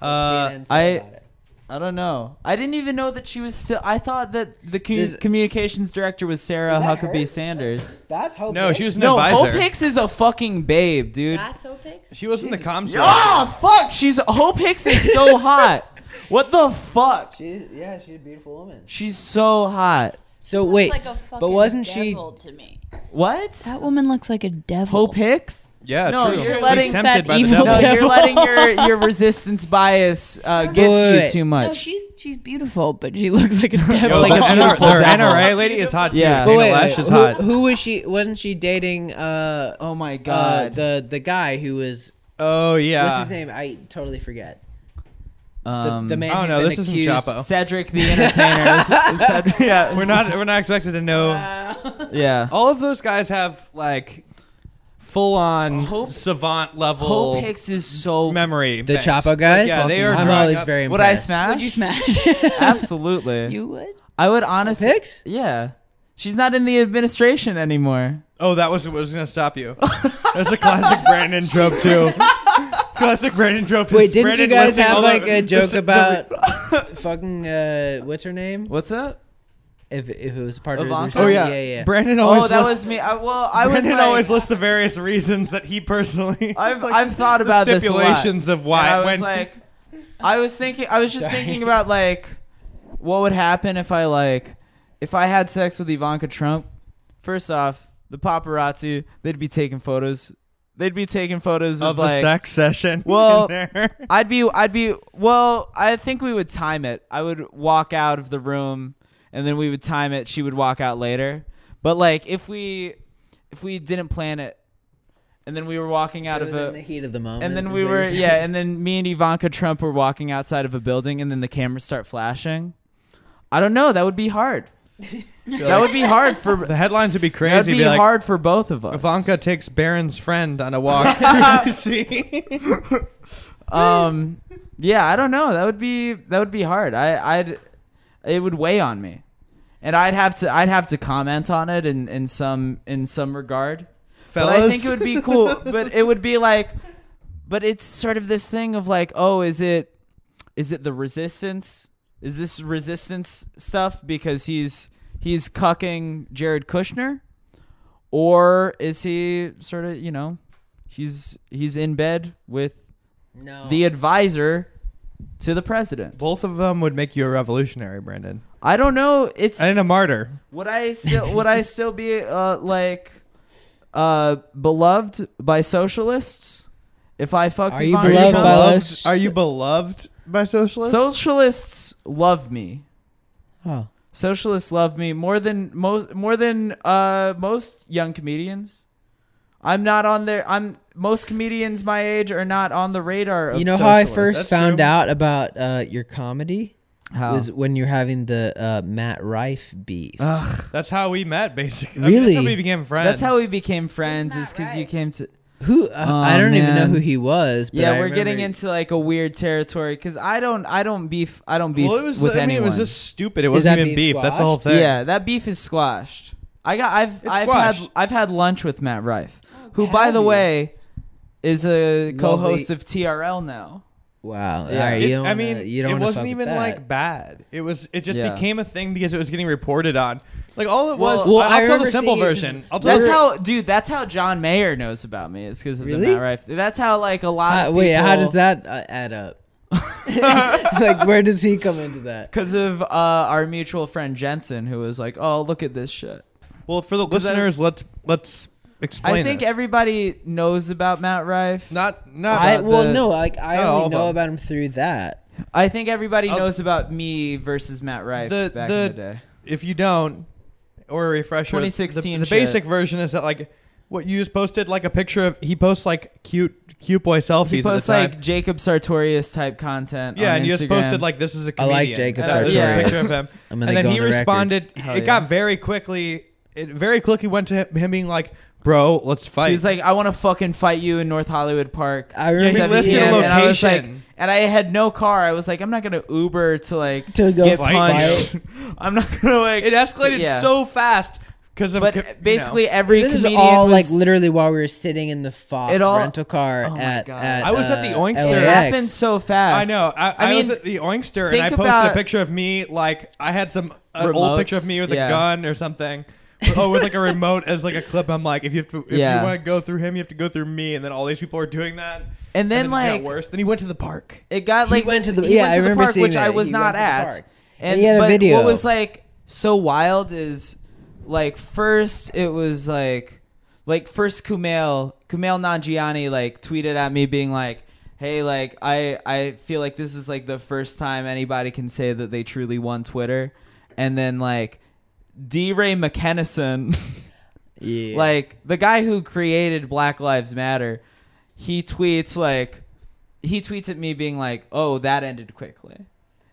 Speaker 1: Uh,
Speaker 4: CNN said
Speaker 2: I-
Speaker 4: about it.
Speaker 2: I don't know. I didn't even know that she was still. I thought that the commu-
Speaker 4: Does-
Speaker 2: communications director was Sarah
Speaker 4: Is that
Speaker 2: Huckabee
Speaker 4: her?
Speaker 2: Sanders.
Speaker 4: That's hope.
Speaker 1: no, she was an
Speaker 2: No, Hope
Speaker 1: advisor.
Speaker 2: Hicks is a fucking babe, dude.
Speaker 3: That's Opix.
Speaker 1: She wasn't the comms.
Speaker 2: Ah, fuck. She's Hope Hicks is so hot. What the fuck?
Speaker 4: She, yeah, she's a beautiful woman.
Speaker 2: She's so hot.
Speaker 4: So wait, but wasn't she?
Speaker 3: she? To me.
Speaker 2: What?
Speaker 3: That woman looks like a devil.
Speaker 2: Hope Hicks?
Speaker 1: Yeah,
Speaker 2: No,
Speaker 1: true.
Speaker 2: you're
Speaker 1: He's
Speaker 2: letting
Speaker 1: tempted
Speaker 3: that
Speaker 1: by the
Speaker 3: evil
Speaker 1: devil.
Speaker 2: No, you're
Speaker 3: devil.
Speaker 2: letting your, your resistance bias uh, gets you
Speaker 4: Wait.
Speaker 2: too
Speaker 3: No,
Speaker 2: much.
Speaker 3: she's she's beautiful, but she looks like a devil.
Speaker 1: Yo,
Speaker 2: like
Speaker 1: the
Speaker 2: a
Speaker 1: NR-
Speaker 2: beautiful
Speaker 1: the
Speaker 2: devil.
Speaker 1: NRA lady is hot too. Yeah.
Speaker 2: Yeah.
Speaker 4: But
Speaker 1: Dana
Speaker 4: wait,
Speaker 1: Lash
Speaker 4: who,
Speaker 1: is hot.
Speaker 4: who was she? Wasn't she dating? Uh,
Speaker 2: oh my
Speaker 4: uh,
Speaker 2: god.
Speaker 4: the the guy who was
Speaker 1: Oh yeah.
Speaker 4: what's his name? I totally forget. The,
Speaker 2: um,
Speaker 4: the man.
Speaker 1: oh,
Speaker 4: who's
Speaker 1: no,
Speaker 4: been
Speaker 1: this isn't
Speaker 4: accused.
Speaker 1: Chapo.
Speaker 2: Cedric the Entertainer. is- is Cedric- yeah.
Speaker 1: We're not we're not expected to
Speaker 2: Uh,
Speaker 1: know.
Speaker 2: Yeah.
Speaker 1: All of those guys have like full on
Speaker 2: Hope-
Speaker 1: savant level
Speaker 2: Hope Hicks is so
Speaker 1: Oh. memory.
Speaker 4: The
Speaker 1: banks.
Speaker 4: Chapo
Speaker 1: Like,
Speaker 4: guys.
Speaker 1: yeah, they are.
Speaker 4: I'm
Speaker 1: drawing
Speaker 4: always
Speaker 1: up-
Speaker 4: very
Speaker 2: Would I
Speaker 4: impressed.
Speaker 3: Would
Speaker 2: smash?
Speaker 3: you smash?
Speaker 2: Absolutely.
Speaker 3: you would.
Speaker 2: I would honestly.
Speaker 4: Hicks?
Speaker 2: Yeah. She's not in the administration anymore.
Speaker 1: Oh, that was what was gonna stop you. That's a classic Brandon trope too. Classic Brandon trope. is
Speaker 4: Wait, didn't you
Speaker 1: Brandon
Speaker 4: guys
Speaker 1: listing
Speaker 4: have
Speaker 1: all the-
Speaker 4: like a
Speaker 1: the-
Speaker 4: joke
Speaker 1: the-
Speaker 4: about fucking uh, what's her name?
Speaker 2: What's up?
Speaker 4: If if it was part of
Speaker 2: Ivanka?
Speaker 4: the
Speaker 1: Oh yeah,
Speaker 4: yeah, yeah.
Speaker 1: Brandon always.
Speaker 2: Oh, that
Speaker 1: lists-
Speaker 2: was me. I, well, I was.
Speaker 1: Brandon
Speaker 2: Like,
Speaker 1: always lists the various reasons that he personally.
Speaker 2: I've
Speaker 1: like,
Speaker 2: I've thought
Speaker 1: the
Speaker 2: about this a lot.
Speaker 1: stipulations of
Speaker 2: And
Speaker 1: why
Speaker 2: I was
Speaker 1: when
Speaker 2: like, I was thinking, I was just
Speaker 4: Sorry.
Speaker 2: thinking about like, what would happen if I like, if I had sex with Ivanka Trump. First off, the paparazzi, they'd be taking photos. They'd be taking photos of,
Speaker 1: of the
Speaker 2: like.
Speaker 1: sex session.
Speaker 2: Well,
Speaker 1: in there.
Speaker 2: I'd be, I'd be. Well, I think we would time it. I would walk out of the room, and then we would time it. She would walk out later. But like, if we, if we didn't plan it, and then we were walking out
Speaker 4: It
Speaker 2: of
Speaker 4: was
Speaker 2: a,
Speaker 4: in the heat of the moment.
Speaker 2: and then
Speaker 4: is
Speaker 2: we
Speaker 4: what
Speaker 2: were
Speaker 4: you're saying.
Speaker 2: yeah and then me and ivanka trump were walking outside of a building and then the cameras start flashing i don't know that would be hard that would be hard for
Speaker 1: the headlines would be crazy.
Speaker 2: that'd
Speaker 1: It'd
Speaker 2: be,
Speaker 1: like,
Speaker 2: hard for both of us
Speaker 1: Ivanka takes Baron's friend on a walk through the sea.
Speaker 2: um yeah i don't know that would be that would be hard i i'd it would weigh on me and i'd have to i'd have to comment on it in in some in some regard
Speaker 1: Fellas,
Speaker 2: But I think it would be cool. but it would be like, but it's sort of this thing of like, oh, is it, is it the resistance? Is this resistance stuff because he's he's cucking Jared Kushner, or is he sort of you know, he's he's in bed with
Speaker 4: No.
Speaker 2: the advisor to the president?
Speaker 1: both of them would make you a revolutionary, Brandon,
Speaker 2: I don't know. It's
Speaker 1: and a martyr.
Speaker 2: Would I still would I still be uh, like uh, beloved by socialists if I fucked
Speaker 4: Are you
Speaker 2: Ivanka
Speaker 4: beloved
Speaker 2: Trump?
Speaker 4: by lo-
Speaker 1: beloved?
Speaker 4: those-
Speaker 1: Are you beloved by socialists?
Speaker 2: socialists love me.
Speaker 4: oh.
Speaker 2: Socialists love me more than most more than uh, most young comedians. I'm not on their I'm most comedians my age are not on the radar of
Speaker 4: You know how I
Speaker 2: socialists.
Speaker 4: first
Speaker 1: That's
Speaker 4: found
Speaker 1: true.
Speaker 4: out about uh, your comedy
Speaker 2: How?
Speaker 4: was when you're having the uh, Matt Rife beef.
Speaker 1: That's how we met, basically.
Speaker 4: Really?
Speaker 1: That's how we became friends.
Speaker 2: That's how we became friends is
Speaker 3: Matt
Speaker 2: cuz you
Speaker 3: Rife?
Speaker 2: came to
Speaker 4: Who? Uh, I
Speaker 2: Oh,
Speaker 4: don't even know
Speaker 2: man.
Speaker 4: who he was. But
Speaker 2: yeah,
Speaker 4: I
Speaker 2: we're
Speaker 4: remember-
Speaker 2: getting into like a weird territory because I don't, I don't beef, I don't beef
Speaker 1: Well, it was.
Speaker 2: with
Speaker 1: I mean,
Speaker 2: anyone.
Speaker 1: it was just stupid. It
Speaker 4: Is that
Speaker 1: wasn't even
Speaker 4: being
Speaker 1: beef. That's the whole thing.
Speaker 2: Yeah, that beef is squashed. I got, I've,
Speaker 1: It's
Speaker 2: I've had,
Speaker 1: squashed.
Speaker 2: I've had lunch with Matt Rife, who, by the
Speaker 4: have you?
Speaker 2: way, is a
Speaker 4: Lovely.
Speaker 2: co-host of TRL now.
Speaker 4: Wow.
Speaker 2: Yeah.
Speaker 4: All right, you
Speaker 1: It-
Speaker 4: don't
Speaker 1: I mean,
Speaker 4: wanna- you don't
Speaker 1: it
Speaker 4: wanna
Speaker 1: wasn't
Speaker 4: fuck
Speaker 1: even
Speaker 4: with that.
Speaker 1: like bad. It was. It just
Speaker 2: Yeah.
Speaker 1: became a thing because it was getting reported on. Like all it was. I-
Speaker 2: Well,
Speaker 4: I
Speaker 1: I'll tell
Speaker 4: remember
Speaker 1: the simple
Speaker 4: seeing-
Speaker 1: version. I'll tell
Speaker 2: That's
Speaker 1: the-
Speaker 2: how, dude. That's how John Mayer knows about me is because of the
Speaker 4: Really?
Speaker 2: Matt Rife. That's how, like, a lot.
Speaker 4: Uh,
Speaker 2: of
Speaker 4: wait, how does
Speaker 2: people-
Speaker 4: that uh, add up? like, where does he come into that?
Speaker 2: Because of uh, our mutual friend Jensen, who was like, "Oh, look at this shit."
Speaker 1: Well, for the
Speaker 2: 'Cause I-
Speaker 1: listeners, let's let's explain.
Speaker 2: I think
Speaker 1: this.
Speaker 2: everybody knows about Matt Rife.
Speaker 1: not not
Speaker 4: I,
Speaker 1: about
Speaker 4: well,
Speaker 1: the-
Speaker 4: no, like I
Speaker 1: No,
Speaker 4: only
Speaker 1: Oh, hold
Speaker 4: know
Speaker 1: on.
Speaker 4: about him through that.
Speaker 2: I think everybody
Speaker 1: I'll-
Speaker 2: knows about me versus Matt Rife
Speaker 1: The-
Speaker 2: back
Speaker 1: the-
Speaker 2: in the day.
Speaker 1: If you don't, or a refresher. the-
Speaker 2: 2016
Speaker 1: The,
Speaker 2: shit.
Speaker 1: basic version is that like what you just posted, like a picture of he posts like cute cute boy selfies.
Speaker 2: He posts
Speaker 1: at the time.
Speaker 2: like Jacob Sartorius type content.
Speaker 1: Yeah,
Speaker 2: on
Speaker 1: and you just
Speaker 2: Instagram.
Speaker 1: posted like this is a
Speaker 4: I
Speaker 1: comedian.
Speaker 4: like Jacob
Speaker 1: And I- there's
Speaker 2: Sartorius.
Speaker 1: a picture of him.
Speaker 4: I'm gonna
Speaker 1: and then
Speaker 4: go
Speaker 1: he
Speaker 4: on the record.
Speaker 1: responded.
Speaker 2: Hell
Speaker 1: it
Speaker 2: yeah.
Speaker 1: got very quickly. It very quickly went to him, him being like, "Bro, let's fight."
Speaker 2: he was like, "I want to fucking fight you in North Hollywood Park."
Speaker 4: I
Speaker 1: Yeah, he
Speaker 4: remember
Speaker 2: 7
Speaker 1: listed
Speaker 2: p.m.
Speaker 1: a
Speaker 2: And I was like,
Speaker 1: location.
Speaker 2: and I had no car. I was like, I'm not gonna Uber to like
Speaker 4: To go
Speaker 2: get
Speaker 4: fight
Speaker 2: punched. I'm not gonna like.
Speaker 1: it escalated
Speaker 2: Yeah.
Speaker 1: so fast because of
Speaker 2: But
Speaker 1: co- you know.
Speaker 2: basically, every
Speaker 4: this is
Speaker 2: comedian
Speaker 4: all
Speaker 2: was,
Speaker 4: like literally while we were sitting in the fog
Speaker 2: It all-
Speaker 4: rental car
Speaker 2: Oh my
Speaker 4: at,
Speaker 2: God.
Speaker 4: at
Speaker 1: I was at
Speaker 4: uh,
Speaker 1: the Oinkster.
Speaker 2: it
Speaker 1: It
Speaker 4: LAX.
Speaker 2: happened so fast.
Speaker 1: I know. I, I,
Speaker 2: I
Speaker 1: was
Speaker 2: mean,
Speaker 1: at the Oinkster and
Speaker 2: think
Speaker 1: I posted
Speaker 2: about-
Speaker 1: a picture of me like I had some an
Speaker 2: Remotes,
Speaker 1: old picture of me with
Speaker 2: yeah.
Speaker 1: a gun or something. oh, with like a remote as like a clip. I'm like, if you have to, if
Speaker 2: Yeah.
Speaker 1: you want to go through him, you have to go through me. And then all these people are doing that.
Speaker 2: And then,
Speaker 1: it just
Speaker 2: like-
Speaker 1: got worse. Then he went to the park.
Speaker 2: It got like
Speaker 4: went
Speaker 2: this-
Speaker 4: to the-
Speaker 2: he
Speaker 4: yeah,
Speaker 2: went
Speaker 4: I
Speaker 2: to the
Speaker 4: remember
Speaker 2: park,
Speaker 4: seeing
Speaker 2: which I
Speaker 4: that.
Speaker 2: was
Speaker 4: He
Speaker 2: not
Speaker 4: went to the
Speaker 2: at.
Speaker 4: park. And he had a
Speaker 2: but
Speaker 4: video.
Speaker 2: What was like so wild is like first it was like like first Kumail Kumail Nanjiani like tweeted at me being like hey like I I feel like this is like the first time anybody can say that they truly won Twitter and then like D Ray McKennison
Speaker 4: Yeah.
Speaker 2: like the guy who created Black Lives Matter he tweets like he tweets at me being like oh that ended quickly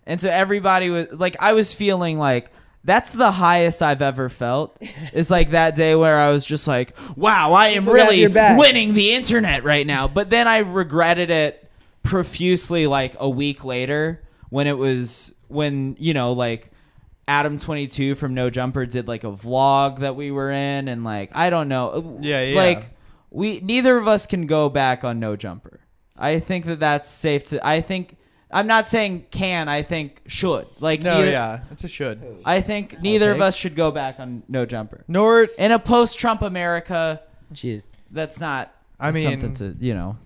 Speaker 2: and so everybody was like, I was feeling like that's the highest I've ever felt. It's like that day where I was just like, wow, I am
Speaker 4: People got
Speaker 2: really
Speaker 4: your back.
Speaker 2: winning the internet right now. But then I regretted it profusely like a week later when it was, when, you know, like Adam22 from No Jumper did like a vlog that we were in. And like, I don't know.
Speaker 1: Yeah, yeah.
Speaker 2: Like, we neither of us can go back on no jumper. I think that that's safe to. I think I'm not saying can. I think should. Like
Speaker 1: No,
Speaker 2: neither-
Speaker 1: yeah, it's a should.
Speaker 2: I think neither of
Speaker 4: Okay.
Speaker 2: us should go back on no jumper.
Speaker 1: Nor
Speaker 2: In a post-Trump America,
Speaker 4: Jeez.
Speaker 2: that's not.
Speaker 1: I mean,
Speaker 2: something to you know.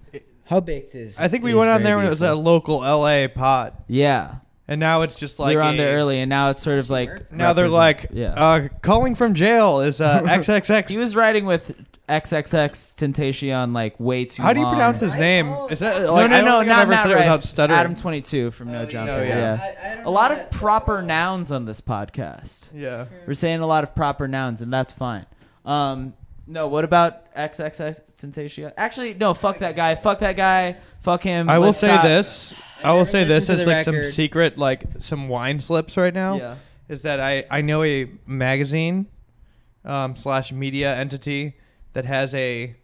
Speaker 4: How baked is?
Speaker 1: I think we
Speaker 4: is
Speaker 1: went on
Speaker 4: very
Speaker 1: there when it was a
Speaker 4: beautiful.
Speaker 1: local LA pod,
Speaker 2: Yeah,
Speaker 1: and now it's just like
Speaker 2: we were on there
Speaker 1: a-
Speaker 2: early, and now it's sort of like
Speaker 1: Now they're
Speaker 2: represent-
Speaker 1: like,
Speaker 2: yeah.
Speaker 1: uh, calling from jail is uh, XXX.
Speaker 2: he was riding with XXX Tentacion like way too.
Speaker 1: How do you
Speaker 2: long.
Speaker 1: pronounce his name? Is that like,
Speaker 2: no,
Speaker 1: I don't
Speaker 2: no,
Speaker 1: think
Speaker 2: no,
Speaker 1: I've ever
Speaker 2: not, not
Speaker 1: said it
Speaker 2: Rev.
Speaker 1: without stuttering.
Speaker 2: Adam twenty two from No Jumper.
Speaker 1: yeah.
Speaker 2: yeah.
Speaker 4: I- I don't
Speaker 2: a
Speaker 4: know
Speaker 2: lot of
Speaker 4: that stuff
Speaker 2: proper nouns on this podcast.
Speaker 1: yeah.
Speaker 2: We're saying a lot of proper nouns, and that's fine. Um, no, what about XXX Sensatia? Actually, no, fuck that guy. Fuck that guy. Fuck him.
Speaker 1: I will
Speaker 2: Let's
Speaker 1: say
Speaker 2: stop.
Speaker 1: this. I will say this
Speaker 4: Listen to
Speaker 1: is
Speaker 4: the
Speaker 1: like some
Speaker 4: record.
Speaker 1: secret, like some wine slips right now.
Speaker 2: Yeah.
Speaker 1: Is that I I know a magazine um, slash media entity that has a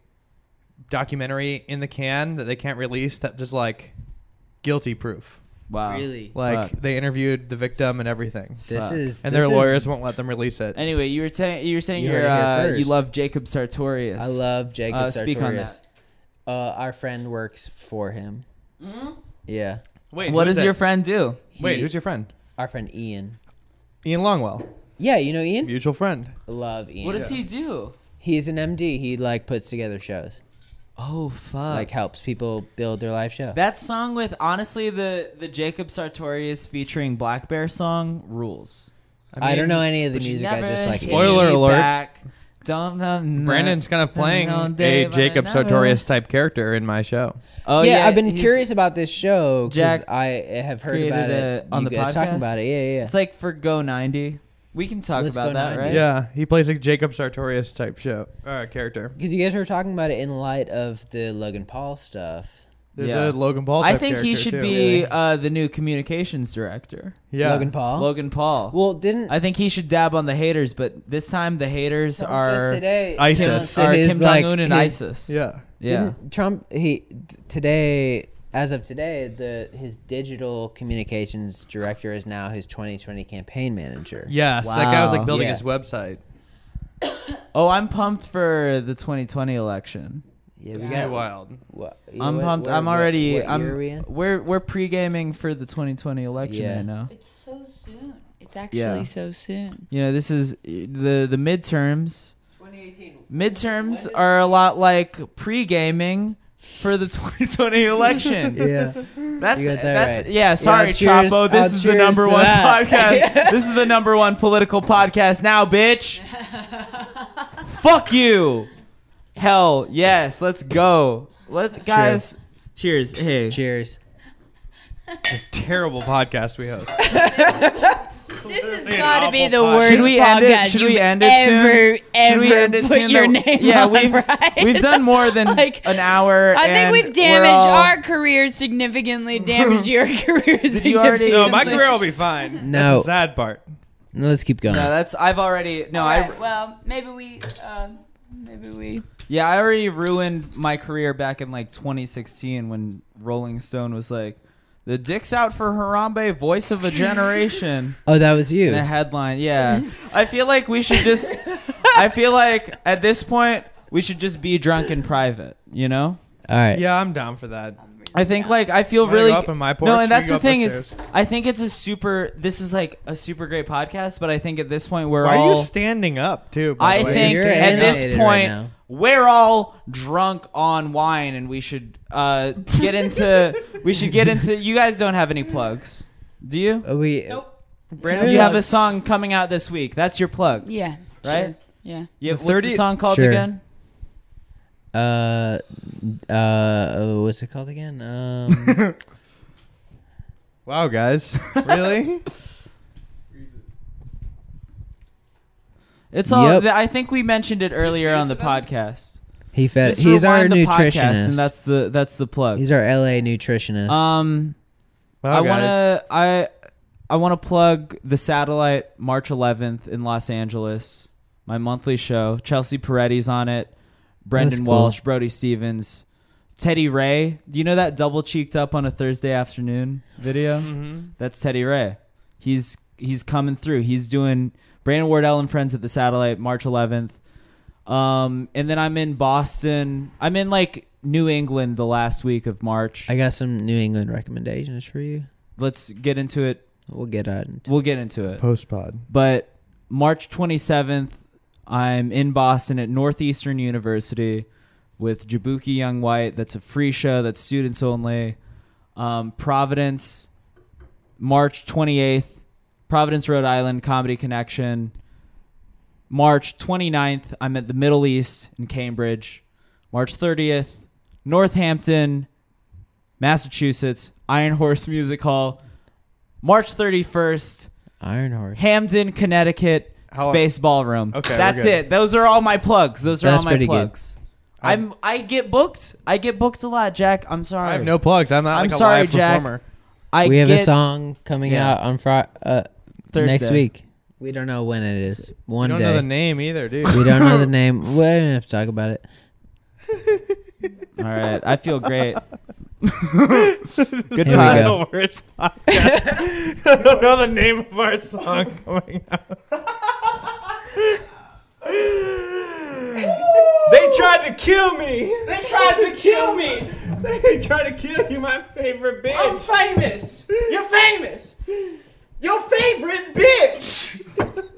Speaker 1: documentary in the can that they can't release that just like guilty proof.
Speaker 2: Wow.
Speaker 4: Really?
Speaker 1: Like
Speaker 2: Fuck.
Speaker 1: they interviewed the victim and everything,
Speaker 4: This
Speaker 2: Fuck.
Speaker 4: is
Speaker 1: and
Speaker 4: this
Speaker 1: their
Speaker 4: is-
Speaker 1: lawyers won't let them release it.
Speaker 2: Anyway, you were saying you were saying
Speaker 4: You
Speaker 2: you are
Speaker 4: heard it
Speaker 2: uh,
Speaker 4: here
Speaker 2: you
Speaker 4: first.
Speaker 2: love Jacob Sartorius.
Speaker 4: I love Jacob
Speaker 2: Uh, speak on
Speaker 4: Sartorius. Uh, our friend works for him.
Speaker 2: Mm-hmm.
Speaker 4: Yeah.
Speaker 1: Wait,
Speaker 2: what
Speaker 1: who's
Speaker 2: does
Speaker 1: that?
Speaker 2: your friend do?
Speaker 1: Wait,
Speaker 4: He-
Speaker 1: who's your friend?
Speaker 4: Our friend Ian.
Speaker 1: Ian Longwell,
Speaker 4: Yeah, you know Ian.
Speaker 1: mutual friend.
Speaker 4: Love Ian.
Speaker 2: What does he do?
Speaker 4: He's an MD. He like puts together shows.
Speaker 2: Oh fuck.
Speaker 4: like helps people build their live show.
Speaker 2: that song with honestly the the Jacob Sartorius featuring Black Bear song rules.
Speaker 4: I, don't
Speaker 1: mean,
Speaker 4: know any of the
Speaker 2: But you
Speaker 4: music. I
Speaker 2: never
Speaker 4: just like
Speaker 2: see
Speaker 4: it.
Speaker 1: Spoiler
Speaker 2: me
Speaker 1: alert.
Speaker 2: back. Don't, don't-
Speaker 1: Brandon's kind of playing
Speaker 2: don't
Speaker 1: a
Speaker 2: dare,
Speaker 1: Jacob
Speaker 2: but I never-
Speaker 1: Sartorius type character in my show.
Speaker 2: Oh
Speaker 4: yeah, I've been
Speaker 2: he's-
Speaker 4: curious about this show because
Speaker 2: Jack
Speaker 4: I have heard
Speaker 2: created
Speaker 4: about it
Speaker 2: a- on
Speaker 4: You
Speaker 2: the
Speaker 4: guys talking
Speaker 2: podcast?
Speaker 4: about it. Yeah, yeah.
Speaker 2: It's like for Go ninety. We can talk
Speaker 4: Let's
Speaker 2: about
Speaker 4: Go
Speaker 2: that,
Speaker 4: 90.
Speaker 2: right?
Speaker 1: Yeah, he plays a Jacob Sartorius type show uh, character.
Speaker 4: Because you guys were talking about it in light of the Logan Paul stuff.
Speaker 1: There's a
Speaker 2: Yeah.
Speaker 1: Logan Paul. Type
Speaker 2: I think he
Speaker 1: character,
Speaker 2: should
Speaker 1: too.
Speaker 2: be uh, the new communications director,
Speaker 1: Yeah.
Speaker 4: Logan Paul.
Speaker 2: Logan Paul.
Speaker 4: Well, didn't
Speaker 2: I think he should dab on the haters, but this time the haters
Speaker 4: Trump
Speaker 2: are
Speaker 4: just today
Speaker 1: ISIS.
Speaker 4: announced that
Speaker 2: are
Speaker 4: his,
Speaker 2: Kim
Speaker 4: like,
Speaker 2: Jong Un and
Speaker 4: his-
Speaker 2: ISIS.
Speaker 1: Yeah.
Speaker 2: yeah.
Speaker 4: Didn't Trump he th- today as of today the his digital communications director is now his 2020 campaign manager.
Speaker 1: Yes, that guy was
Speaker 2: Wow.
Speaker 1: like building
Speaker 4: Yeah.
Speaker 1: his website.
Speaker 2: Oh, I'm pumped for the 2020 election.
Speaker 4: Yeah,
Speaker 1: It's
Speaker 4: we
Speaker 1: yeah.
Speaker 4: got
Speaker 1: wild.
Speaker 4: What,
Speaker 2: I'm
Speaker 4: what-
Speaker 2: pumped.
Speaker 4: what-
Speaker 2: I'm
Speaker 4: what-
Speaker 2: already.
Speaker 4: What,
Speaker 2: I'm.
Speaker 4: year are we in?
Speaker 2: We're we're pre gaming for the 2020 election
Speaker 4: Yeah.
Speaker 2: right now.
Speaker 3: It's so soon. It's actually
Speaker 2: Yeah.
Speaker 3: so soon.
Speaker 2: You know, this is the the midterms. Midterms are a lot like pre gaming for the 2020 election.
Speaker 4: Yeah.
Speaker 2: That's
Speaker 4: You got that
Speaker 2: that's
Speaker 4: right.
Speaker 2: yeah. Sorry,
Speaker 4: I'll cheers-
Speaker 2: Chapo. This
Speaker 4: I'll
Speaker 2: is the
Speaker 4: cheers
Speaker 2: number
Speaker 4: to
Speaker 2: one
Speaker 4: that.
Speaker 2: podcast. this is the number one political podcast now, bitch. Fuck you. Hell yes. Let's go. Let guys. Cheers. Hey.
Speaker 4: Cheers.
Speaker 1: Terrible podcast we host.
Speaker 3: This has
Speaker 1: an
Speaker 3: got to be
Speaker 1: awful
Speaker 3: the
Speaker 1: podcast.
Speaker 3: worst
Speaker 1: Should
Speaker 2: we end it-
Speaker 3: podcast
Speaker 2: should we
Speaker 3: you've
Speaker 2: end it soon?
Speaker 3: ever,
Speaker 2: Should
Speaker 3: ever
Speaker 2: we end it
Speaker 3: put
Speaker 2: soon?
Speaker 3: your
Speaker 2: That-
Speaker 3: name
Speaker 2: yeah,
Speaker 3: on,
Speaker 2: we've-
Speaker 3: right?
Speaker 2: We've done more than
Speaker 3: Like,
Speaker 2: an hour.
Speaker 3: I
Speaker 2: and
Speaker 3: think we've
Speaker 2: we're
Speaker 3: damaged
Speaker 2: all-
Speaker 3: our careers significantly. Damaged your careers
Speaker 2: Did you already-
Speaker 3: significantly.
Speaker 1: no, my career will be fine.
Speaker 4: No.
Speaker 1: That's the sad part.
Speaker 4: No, let's keep going.
Speaker 2: No, that's I've already no. I
Speaker 3: Alright, well, maybe we. Um, maybe we.
Speaker 2: yeah. I already ruined my career back in like 2016 when Rolling Stone was like, "The dick's out for Harambe, voice of a generation."
Speaker 4: oh, that was you.
Speaker 2: The headline, yeah. I feel like we should just. I feel like at this point we should just be drunk in private. You know.
Speaker 4: All right.
Speaker 1: Yeah, I'm down for that.
Speaker 2: I think like I feel
Speaker 1: Wanna
Speaker 2: really
Speaker 1: go up on my porch?
Speaker 2: no,
Speaker 1: We can
Speaker 2: and that's
Speaker 1: go
Speaker 2: the
Speaker 1: up
Speaker 2: thing is
Speaker 1: upstairs.
Speaker 2: I think it's a super. This is like a super great podcast, but I think at this point we're
Speaker 1: Why are
Speaker 2: all.
Speaker 1: you standing up too? by
Speaker 2: I
Speaker 1: the way?
Speaker 2: think
Speaker 4: You're
Speaker 2: at this
Speaker 4: animated
Speaker 2: point
Speaker 4: right now.
Speaker 2: we're all drunk on wine, and we should uh, get into. we should get into. You guys don't have any plugs, do you?
Speaker 4: Uh, We
Speaker 3: Nope.
Speaker 1: Brandon,
Speaker 2: You have a
Speaker 1: this
Speaker 2: song coming out this week. That's your plug,
Speaker 3: Yeah.
Speaker 2: right?
Speaker 3: sure, Yeah.
Speaker 2: You have,
Speaker 1: The
Speaker 2: what's
Speaker 1: 30
Speaker 2: the song called
Speaker 4: Sure.
Speaker 2: again?
Speaker 4: Uh, uh, oh, what's it called again? Um,
Speaker 1: wow, guys, really?
Speaker 2: It's all.
Speaker 4: Yep.
Speaker 2: I think we mentioned it earlier on the podcast.
Speaker 4: he fed.
Speaker 2: Just
Speaker 4: Uh, He's our
Speaker 2: rewind the podcast, and
Speaker 4: nutritionist.
Speaker 2: that's the that's the plug.
Speaker 4: He's our LA nutritionist.
Speaker 2: um,
Speaker 1: Wow,
Speaker 2: I
Speaker 1: guys.
Speaker 2: want to I I want to plug the satellite March 11th in Los Angeles. My monthly show. Chelsea Peretti's on it. Brendan
Speaker 4: cool.
Speaker 2: Walsh, Brody Stevens, Teddy Ray. Do you know that double cheeked up on a Thursday afternoon video?
Speaker 4: Mm-hmm.
Speaker 2: That's Teddy Ray. He's he's coming through. He's doing Brandon Wardell and Friends at the Satellite March 11th. Um, and then I'm in Boston. I'm in like New England the last week of March.
Speaker 4: I got some New England recommendations for you.
Speaker 2: Let's get into it
Speaker 4: We'll get on.
Speaker 2: We'll get into it.
Speaker 1: post pod.
Speaker 2: But March 27th, I'm in Boston at Northeastern University with Jabuki Young White. That's a free show, that's students only. Um, Providence, March 28th, Providence, Rhode Island Comedy Connection. March 29th, I'm at the Middle East in Cambridge. March 30th, Northampton, Massachusetts, Iron Horse Music Hall. March 31st,
Speaker 4: Iron Horse.
Speaker 2: Hamden, Connecticut,
Speaker 1: How-
Speaker 2: Space Ballroom.
Speaker 1: Okay, we're
Speaker 2: that's
Speaker 1: good.
Speaker 2: it. Those are all my plugs. Those are
Speaker 4: That's
Speaker 2: all my
Speaker 4: pretty good.
Speaker 2: plugs. I'm I get booked. I get booked a lot, Jack. I'm sorry.
Speaker 1: I have no plugs. I'm not
Speaker 2: I'm
Speaker 1: like a
Speaker 2: sorry,
Speaker 1: live
Speaker 2: Jack.
Speaker 1: performer.
Speaker 2: I
Speaker 4: we have
Speaker 2: get,
Speaker 4: a song coming
Speaker 2: Yeah.
Speaker 4: out on Friday. Uh, next
Speaker 2: Thursday.
Speaker 4: week. We don't know when it is.
Speaker 1: I
Speaker 4: One
Speaker 1: don't
Speaker 4: day.
Speaker 1: know the name either, dude.
Speaker 4: we don't know the name. We don't have to talk about it.
Speaker 2: All right. I feel great.
Speaker 4: Here we
Speaker 2: pod.
Speaker 4: go.
Speaker 1: The worst podcast. I don't know the name of our song coming out. they tried to kill me. They tried to kill me. they tried to kill you, my favorite bitch. I'm famous. You're famous. Your favorite bitch.